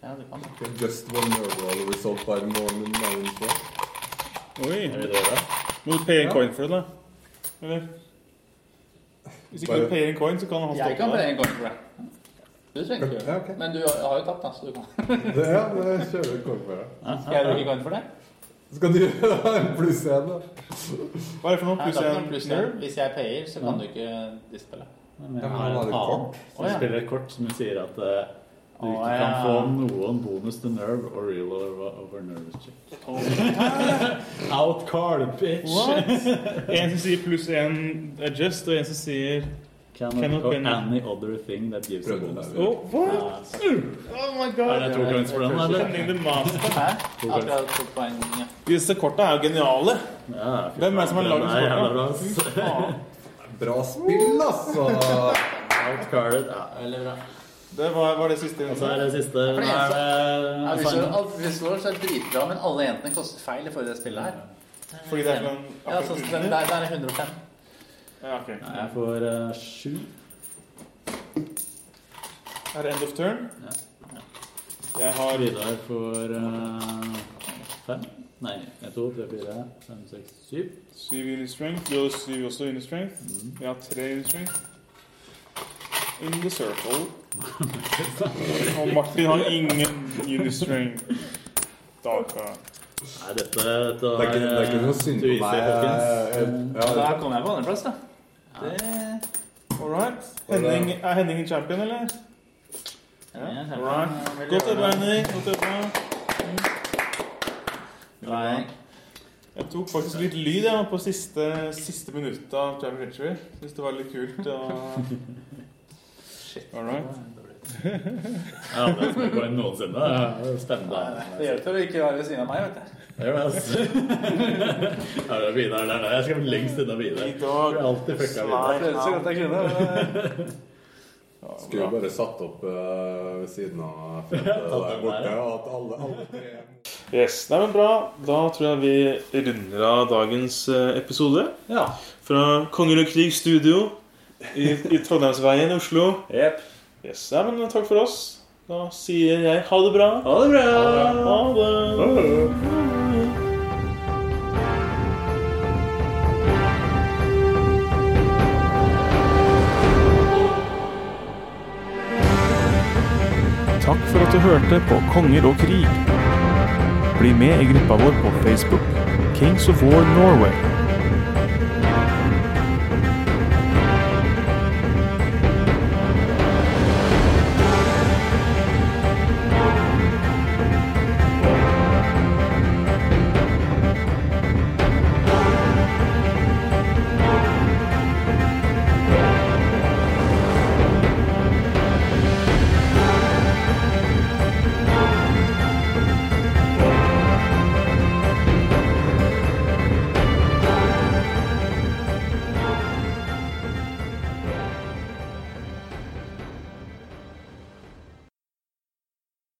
[SPEAKER 9] Ja, du kan.
[SPEAKER 10] Just one nerd roll result by morning nine four.
[SPEAKER 1] Oi.
[SPEAKER 10] Er det det da?
[SPEAKER 1] Må du paye en
[SPEAKER 10] Ja.
[SPEAKER 1] coin for det, da? Eller? Hvis ikke
[SPEAKER 10] Bare-
[SPEAKER 1] du payer en coin, så kan han
[SPEAKER 9] Jeg
[SPEAKER 1] stoppe
[SPEAKER 9] kan paye
[SPEAKER 1] deg.
[SPEAKER 9] en coin for det. Du trenger ikke gjøre det. Men du har har jo tapt, da, så du kan.
[SPEAKER 10] Det, ja, det kjører vi kort for. ja.
[SPEAKER 9] Skal jeg bruke coin for det?
[SPEAKER 10] Skal du ha en pluss én, da?
[SPEAKER 1] Hva er det for noe?
[SPEAKER 9] Nei,
[SPEAKER 1] Pluss
[SPEAKER 9] da kan
[SPEAKER 1] en
[SPEAKER 9] du pluss
[SPEAKER 1] nerd?
[SPEAKER 9] en. Hvis jeg payer, så kan du ikke dispelle.
[SPEAKER 14] Men jeg har et annet som
[SPEAKER 9] Å, ja.
[SPEAKER 14] spiller et kort som sier at eh, du
[SPEAKER 9] Å,
[SPEAKER 14] ikke
[SPEAKER 9] ja.
[SPEAKER 14] kan få noen bonus til nerve og real over, over nervous check. Outcard, bitch!
[SPEAKER 1] What? En som sier pluss en adjust, og en som sier
[SPEAKER 14] Cannot,
[SPEAKER 1] Cannot
[SPEAKER 14] go
[SPEAKER 1] win.
[SPEAKER 14] any other thing that gives a bonus.
[SPEAKER 1] Oh,
[SPEAKER 14] Ja,
[SPEAKER 1] what? Oh my god.
[SPEAKER 14] Er det to coins for den, eller?
[SPEAKER 1] Sending the master.
[SPEAKER 9] Hæ?
[SPEAKER 1] To
[SPEAKER 9] Akkurat
[SPEAKER 1] coins.
[SPEAKER 9] to poeng, ja.
[SPEAKER 1] Disse korta er jo geniale.
[SPEAKER 14] fy
[SPEAKER 1] Hvem er det som har
[SPEAKER 14] faen,
[SPEAKER 1] lagd
[SPEAKER 14] den er jævla bra,
[SPEAKER 1] disse
[SPEAKER 14] ass.
[SPEAKER 1] korta? Fy faen.
[SPEAKER 10] Bra spill, altså!
[SPEAKER 14] Outcarded, ja. Veldig bra.
[SPEAKER 1] Det var, var det siste.
[SPEAKER 14] Og så er det siste. Eh,
[SPEAKER 9] For det
[SPEAKER 14] Nå er
[SPEAKER 9] eneste-
[SPEAKER 14] det-
[SPEAKER 9] Ja, hvis
[SPEAKER 14] Simon.
[SPEAKER 9] du- alt- Hvis du så er det dritbra, men alle jentene koster feil i forhold til det spillet her.
[SPEAKER 1] Fordi det er sånn
[SPEAKER 9] Ja, sånn som den der, der er 105.
[SPEAKER 1] Ja, ok.
[SPEAKER 14] Nei, Jeg får eh, sju.
[SPEAKER 1] Er det end of turn? Jeg
[SPEAKER 14] har Vidar får eh, fem. Nei, en, to, tre, fire, fem, seks, syv.
[SPEAKER 1] Syv unit strength. Du har syv også unit strength. Jeg har tre unit strength. In the circle. Og Martin har ingen unit strength. Daka.
[SPEAKER 14] Nei, dette, dette
[SPEAKER 10] Det er ikke- det er ikke noe
[SPEAKER 14] eh,
[SPEAKER 10] synd på
[SPEAKER 14] turiser,
[SPEAKER 10] meg,
[SPEAKER 14] folkens.
[SPEAKER 10] eh, ja.
[SPEAKER 9] Da kom jeg på andreplass, da. Det
[SPEAKER 1] All right. Henning, er Henning en champion, eller? Ja. All right. Godt jobba, Henning. Godt jobba.
[SPEAKER 3] Nei.
[SPEAKER 1] Jeg tok faktisk litt lyd jeg, på siste, siste minuttet av Travel Century. Syns det var litt kult. Og... All right.
[SPEAKER 3] Ja, det er ikke noensinne. Det er Spennende.
[SPEAKER 15] Det hjelper å ikke være ved siden av meg, vet du.
[SPEAKER 3] Det gjør det, altså. Her er Vidar der, da. Jeg skal bli lengst unna Vidar. I dag alltid fucka
[SPEAKER 15] Nei, det er så godt jeg kunne. men-
[SPEAKER 10] Skulle jo bare satt opp eh, ved siden av feltet der borte. Og at alle, alle tre
[SPEAKER 1] Yes, Nei, men bra. Da tror jeg vi runder av dagens eh, episode.
[SPEAKER 15] Ja.
[SPEAKER 1] Fra Konger og Krig studio i, i Trondheimsveien i Oslo. Yes, nei, men Takk for oss. Da sier jeg ha det bra.
[SPEAKER 3] Ha det bra.
[SPEAKER 1] Ha det.
[SPEAKER 7] Takk for at du hørte på Konger og krig. Bli med i gruppa vår på Facebook, Kings of War Norway.